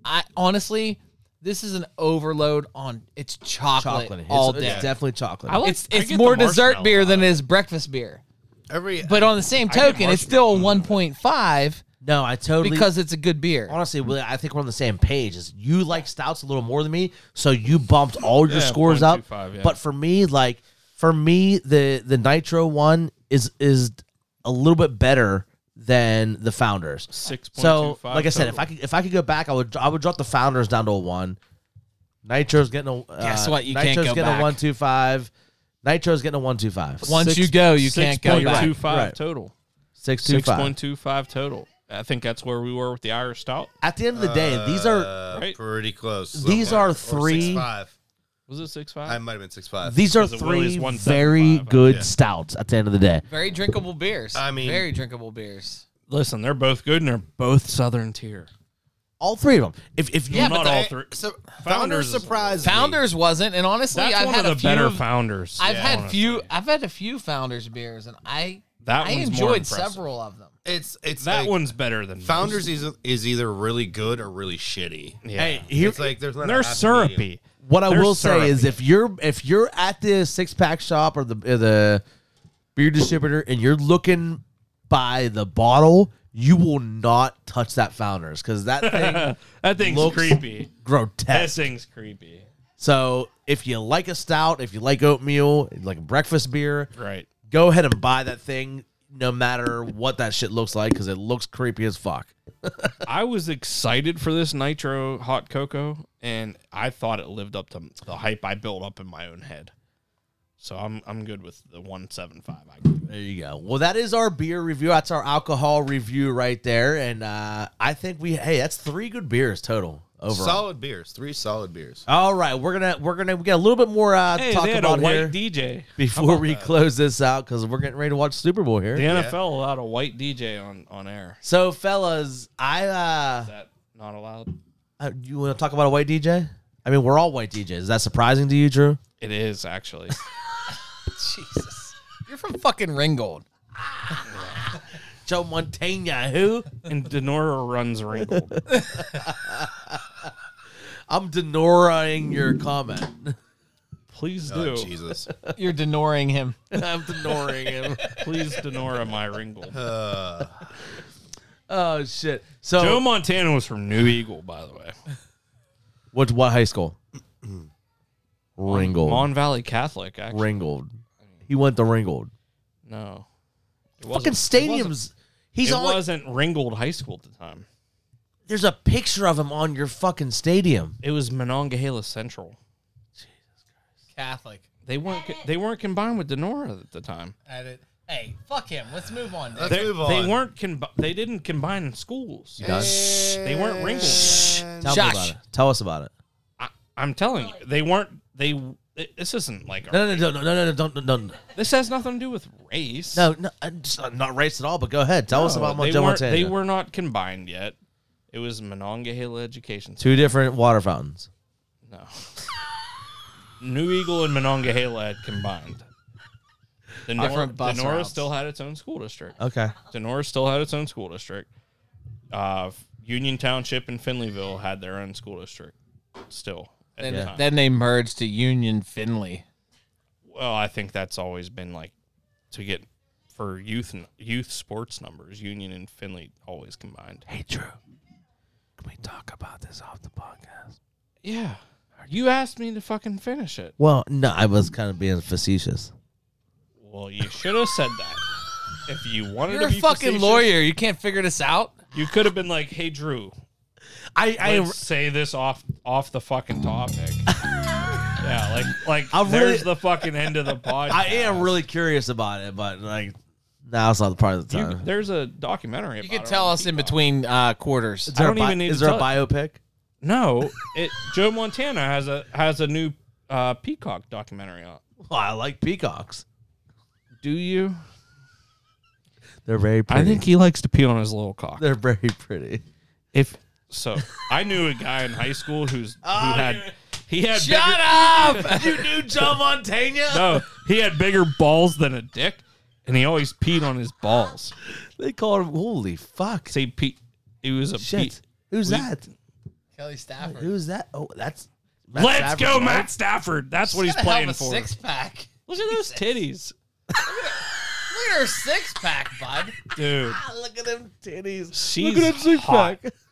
Speaker 4: I honestly, this is an overload on it's chocolate,
Speaker 1: chocolate
Speaker 4: all
Speaker 1: it's,
Speaker 4: day.
Speaker 1: It's definitely chocolate.
Speaker 2: I like-
Speaker 4: it's
Speaker 2: I
Speaker 4: it's
Speaker 2: get
Speaker 4: more
Speaker 2: the
Speaker 4: dessert
Speaker 2: marshmallow
Speaker 4: beer
Speaker 2: on
Speaker 4: than it
Speaker 2: it.
Speaker 4: is breakfast beer.
Speaker 3: Every uh,
Speaker 4: But on the same
Speaker 2: get
Speaker 4: token, it's still a 1.5
Speaker 1: no, I totally
Speaker 4: because it's a good beer.
Speaker 1: honestly, Willie, I think we're on the same page. Is you like stouts a little more than me, so you bumped all your
Speaker 2: Yeah,
Speaker 1: scores up.
Speaker 2: 0.25, yeah.
Speaker 1: But for me, like for me, the the Nitro one is is a little bit better than the founders.
Speaker 2: six point
Speaker 1: So, like I said, if I could if I could go back, I would I would drop the founders down to a one. Nitro's getting a uh,
Speaker 4: Guess what? You
Speaker 1: Nitro's
Speaker 4: can't go
Speaker 1: getting
Speaker 4: back.
Speaker 1: a one two five. Nitro's getting a one two five.
Speaker 4: Once you go, you can't go back.
Speaker 2: two five
Speaker 1: Right.
Speaker 2: total.
Speaker 1: Six two
Speaker 2: Six
Speaker 1: five.
Speaker 2: point two five total. I think that's where we were with the Irish stout.
Speaker 1: At the end of the day, these are
Speaker 3: uh,
Speaker 2: Right.
Speaker 3: pretty close.
Speaker 1: These
Speaker 3: somewhere.
Speaker 1: are
Speaker 3: Or
Speaker 1: three-
Speaker 3: 6'5".
Speaker 2: Was it six
Speaker 3: I
Speaker 2: five?
Speaker 3: might have been six five.
Speaker 1: these are
Speaker 2: Because the Willie's
Speaker 1: three
Speaker 2: 175,
Speaker 1: very
Speaker 2: I
Speaker 1: good
Speaker 3: think.
Speaker 1: stouts. At the end of the day,
Speaker 4: Very drinkable beers.
Speaker 3: I mean-
Speaker 4: very drinkable beers.
Speaker 2: Listen, they're both good and they're both Southern tier.
Speaker 1: all three of them. If if you
Speaker 4: Yeah,
Speaker 2: Not
Speaker 4: but
Speaker 2: all three.
Speaker 3: So,
Speaker 2: Founders
Speaker 3: founders
Speaker 2: is-
Speaker 3: surprised. me.
Speaker 4: Founders wasn't, and honestly,
Speaker 2: That's
Speaker 4: I've
Speaker 2: one
Speaker 4: had
Speaker 2: of
Speaker 4: a
Speaker 2: the
Speaker 4: few
Speaker 2: better
Speaker 4: of-
Speaker 2: founders.
Speaker 4: I've had
Speaker 2: honestly.
Speaker 4: few. I've had a few Founders beers, and I
Speaker 2: That
Speaker 6: I
Speaker 2: one's more
Speaker 6: enjoyed
Speaker 2: impressive.
Speaker 6: several of them.
Speaker 3: It's it's
Speaker 2: That
Speaker 3: like,
Speaker 2: one's better than most.
Speaker 3: Founders is is either really good or really shitty.
Speaker 2: Yeah. Hey,
Speaker 3: it's like there's not a
Speaker 2: they're
Speaker 3: happy medium.
Speaker 2: syrupy.
Speaker 1: What I
Speaker 2: They're
Speaker 1: will say is,
Speaker 2: syrupy.
Speaker 1: if you're if you're at the six pack shop or the or the beer distributor and you're looking by the bottle, you will not touch that Founders because that thing
Speaker 2: that thing's
Speaker 1: looks
Speaker 2: creepy. That
Speaker 1: grotesque.
Speaker 2: thing's creepy.
Speaker 1: So if you like a stout, if you like oatmeal, like a breakfast beer,
Speaker 2: Right.
Speaker 1: go ahead and buy that thing, no matter what that shit looks like, because it looks creepy as fuck.
Speaker 2: I was excited for this nitro hot cocoa, and I thought it lived up to the hype I built up in my own head. So I'm I'm good with the one seven five. I give it.
Speaker 1: There you go. Well, that is our beer review. That's our alcohol review right there, and uh, I think we hey, that's three good beers total overall.
Speaker 3: Solid beers, three solid beers.
Speaker 1: All right, we're gonna we're gonna we got a little bit more uh,
Speaker 2: Hey,
Speaker 1: talk
Speaker 2: they had
Speaker 1: about
Speaker 2: a white
Speaker 1: here
Speaker 2: DJ.
Speaker 1: before we close this out because we're getting ready to watch Super Bowl here.
Speaker 2: The NFL allowed a white DJ on on air.
Speaker 1: So, fellas, I uh,
Speaker 2: Is that not allowed?
Speaker 1: uh, you want to talk about a white DJ? I mean, we're all white DJs. Is that surprising to you, Drew?
Speaker 2: It is actually.
Speaker 6: Jesus, you're from fucking Ringgold.
Speaker 1: Joe Montana, who?
Speaker 2: and Denora runs Ringgold.
Speaker 1: I'm denoraing your comment.
Speaker 2: Please do.
Speaker 3: Oh, Jesus.
Speaker 6: You're denoring him.
Speaker 1: I'm denoring him.
Speaker 2: Please Denora my Ringgold.
Speaker 1: Oh shit. So,
Speaker 2: Joe Montana was from New Eagle, by the way.
Speaker 1: what what high school? Ringgold.
Speaker 2: Mon Valley Catholic, actually.
Speaker 1: Ringgold. He went to Ringgold.
Speaker 2: No. It
Speaker 1: Fucking
Speaker 2: wasn't- it wasn't-
Speaker 1: stadiums. He's
Speaker 2: it
Speaker 1: on.
Speaker 2: wasn't Ringgold High School at the time.
Speaker 1: there's a picture of him on your fucking stadium.
Speaker 2: It was Monongahela Central.
Speaker 6: Catholic.
Speaker 2: They weren't they weren't combined with Denora at the time.
Speaker 6: Edit. Hey, fuck him. Let's move on.
Speaker 3: Let's
Speaker 2: They,
Speaker 3: move on.
Speaker 2: they weren't combi- they didn't combine in schools. They weren't Ringgold. yet.
Speaker 1: Tell
Speaker 6: Josh.
Speaker 1: me about it. Tell us about it.
Speaker 2: I, I'm telling you, they weren't they this isn't like
Speaker 1: No, no, no, no, no, no, don't, no, no, no,
Speaker 2: this has nothing to do with race.
Speaker 1: no, no, uh, just, uh, not race at all. But go ahead. Tell us
Speaker 2: No,
Speaker 1: about
Speaker 2: they
Speaker 1: Joe
Speaker 2: weren't-
Speaker 1: Montana.
Speaker 2: They were not combined yet. It was Monongahela Education. Center.
Speaker 1: two different water fountains.
Speaker 2: No. New Eagle and Monongahela had combined. The Nor-
Speaker 6: Different bus
Speaker 2: the Nora
Speaker 6: routes.
Speaker 2: still had its own school district.
Speaker 1: Okay.
Speaker 2: Denora still had its own school district. Uh, Union Township and Finleyville had their own school district still. at
Speaker 6: Then,
Speaker 2: the time.
Speaker 6: then they merged to Union Finley.
Speaker 2: well, I think that's always been like to get for youth n- youth sports numbers. Union and Finley always combined.
Speaker 1: Hey, Drew. Can we talk about this off the podcast?
Speaker 2: Yeah, you asked me to fucking finish it.
Speaker 1: Well, no, I was kind of being facetious.
Speaker 2: Well, you should have said that. If you wanted
Speaker 6: You're
Speaker 2: to
Speaker 6: a
Speaker 2: be
Speaker 6: fucking
Speaker 2: facetious,
Speaker 6: lawyer. You can't figure this out.
Speaker 2: you could have been like, "Hey, Drew,
Speaker 1: I,
Speaker 2: I
Speaker 1: I,
Speaker 2: say this off off the fucking topic." yeah, like like
Speaker 1: I'm
Speaker 2: there's
Speaker 1: really-
Speaker 2: the fucking end of the podcast.
Speaker 1: I am really curious about it, but like, now it's not the part of the
Speaker 2: You-
Speaker 1: time.
Speaker 2: there's a documentary.
Speaker 6: You
Speaker 2: about
Speaker 6: can
Speaker 2: it
Speaker 6: tell
Speaker 2: on
Speaker 6: us in
Speaker 2: Peacock.
Speaker 6: between uh, quarters.
Speaker 1: Is there a
Speaker 2: don't
Speaker 1: bi-
Speaker 2: even need
Speaker 1: Is
Speaker 2: to
Speaker 1: there a
Speaker 2: tell
Speaker 1: biopic?
Speaker 2: No, it Joe Montana has a has a new uh, Peacock documentary on.
Speaker 1: Well, I like peacocks.
Speaker 2: Do you?
Speaker 1: They're very pretty.
Speaker 2: I think he likes to pee on his little cock.
Speaker 1: they're very pretty.
Speaker 2: If so, I knew a guy in high school who's who had he had
Speaker 6: Oh, Shut
Speaker 2: bigger,
Speaker 6: up!
Speaker 1: you knew John Montana?
Speaker 2: no he had bigger balls than a dick, and he always peed on his balls.
Speaker 1: They called him. Holy fuck!
Speaker 2: Say Pete, he was a
Speaker 1: Shit.
Speaker 2: Pete.
Speaker 1: Who's
Speaker 2: we-
Speaker 1: that?
Speaker 6: Kelly Stafford.
Speaker 1: Who's that? Oh, that's. Matt
Speaker 2: Let's
Speaker 1: Stafford,
Speaker 2: go,
Speaker 1: right?
Speaker 2: Matt Stafford. That's what he's
Speaker 6: Got a hell of
Speaker 2: playing
Speaker 6: a
Speaker 2: for.
Speaker 6: Six pack.
Speaker 2: Look at those titties,
Speaker 6: Look at her six pack, bud.
Speaker 2: dude.
Speaker 1: Ah, Look at them titties.
Speaker 2: She's
Speaker 1: Look at him six
Speaker 2: hot.
Speaker 1: pack.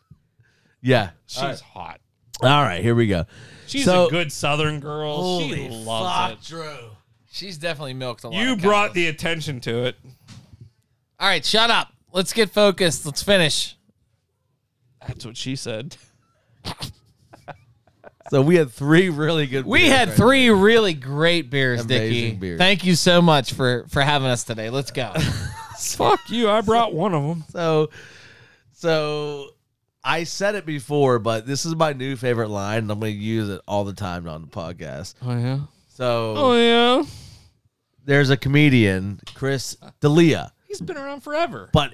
Speaker 1: Yeah.
Speaker 2: She's hot.
Speaker 1: All right, here we go.
Speaker 2: She's
Speaker 1: So-
Speaker 2: a good Southern girl.
Speaker 1: Holy
Speaker 2: she
Speaker 1: fuck,
Speaker 2: loves it.
Speaker 1: Drew.
Speaker 6: She's definitely milked a lot.
Speaker 2: You
Speaker 6: of
Speaker 2: brought
Speaker 6: cows.
Speaker 2: the attention to it.
Speaker 6: All right, shut up. Let's get focused. Let's finish.
Speaker 2: That's what she said.
Speaker 1: So we had three really good.
Speaker 6: We
Speaker 1: beers
Speaker 6: had
Speaker 1: right
Speaker 6: three really great beers,
Speaker 1: Amazing
Speaker 6: Dickie.
Speaker 1: beers.
Speaker 6: Thank you so much for for having us today. Let's go.
Speaker 2: Fuck you. I brought one of them.
Speaker 1: So, so I said it before, but this is my new favorite line, and I'm going to use it all the time on the podcast.
Speaker 2: Oh yeah.
Speaker 1: So
Speaker 2: Oh yeah.
Speaker 1: there's a comedian, Chris D'Elia,
Speaker 2: He's been around forever.
Speaker 1: but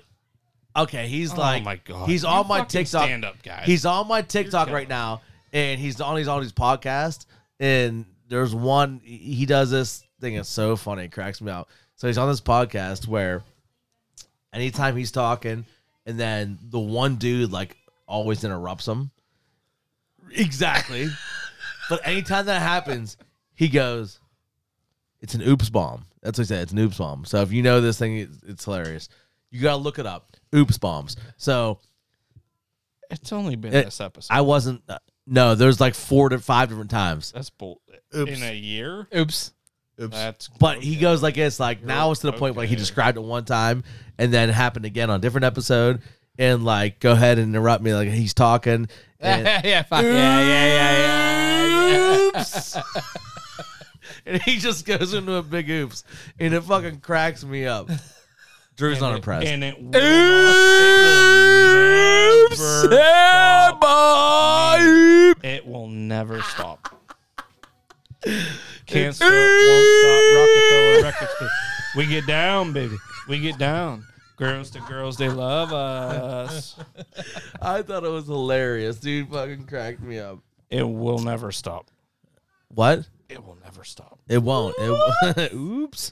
Speaker 1: okay, he's
Speaker 2: Oh
Speaker 1: like,
Speaker 2: my God.
Speaker 1: he's
Speaker 2: You
Speaker 1: on my
Speaker 2: fucking
Speaker 1: TikTok.
Speaker 2: stand up, guys.
Speaker 1: He's on my TikTok
Speaker 2: killing
Speaker 1: right now, and he's on he's on his podcast. And there's one he he does this thing. It's so funny, it cracks me out. So he's on this podcast where anytime he's talking, and then the one dude like always interrupts him. Exactly. but anytime that happens, he goes, "It's an oops bomb." That's what he said. It's an oops bomb. So if you know this thing, it's, it's hilarious. You gotta look it up. Oops bombs. So
Speaker 2: It's only been
Speaker 1: It-
Speaker 2: this episode.
Speaker 1: I wasn't. Uh, no, there's like four to five different times.
Speaker 2: That's bull.
Speaker 3: Oops.
Speaker 2: In a year?
Speaker 4: Oops.
Speaker 3: Oops.
Speaker 2: That's
Speaker 1: But he
Speaker 2: okay.
Speaker 1: goes like this, like now it's to the point where like, he
Speaker 2: okay.
Speaker 1: described it one time and then it happened again on a different episode and like go ahead and interrupt me like he's talking. And,
Speaker 4: yeah, fuck. yeah, yeah, yeah, yeah, yeah.
Speaker 1: oops. and he just goes into a big oops and it fucking cracks me up. Drew's
Speaker 2: And
Speaker 1: not
Speaker 2: it-
Speaker 1: impressed.
Speaker 2: And it will not- it will never stop. It will never stop. Can't stop, won't stop. Rockefeller Records. But We get down, baby. We get down. Girls to girls, they love us.
Speaker 1: I thought it was hilarious. Dude fucking cracked me up.
Speaker 2: It will never stop.
Speaker 1: What?
Speaker 2: It will never stop.
Speaker 1: It won't. It, oops.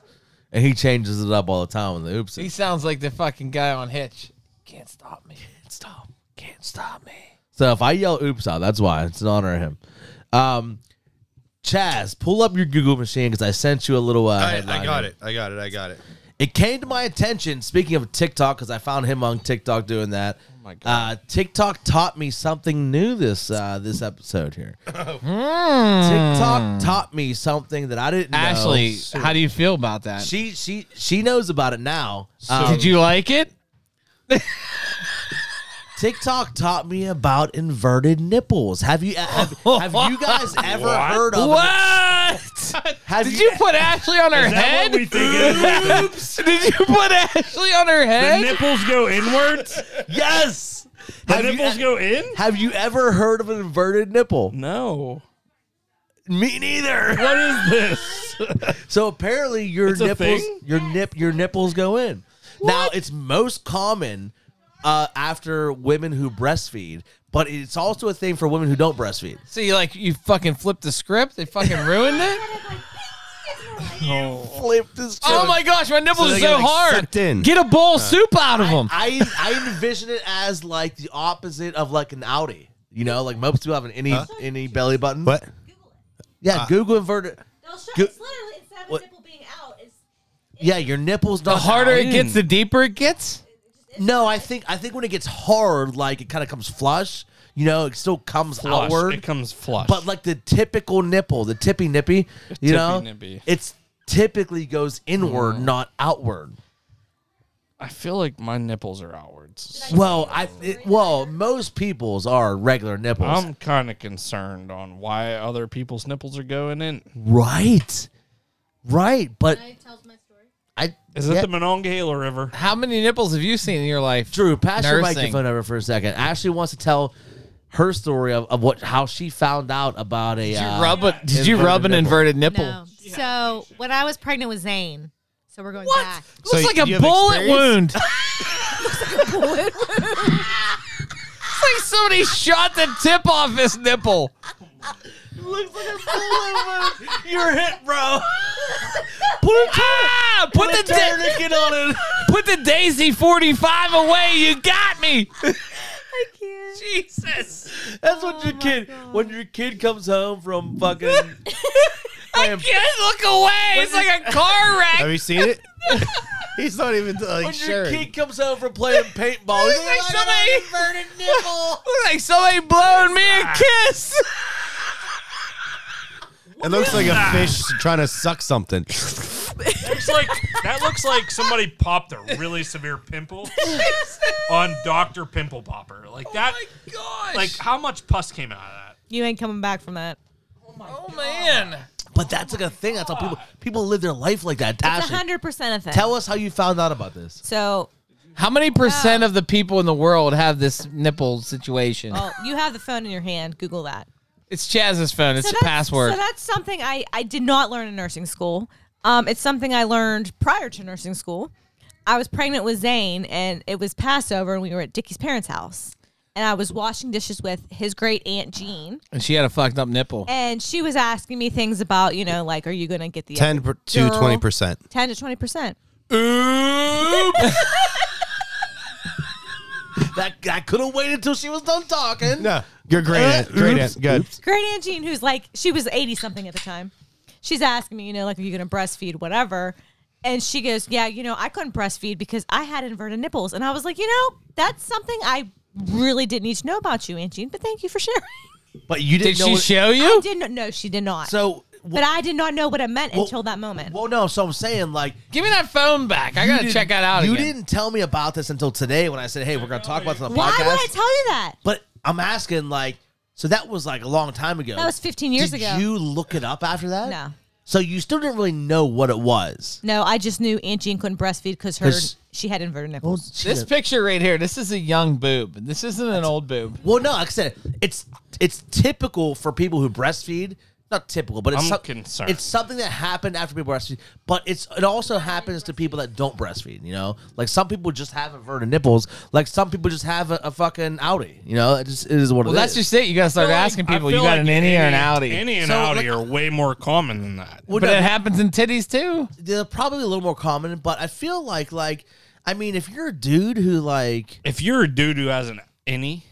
Speaker 1: And he changes it up all the time with the oops.
Speaker 4: He sounds like the fucking guy on Hitch. Can't stop me. Can't stop. Can't stop me.
Speaker 1: So if I yell oops out, that's why. It's in honor of him. Um, Chaz, pull up your Google machine because I sent you a little. Uh,
Speaker 3: I,
Speaker 1: headline
Speaker 3: I got
Speaker 1: here.
Speaker 3: it. I got it. I got it.
Speaker 1: It came to my attention. Speaking of TikTok, because I found him on TikTok doing that. Oh
Speaker 2: my
Speaker 1: Uh,
Speaker 2: God.
Speaker 1: TikTok taught me something new this uh, this episode here. TikTok taught me something that I didn't know.
Speaker 4: Ashley, how do you feel about that?
Speaker 1: she she she knows about it now. Um,
Speaker 4: Did you like it?
Speaker 1: TikTok taught me about inverted nipples. Have you have, have you guys ever heard of
Speaker 4: What?
Speaker 1: Have
Speaker 4: Did you put Ashley on her
Speaker 2: Is that
Speaker 4: head?
Speaker 2: what we think it is?
Speaker 4: Oops. Did you put Ashley on her
Speaker 2: The
Speaker 4: head?
Speaker 2: nipples go inwards?
Speaker 1: Yes.
Speaker 2: The
Speaker 1: Have you- e-
Speaker 2: nipples go in?
Speaker 1: Have you ever heard of an inverted nipple?
Speaker 2: No.
Speaker 1: Me neither.
Speaker 2: What is this?
Speaker 1: So apparently your
Speaker 2: a
Speaker 1: nipples
Speaker 2: thing?
Speaker 1: your nip your nipples go in. Now it's most common uh, after women who breastfeed, but it's also a thing for women who don't breastfeed.
Speaker 4: so you like you fucking flipped the script? They fucking ruined it?
Speaker 2: Oh.
Speaker 1: Flip this.
Speaker 4: oh my gosh, my nipples
Speaker 3: So
Speaker 4: are
Speaker 3: they
Speaker 4: so
Speaker 3: get, like,
Speaker 4: hard.
Speaker 3: sucked in.
Speaker 4: Get a bowl of soup out of them.
Speaker 1: I I envision it as like the opposite of like an outie. You know, like most people have an any
Speaker 3: Huh?
Speaker 1: any belly button.
Speaker 3: What?
Speaker 5: Google it.
Speaker 1: Yeah,
Speaker 3: Uh,
Speaker 1: Google inverted.
Speaker 5: They'll show,
Speaker 1: Go-
Speaker 5: it's literally instead of
Speaker 1: What?
Speaker 5: a nipple being out, it's
Speaker 1: Yeah, your nipples.
Speaker 4: The harder it gets,
Speaker 1: the.
Speaker 4: the deeper it gets.
Speaker 1: No, I think I think when it gets hard, like it kind of comes flush. You know, it still comes
Speaker 2: Flush.
Speaker 1: outward,
Speaker 2: It comes flush.
Speaker 1: but like the typical nipple, the tippy nippy, you know,
Speaker 2: tippy-nippy.
Speaker 1: it's typically goes inward, not outward.
Speaker 2: I feel like my nipples are outwards.
Speaker 1: Well, I it, well most people's are regular nipples,
Speaker 2: I'm kind of concerned on why other people's nipples are going in.
Speaker 1: right? Right, but
Speaker 5: I tells my story.
Speaker 1: I
Speaker 2: Is
Speaker 1: yeah.
Speaker 2: it the Monongahela River?
Speaker 4: How many nipples have you seen in your life?
Speaker 1: Drew, pass your
Speaker 4: Nursing.
Speaker 1: microphone over for a second. Ashley wants to tell her story of, of what how she found out about a.
Speaker 4: Did
Speaker 1: uh,
Speaker 4: you rub, a, did you rub an
Speaker 1: inverted nipple.
Speaker 4: inverted nipple?
Speaker 5: So when I was pregnant with Zane, so we're going back.
Speaker 4: Looks
Speaker 3: So
Speaker 4: like
Speaker 3: you
Speaker 4: a
Speaker 3: have
Speaker 4: bullet
Speaker 3: experience?
Speaker 4: wound. Looks like somebody shot the tip off his nipple.
Speaker 1: You're hit, bro.
Speaker 4: Put, ah, put, the da-
Speaker 1: Tourniquet on it.
Speaker 4: put the Daisy 45 away. You got me.
Speaker 5: I can't.
Speaker 4: Jesus.
Speaker 1: That's what your
Speaker 5: Oh my
Speaker 1: kid.
Speaker 5: God.
Speaker 1: When your kid comes home from fucking,
Speaker 4: I can't look away. It's like a car wreck.
Speaker 3: Have you seen it? He's not even like
Speaker 1: when your
Speaker 3: sure.
Speaker 1: kid comes home from playing paintball, he's
Speaker 4: Looks
Speaker 1: like,
Speaker 4: like
Speaker 1: "I
Speaker 4: somebody-
Speaker 1: got an inverted nipple.
Speaker 4: Looks like somebody blowing me a kiss.
Speaker 3: It looks like a fish trying to suck something.
Speaker 2: Looks like that looks like somebody popped a really severe pimple on Doctor Pimple Popper.
Speaker 1: Oh
Speaker 2: Like that.
Speaker 4: Gosh.
Speaker 2: like how much pus came out of that?
Speaker 5: You ain't coming back from that.
Speaker 4: oh, man.
Speaker 1: But that's like a thing. That's how people people live their life like that.
Speaker 5: It's
Speaker 1: Tasha,
Speaker 5: hundred percent a thing.
Speaker 1: tell us how you found out about this.
Speaker 5: so
Speaker 4: How many percent of the people in the world have this nipple situation?
Speaker 1: Oh.
Speaker 5: well, you have the phone in your hand. Google that.
Speaker 4: It's Chaz's phone. It's
Speaker 5: So
Speaker 4: a
Speaker 5: that's-
Speaker 4: password.
Speaker 5: So that's something I, I did not learn in nursing school. Um, it's something I learned prior to nursing school. I was pregnant with Zane, and it was Passover, and we were at Dickie's parents' house, and I was washing dishes with his great aunt Jean,
Speaker 4: and she had a fucked up nipple.
Speaker 5: and she was asking me things about, you know, like, are you going to get the
Speaker 3: Ten per- to
Speaker 5: epidural?
Speaker 3: twenty percent.
Speaker 5: ten to twenty percent.
Speaker 4: Oops.
Speaker 1: That I could have waited till she was done talking.
Speaker 3: No, Uh, you're great. Aunt. Great
Speaker 1: Oops.
Speaker 3: aunt. Good.
Speaker 5: Great Aunt Jean, who's like, she was 80 something at the time. She's asking me, you know, like, are you going to breastfeed, whatever. And she goes, yeah, you know, I couldn't breastfeed because I had inverted nipples. And I was like, you know, that's something I really didn't need to know about you, Aunt Jean, but thank you for sharing.
Speaker 1: But you didn't
Speaker 6: Did
Speaker 1: know
Speaker 6: she
Speaker 1: what-
Speaker 6: show
Speaker 5: I
Speaker 6: you?
Speaker 5: did not, no, she did not.
Speaker 1: So, wh-
Speaker 5: but I did not know what it meant
Speaker 1: Well-
Speaker 5: until that moment.
Speaker 1: well, no. So I'm saying like
Speaker 6: Give me that phone back. I gotta
Speaker 1: didn't-
Speaker 6: check that out.
Speaker 1: You
Speaker 6: again.
Speaker 1: didn't tell me about this until today when I said, "Hey, we're going to talk about this on the
Speaker 5: Why
Speaker 1: podcast."
Speaker 5: would I tell you that?
Speaker 1: but I'm asking like, so that was like a long time ago.
Speaker 5: That was 15 years
Speaker 1: Did
Speaker 5: ago.
Speaker 1: you look it up after that?
Speaker 5: No.
Speaker 1: So you still didn't really know what it was.
Speaker 5: No, I just knew Aunt Jean couldn't breastfeed because her
Speaker 1: 'Cause-
Speaker 5: she had inverted
Speaker 1: Well,
Speaker 5: nipples.
Speaker 6: This picture right here. This is a young boob. This isn't an old boob.
Speaker 1: well, no, like I said it's it's typical for people who breastfeed. Not typical, but it's
Speaker 2: I'm
Speaker 1: some-
Speaker 2: concerned.
Speaker 1: It's something that happened after people breastfeed, but it's it also happens to people that don't breastfeed. You know, like some people just have inverted nipples. Like some people just have a, a fucking outie. You know, it just it is what
Speaker 6: Well,
Speaker 1: it
Speaker 6: that's
Speaker 1: is.
Speaker 6: just it. You gotta start asking
Speaker 2: I
Speaker 6: people. You
Speaker 2: feel
Speaker 6: got an
Speaker 2: like
Speaker 6: innie or an outie.
Speaker 2: Innie and
Speaker 1: So,
Speaker 2: outie
Speaker 1: like-
Speaker 2: are way more common than that.
Speaker 1: Well,
Speaker 6: but
Speaker 1: no,
Speaker 6: it happens in titties too.
Speaker 1: they're probably a little more common, but I feel like like I mean, if you're a dude who like,
Speaker 2: If you're a dude who has an innie,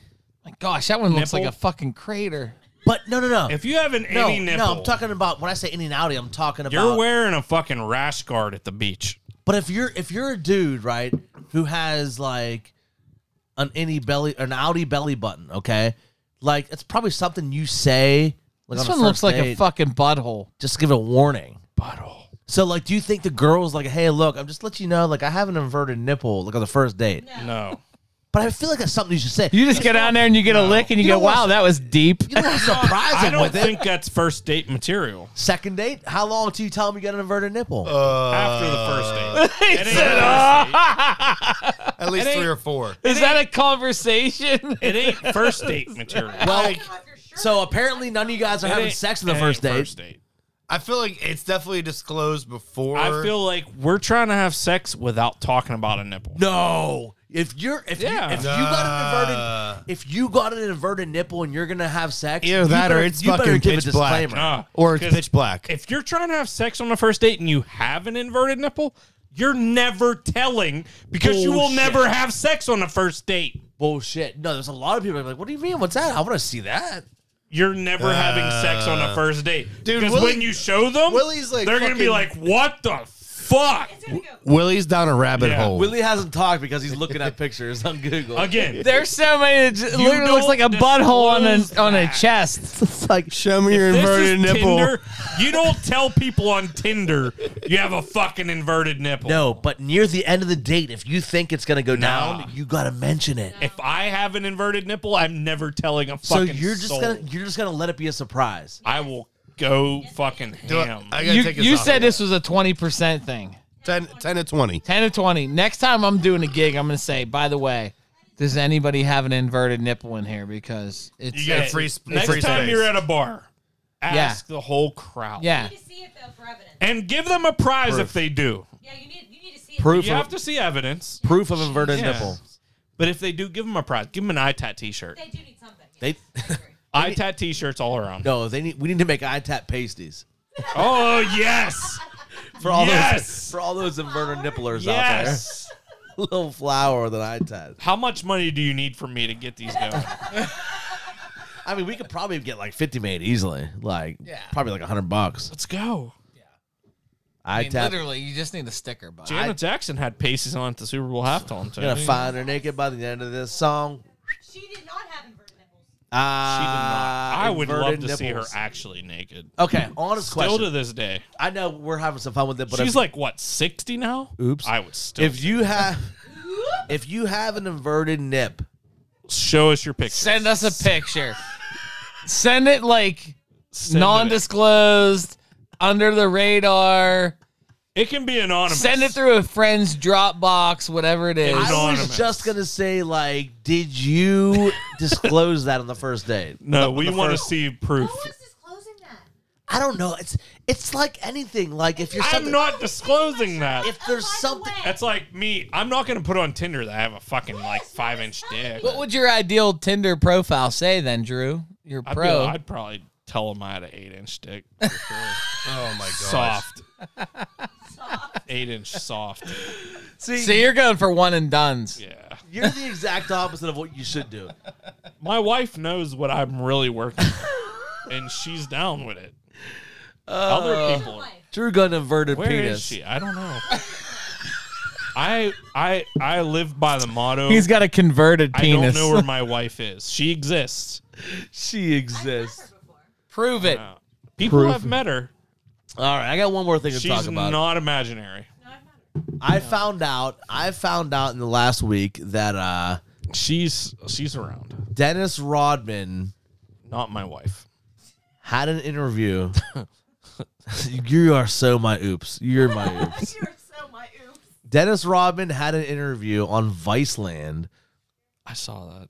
Speaker 6: My gosh, that one looks like
Speaker 2: Nipple?
Speaker 6: a fucking crater.
Speaker 1: but no, no, no,
Speaker 2: if you have an
Speaker 1: no,
Speaker 2: innie nipple,
Speaker 1: no, I'm talking about when I say in and outie, I'm talking about.
Speaker 2: you're wearing a fucking rash guard at the beach.
Speaker 1: but if you're if you're a dude right who has like an any belly an outie belly button, okay, like it's probably something you say. Like
Speaker 6: This
Speaker 1: on a
Speaker 6: one looks
Speaker 1: first
Speaker 6: like a
Speaker 1: date,
Speaker 6: fucking butthole.
Speaker 1: Just give it a warning.
Speaker 2: Butthole.
Speaker 1: So like, do you think the girl's like, hey, look, I'm just let you know, like I have an inverted nipple, like on the first date.
Speaker 2: No.
Speaker 1: But I feel like that's something you should say.
Speaker 6: You just get down there and you get a lick and you,
Speaker 1: You
Speaker 6: go,
Speaker 1: don't wanna-
Speaker 6: "Wow, that was deep."
Speaker 1: You don't have to surprise
Speaker 2: I
Speaker 1: him
Speaker 2: don't
Speaker 1: with it.
Speaker 2: think that's first date material.
Speaker 1: Second date? How long till you tell him you got an inverted nipple?
Speaker 3: Uh,
Speaker 2: after
Speaker 1: Uh,
Speaker 2: the first date. It ain't first date.
Speaker 3: At least three or four.
Speaker 6: Is that a conversation?
Speaker 2: It ain't first date material.
Speaker 1: well, so uh, apparently none of you guys are
Speaker 2: It
Speaker 1: having
Speaker 2: ain't-
Speaker 1: sex on the
Speaker 2: it
Speaker 1: first
Speaker 2: ain't
Speaker 1: date.
Speaker 3: I feel like it's definitely disclosed before.
Speaker 2: I feel like we're trying to have sex without talking about a nipple.
Speaker 1: No. If you're if
Speaker 2: Yeah.
Speaker 1: you if you got an inverted if you got an inverted nipple and you're gonna have sex,
Speaker 3: Either
Speaker 1: you
Speaker 3: that or
Speaker 1: better-
Speaker 3: it's
Speaker 1: you better
Speaker 3: fucking
Speaker 1: give a
Speaker 3: pitch black.
Speaker 1: disclaimer.
Speaker 2: Nah,
Speaker 3: Or it's
Speaker 2: 'cause
Speaker 3: pitch black.
Speaker 2: Uh, If you're trying to have sex on the first date and you have an inverted nipple, you're never telling because you will
Speaker 1: Bullshit.
Speaker 2: never have sex on the first date.
Speaker 1: Bullshit. No, there's a lot of people that are like, what do you mean? What's that? I want to see that.
Speaker 2: You're never having sex on the first date,
Speaker 3: Uh, Dude,
Speaker 2: Because
Speaker 3: Willie-
Speaker 2: when you show them,
Speaker 3: Willie's like
Speaker 2: they're gonna be like,
Speaker 3: fucking-
Speaker 2: "What the fuck?"
Speaker 3: Willie's down a rabbit
Speaker 2: Yeah.
Speaker 3: hole.
Speaker 1: Willie hasn't talked because he's looking at pictures on Google.
Speaker 2: Again,
Speaker 6: There's so many. It j- literally looks
Speaker 2: don't
Speaker 6: like a butthole on a
Speaker 2: disclose
Speaker 6: on a
Speaker 2: that.
Speaker 6: chest.
Speaker 1: It's like
Speaker 3: Show me your
Speaker 2: If this
Speaker 3: inverted
Speaker 2: is
Speaker 3: nipple.
Speaker 2: Tinder, you don't tell people on Tinder you have a fucking inverted nipple.
Speaker 1: No, but near the end of the date, if you think it's gonna go
Speaker 2: Nah.
Speaker 1: down, you gotta mention it.
Speaker 2: If I have an inverted nipple, I'm never telling a
Speaker 1: So
Speaker 2: fucking
Speaker 1: you're just
Speaker 2: soul.
Speaker 1: gonna you're just gonna let it be a surprise.
Speaker 2: I will go fucking ham.
Speaker 3: I gotta
Speaker 6: You,
Speaker 3: take this
Speaker 6: you
Speaker 3: off.
Speaker 6: said this was a twenty percent thing.
Speaker 3: 10, 10 to 20.
Speaker 6: 10 to 20. Next time I'm doing a gig, I'm going to say, by the way, does anybody have an inverted nipple in here? Because it's.
Speaker 2: You
Speaker 6: Yeah.
Speaker 2: get
Speaker 3: free s-
Speaker 2: Next
Speaker 3: free
Speaker 2: time
Speaker 3: space.
Speaker 2: you're at a bar, ask the whole crowd.
Speaker 5: to see it though for evidence.
Speaker 2: And give them a prize if they do.
Speaker 5: Yeah, you need you need to see it.
Speaker 1: Proof
Speaker 2: You
Speaker 1: of
Speaker 2: have to see evidence.
Speaker 1: proof of inverted
Speaker 2: Yeah.
Speaker 1: nipple.
Speaker 2: But if they do, give them a prize. Give them an iTat t-shirt.
Speaker 5: They do need something.
Speaker 1: They
Speaker 2: iTat t-shirts all around.
Speaker 1: no, they need we need to make ITAP pasties
Speaker 2: Oh, yes.
Speaker 1: for all
Speaker 2: Yes!
Speaker 1: those for all those inverted nipplers
Speaker 2: yes.
Speaker 1: out there. Little flower that ITAP.
Speaker 2: How much money do you need from me to get these going?
Speaker 1: I mean, we could probably get like fifty made easily, like probably like hundred bucks.
Speaker 2: Let's go.
Speaker 6: I mean,
Speaker 1: ITAP.
Speaker 6: literally, you just need a sticker, but
Speaker 2: Janet Jackson had pasties on at the Super Bowl halftime.
Speaker 1: Gonna
Speaker 2: too.
Speaker 1: find her naked by the end of this song.
Speaker 5: She did not have inverted nipples.
Speaker 2: She did
Speaker 1: Ah,
Speaker 2: not. I would love to
Speaker 1: inverted
Speaker 2: see her
Speaker 1: nipples.
Speaker 2: actually naked.
Speaker 1: Okay, honest
Speaker 2: Still
Speaker 1: question.
Speaker 2: to this day,
Speaker 1: I know we're having some fun with it, but
Speaker 2: she's
Speaker 1: if,
Speaker 2: like what sixty now.
Speaker 1: Oops.
Speaker 2: I would still.
Speaker 1: if you have if you have an inverted nip,
Speaker 2: show us your picture,
Speaker 6: Send us a picture. Send it like
Speaker 2: Send it.
Speaker 6: non disclosed, under the radar.
Speaker 2: it can be anonymous.
Speaker 6: Send it through a friend's Dropbox, whatever it is.
Speaker 2: I-
Speaker 1: I
Speaker 2: Anonymous.
Speaker 1: was just gonna say, like, did you disclose that on the first date?
Speaker 2: No, we want to see proof.
Speaker 5: disclosing that?
Speaker 1: I don't know. It's it's like anything. Like if you're
Speaker 2: I'm
Speaker 1: something,
Speaker 2: not disclosing that.
Speaker 1: if there's something,
Speaker 2: That's like me. I'm not going to put on Tinder that I have a fucking like five inch dick.
Speaker 6: What would your ideal Tinder profile say then, Drew? Your
Speaker 2: I'd, be-
Speaker 6: pro.
Speaker 2: I'd probably tell them I had an eight inch dick. for sure.
Speaker 3: Oh my god.
Speaker 2: soft. Eight inch soft.
Speaker 6: so you're going for one and done's.
Speaker 2: Yeah.
Speaker 1: You're the exact opposite of what you should do.
Speaker 2: My wife knows what I'm really working, on, and she's down with it. Other people, are-
Speaker 1: Drew got an inverted
Speaker 2: where is
Speaker 1: penis.
Speaker 2: she? I don't know. I I I live by the motto.
Speaker 6: He's got a converted
Speaker 2: I
Speaker 6: penis.
Speaker 2: don't know where my wife is. She exists.
Speaker 1: She exists.
Speaker 6: Prove it.
Speaker 2: Uh, people have met her.
Speaker 1: All right, I got one more thing to talk
Speaker 2: She's
Speaker 1: about.
Speaker 2: not imaginary.
Speaker 1: I found out. I found out in the last week that uh,
Speaker 2: She's she's around.
Speaker 1: Dennis Rodman
Speaker 2: Not my wife.
Speaker 1: had an interview. you are so my oops. You're my oops.
Speaker 5: You're so my oops.
Speaker 1: Dennis Rodman had an interview on Viceland.
Speaker 2: I saw that.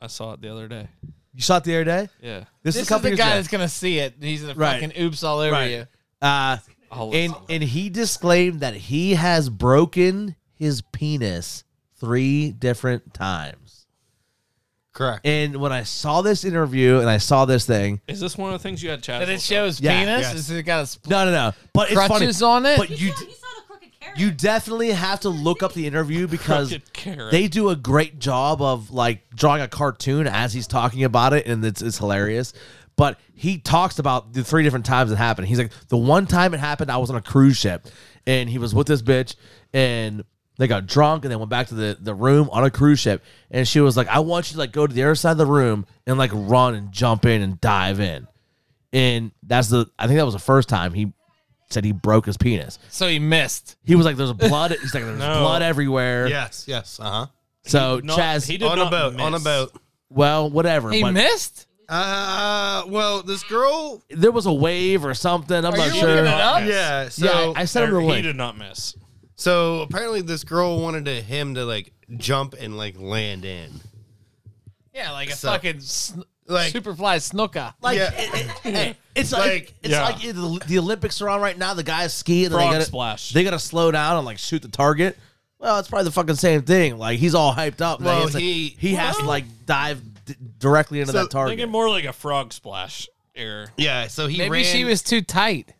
Speaker 2: I saw it the other day.
Speaker 1: You saw it the other day.
Speaker 2: Yeah.
Speaker 1: This,
Speaker 6: This is
Speaker 1: a couple
Speaker 6: the
Speaker 1: years
Speaker 6: guy
Speaker 1: ago.
Speaker 6: that's gonna see it. He's gonna
Speaker 1: Right.
Speaker 6: fucking oops all over
Speaker 1: Right.
Speaker 6: you.
Speaker 1: Uh,
Speaker 2: I'll-
Speaker 1: and and he disclaimed that he has broken his penis three different times.
Speaker 3: Correct.
Speaker 1: And when I saw this interview and I saw this thing,
Speaker 2: is this one of the things you had chat?
Speaker 6: That it shows
Speaker 1: Yeah.
Speaker 6: penis.
Speaker 1: Yes.
Speaker 6: Is it got a spl-
Speaker 1: no, no, no. But it's funny.
Speaker 6: crutches on it?
Speaker 1: But you d-
Speaker 5: the crooked carrot.
Speaker 1: you definitely have to look up the interview because
Speaker 2: carrot.
Speaker 1: they do a great job of like drawing a cartoon as he's talking about it, and it's, it's hilarious. But he talks about the three different times it happened. He's like, the one time it happened, I was on a cruise ship, and he was with this bitch, and they got drunk, and they went back to the, the room on a cruise ship, and she was like, I want you to like go to the other side of the room and like run and jump in and dive in, and that's the I think that was the first time he said he broke his penis.
Speaker 6: so he missed.
Speaker 1: He was like, "There's blood." He's like, "There's
Speaker 2: No.
Speaker 1: blood everywhere."
Speaker 3: Yes, yes, uh huh.
Speaker 1: So
Speaker 2: Not-
Speaker 1: Chaz,
Speaker 2: he did
Speaker 3: On a
Speaker 2: not
Speaker 3: boat, on a
Speaker 2: miss.
Speaker 3: boat.
Speaker 1: well, whatever.
Speaker 6: He
Speaker 1: but
Speaker 6: missed.
Speaker 3: Uh, well, this girl.
Speaker 1: there was a wave or something. I'm not
Speaker 6: you looking
Speaker 1: sure.
Speaker 6: it up?
Speaker 3: Yeah, so
Speaker 1: yeah, I, I sent him
Speaker 2: There-
Speaker 1: the
Speaker 2: he
Speaker 1: link.
Speaker 2: did not miss.
Speaker 3: so apparently this girl wanted to, him to like jump and like land in,
Speaker 6: Yeah, like a
Speaker 3: So-
Speaker 6: fucking sn-
Speaker 3: like
Speaker 6: superfly snooker.
Speaker 1: Like,
Speaker 3: Yeah.
Speaker 1: it- it- hey, it's like,
Speaker 3: Like,
Speaker 1: it's
Speaker 2: yeah.
Speaker 1: like the, the Olympics are on right now. The guys skiing. and
Speaker 2: Frog
Speaker 1: they gotta,
Speaker 2: splash.
Speaker 1: They got to slow down and like shoot the target. Well, it's probably the fucking same thing. Like he's all hyped up. and
Speaker 3: Well,
Speaker 1: it's like,
Speaker 3: he-
Speaker 1: he has to like dive d- directly into
Speaker 3: So,
Speaker 1: that target.
Speaker 2: Thinking more like a frog splash error.
Speaker 3: yeah. So he
Speaker 6: Maybe
Speaker 3: ran.
Speaker 6: she was too tight.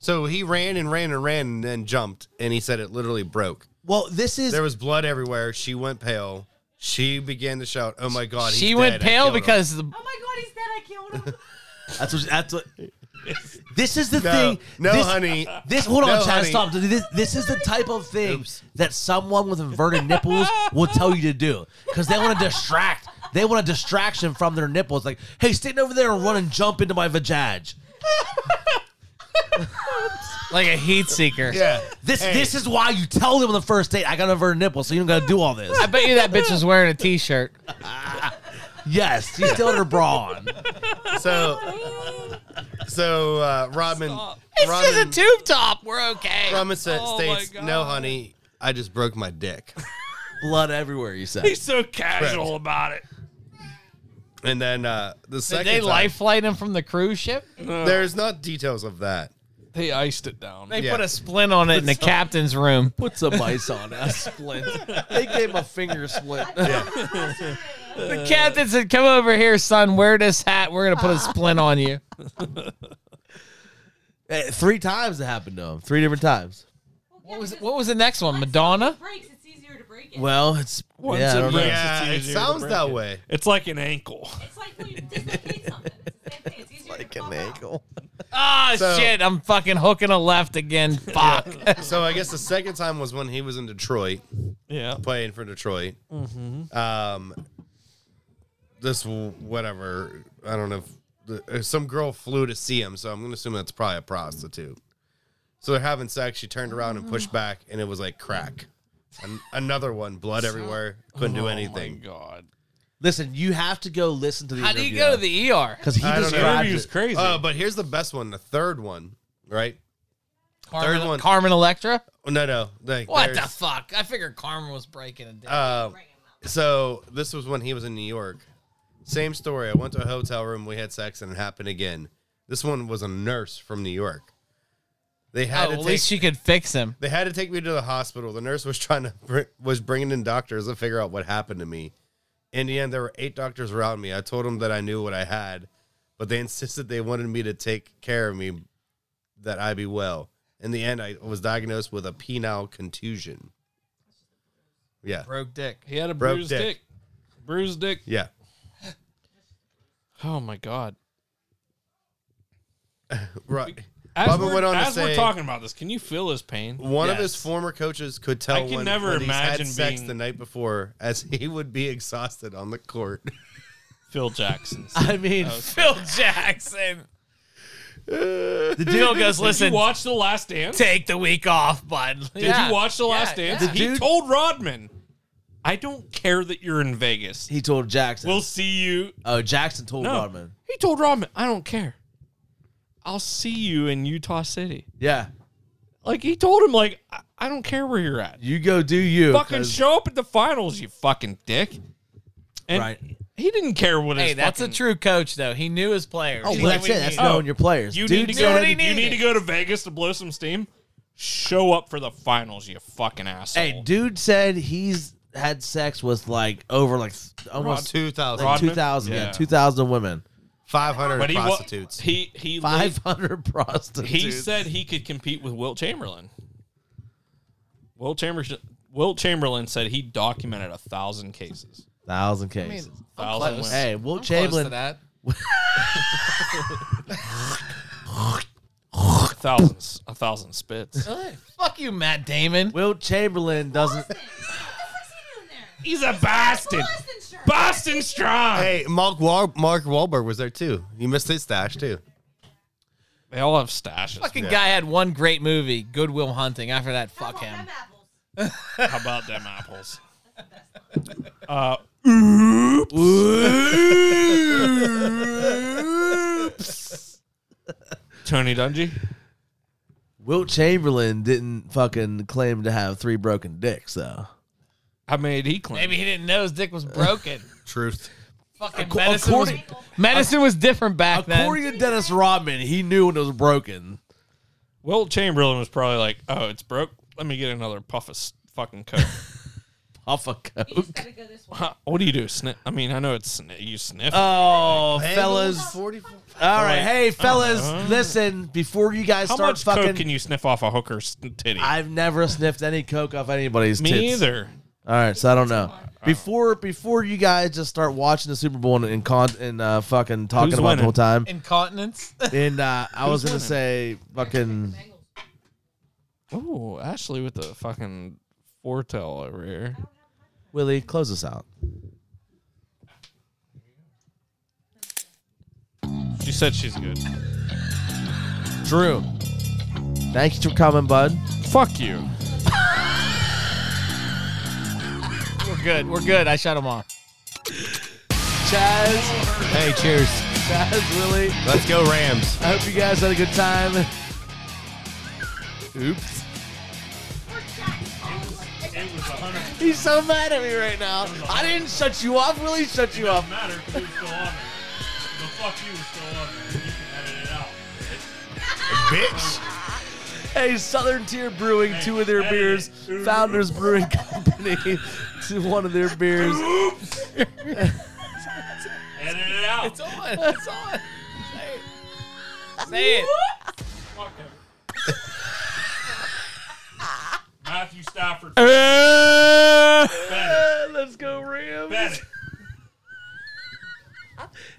Speaker 3: So he ran and ran and ran and then jumped, and he said it literally broke.
Speaker 1: well, this is
Speaker 3: There was blood everywhere. She went pale. She began to shout, "Oh my god!" he's
Speaker 6: She went
Speaker 3: dead. I
Speaker 6: pale
Speaker 3: killed him."
Speaker 6: because the,
Speaker 5: Oh my god, he's dead. I killed him.
Speaker 1: that's what that's what. This is the
Speaker 3: No,
Speaker 1: thing.
Speaker 3: no,
Speaker 1: this,
Speaker 3: honey.
Speaker 1: This hold
Speaker 3: No,
Speaker 1: on, Chad.
Speaker 3: honey.
Speaker 1: Stop. This, this is the type of thing that someone with inverted nipples will tell you to do because they want to distract. They want a distraction from their nipples. Like, hey, stand over there and run and jump into my vajaj.
Speaker 6: like a heat seeker.
Speaker 3: Yeah.
Speaker 1: This
Speaker 3: Hey.
Speaker 1: this is why you tell them on the first date. I got an inverted nipple, so you don't got to do all this.
Speaker 6: I bet you that bitch was wearing a t-shirt.
Speaker 1: yes, she's still had her bra on.
Speaker 3: So, so uh, Rodman,
Speaker 6: It's just a
Speaker 3: Rodman,
Speaker 6: tube top. We're okay.
Speaker 3: Rodman sa-
Speaker 2: Oh my
Speaker 3: states,
Speaker 2: God.
Speaker 3: "No, honey, I just broke my dick."
Speaker 1: Blood everywhere. You said.
Speaker 2: He's so casual about it.
Speaker 3: And then uh, the
Speaker 6: Did
Speaker 3: second
Speaker 6: they
Speaker 3: time-
Speaker 6: life flight him from the cruise ship?
Speaker 3: There's not details of that.
Speaker 2: They iced it down.
Speaker 6: They
Speaker 3: Yeah.
Speaker 6: put a splint on it in the captain's room.
Speaker 1: Put some ice on it. A split. They gave him a finger split.
Speaker 6: The captain said, "Come over here, son. Wear this hat. We're gonna put a splint on you."
Speaker 1: Eh, Three times it happened to him. Three different times.
Speaker 6: What was what was the next one? Madonna.
Speaker 5: breaks, it's easier to break it.
Speaker 1: Well, it's
Speaker 2: Once
Speaker 1: yeah, I
Speaker 2: it
Speaker 1: don't know.
Speaker 2: breaks,
Speaker 3: Yeah,
Speaker 2: it's
Speaker 3: it
Speaker 2: easier to
Speaker 3: sounds
Speaker 2: break
Speaker 3: that
Speaker 2: it.
Speaker 3: way.
Speaker 2: It's like an ankle.
Speaker 5: it's like when you dislocate something. It's the same thing. It's easier to pop out.
Speaker 6: Oh
Speaker 3: So-
Speaker 6: shit! I'm fucking hooking a left again. Fuck.
Speaker 3: So I guess the second time was when he was in Detroit
Speaker 2: Yeah.
Speaker 3: playing for Detroit. Um, this w- whatever I don't know. If the, uh, some girl flew to see him, so I'm gonna assume that's probably a prostitute. So they're having sex. She turned around and pushed back, and it was like crack. An- another one, blood everywhere. Couldn't do anything.
Speaker 2: God.
Speaker 1: Listen, you have to go listen to the.
Speaker 6: How do you go to the ER?
Speaker 1: Because he
Speaker 3: I don't know.
Speaker 1: describes
Speaker 2: Interview's
Speaker 1: it.
Speaker 2: crazy.
Speaker 3: Oh, but here's the best one. The third one, right?
Speaker 6: Carmen,
Speaker 3: Third one.
Speaker 6: Carmen Electra.
Speaker 3: Oh, no, no. Like,
Speaker 6: What the
Speaker 3: there's-
Speaker 6: fuck? I figured Carmen was breaking a dick.
Speaker 3: Um, so this was when he was in New York. Same story. I went to a hotel room. We had sex, and it happened again. This one was a nurse from New York. They
Speaker 6: Oh,
Speaker 3: had to
Speaker 6: at
Speaker 3: take.
Speaker 6: least she could fix him.
Speaker 3: they had to take me to the hospital. The nurse was trying to br- was bringing in doctors to figure out what happened to me. In the end, there were eight doctors around me. I told them that I knew what I had, but they insisted they wanted me to take care of me, that I be well. In the end, I was diagnosed with a penile contusion. Yeah.
Speaker 6: Broke dick.
Speaker 2: He had a
Speaker 3: Broke
Speaker 2: bruised
Speaker 3: dick.
Speaker 2: dick. Bruised dick.
Speaker 3: Yeah.
Speaker 2: Oh my god.
Speaker 3: Right.
Speaker 2: As,
Speaker 3: Bubba
Speaker 2: we're,
Speaker 3: went on to
Speaker 2: as we're
Speaker 3: say-
Speaker 2: talking about this, can you feel his pain?
Speaker 3: One of his
Speaker 1: Yes.
Speaker 3: former coaches could tell
Speaker 2: I can
Speaker 3: when,
Speaker 2: never
Speaker 3: when he's had
Speaker 2: imagine
Speaker 3: sex
Speaker 2: being-
Speaker 3: the night before as he would be exhausted on the court.
Speaker 2: Phil Jackson.
Speaker 1: I mean,
Speaker 3: Oh,
Speaker 6: Phil Jackson.
Speaker 1: the
Speaker 6: Phil
Speaker 1: dude
Speaker 6: goes,
Speaker 2: Did you
Speaker 6: listen,
Speaker 2: watch The Last Dance?
Speaker 6: take the week off, bud.
Speaker 2: Did you watch The Last Dance? He
Speaker 1: dude-
Speaker 2: told Rodman, I don't care that you're in Vegas.
Speaker 1: he told Jackson.
Speaker 2: We'll see you.
Speaker 1: oh, Jackson told
Speaker 2: No.
Speaker 1: Rodman.
Speaker 2: He told Rodman, I don't care. I'll see you in Utah City.
Speaker 1: Yeah,
Speaker 2: Like he told him, like, I, I don't care where you're at.
Speaker 1: you go do you.
Speaker 2: fucking
Speaker 1: 'cause-
Speaker 2: show up at the finals, you fucking dick. And
Speaker 1: Right.
Speaker 2: he didn't care what
Speaker 6: Hey,
Speaker 2: his
Speaker 6: that's a
Speaker 2: fucking-
Speaker 6: true coach, though. He knew his players.
Speaker 1: Oh,
Speaker 6: He
Speaker 1: well,
Speaker 6: knew
Speaker 1: that's
Speaker 6: what
Speaker 1: it.
Speaker 6: he
Speaker 1: That's
Speaker 6: needed.
Speaker 1: knowing your players.
Speaker 2: You
Speaker 1: Dude
Speaker 2: need to
Speaker 1: said-
Speaker 2: go
Speaker 6: what
Speaker 2: to
Speaker 6: he
Speaker 2: you need
Speaker 6: needed.
Speaker 2: to go to Vegas to blow some steam. Show up for the finals, you fucking asshole.
Speaker 1: Hey, dude said he's had sex with like over like th- almost
Speaker 3: Two thousand
Speaker 1: like
Speaker 2: Rodman?
Speaker 1: two thousand, yeah,
Speaker 2: Yeah.
Speaker 1: two thousand women,
Speaker 3: five hundred
Speaker 2: but he wa-
Speaker 3: prostitutes.
Speaker 2: he he
Speaker 1: five hundred prostitutes.
Speaker 2: He said he could compete with Wilt Chamberlain. Wilt Chamberlain, Wilt Chamberlain said he documented a thousand cases.
Speaker 1: thousand cases.
Speaker 6: I'm
Speaker 2: Thousand
Speaker 6: close.
Speaker 2: women.
Speaker 1: hey, Will
Speaker 6: I'm close to
Speaker 1: Chamberlain,
Speaker 6: that.
Speaker 2: thousands, a thousand spits.
Speaker 6: Really? Fuck you, Matt Damon.
Speaker 1: Will Chamberlain doesn't.
Speaker 2: He's a bastard. Boston strong.
Speaker 3: Hey, Mark Wahl- Mark Wahlberg was there too. You missed his stash too.
Speaker 2: They all have stashes.
Speaker 6: Fucking guy had one great movie, Goodwill Hunting. After that, fuck him.
Speaker 2: How about them apples?
Speaker 1: Uh,
Speaker 2: Uh, oops. Tony Dungy.
Speaker 1: Will Chamberlain didn't fucking claim to have three broken dicks though.
Speaker 2: I made he claim.
Speaker 6: Maybe he didn't know his dick was broken.
Speaker 3: Truth.
Speaker 6: Fucking medicine, was,
Speaker 1: according-
Speaker 6: medicine was different back
Speaker 1: According
Speaker 6: then.
Speaker 1: to Dennis Rodman, he knew when it was broken.
Speaker 2: Wilt Chamberlain was probably like, "Oh, it's broke. Let me get another puff of s- fucking coke."
Speaker 1: Off a coke.
Speaker 2: Huh, what do you do? Sniff? I mean, I know it's sniff. You sniff.
Speaker 1: Oh, fellas.
Speaker 3: forty four.
Speaker 1: All right. Hey, fellas, listen, before you guys
Speaker 2: Uh-huh. How
Speaker 1: start
Speaker 2: much
Speaker 1: fucking.
Speaker 2: coke can you sniff off a hooker's titty?
Speaker 1: I've never sniffed any coke off anybody's
Speaker 2: Me
Speaker 1: tits.
Speaker 2: either.
Speaker 1: All right, so I don't know. Before before you guys just start watching the Super Bowl and and, con- and uh, fucking talking
Speaker 2: Who's
Speaker 1: about the
Speaker 2: winning?
Speaker 1: whole time,
Speaker 6: Incontinence.
Speaker 1: and uh, I was gonna say fucking
Speaker 2: Oh, Ashley with the fucking foretell over here.
Speaker 1: Willie, close us out.
Speaker 2: She said she's good.
Speaker 1: Drew, thanks for coming, bud.
Speaker 2: Fuck you.
Speaker 6: We're good. We're good. I shut him off.
Speaker 1: Chaz,
Speaker 3: Hey, cheers.
Speaker 1: Chaz, Willie.
Speaker 3: Let's go Rams.
Speaker 1: I hope you guys had a good time. Oops. He's so mad at me right now. I didn't shut you off. Willie shut you off.
Speaker 2: matter if it's still on there. The fuck you is still on there. You can edit it out.
Speaker 3: Bitch.
Speaker 1: Hey, Southern Tier Brewing, two of their beers. Founders Brewing Company, to one of their beers.
Speaker 2: Edit it out.
Speaker 6: on. It's on. Say it.
Speaker 2: Fuck him. Matthew Stafford.
Speaker 1: Eh. Let's go, Rams.
Speaker 2: Edit.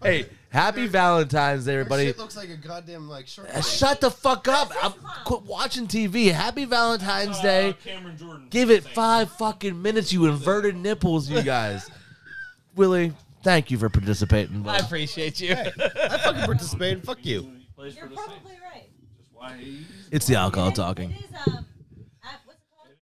Speaker 1: Hey, happy Valentine's Day, everybody.
Speaker 3: looks like a goddamn like short.
Speaker 1: Shut the fuck up. I'm quit watching TV. Happy Valentine's Day.
Speaker 2: Uh, Cameron Jordan.
Speaker 1: Give it five fucking minutes, you inverted nipples, you guys. Willie, thank you for participating.
Speaker 6: I appreciate you.
Speaker 3: I fucking participated. Fuck you.
Speaker 2: Plays for
Speaker 5: You're
Speaker 2: the Saints.
Speaker 5: probably right.
Speaker 2: Why?
Speaker 1: It's the alcohol talking.
Speaker 5: It is, um,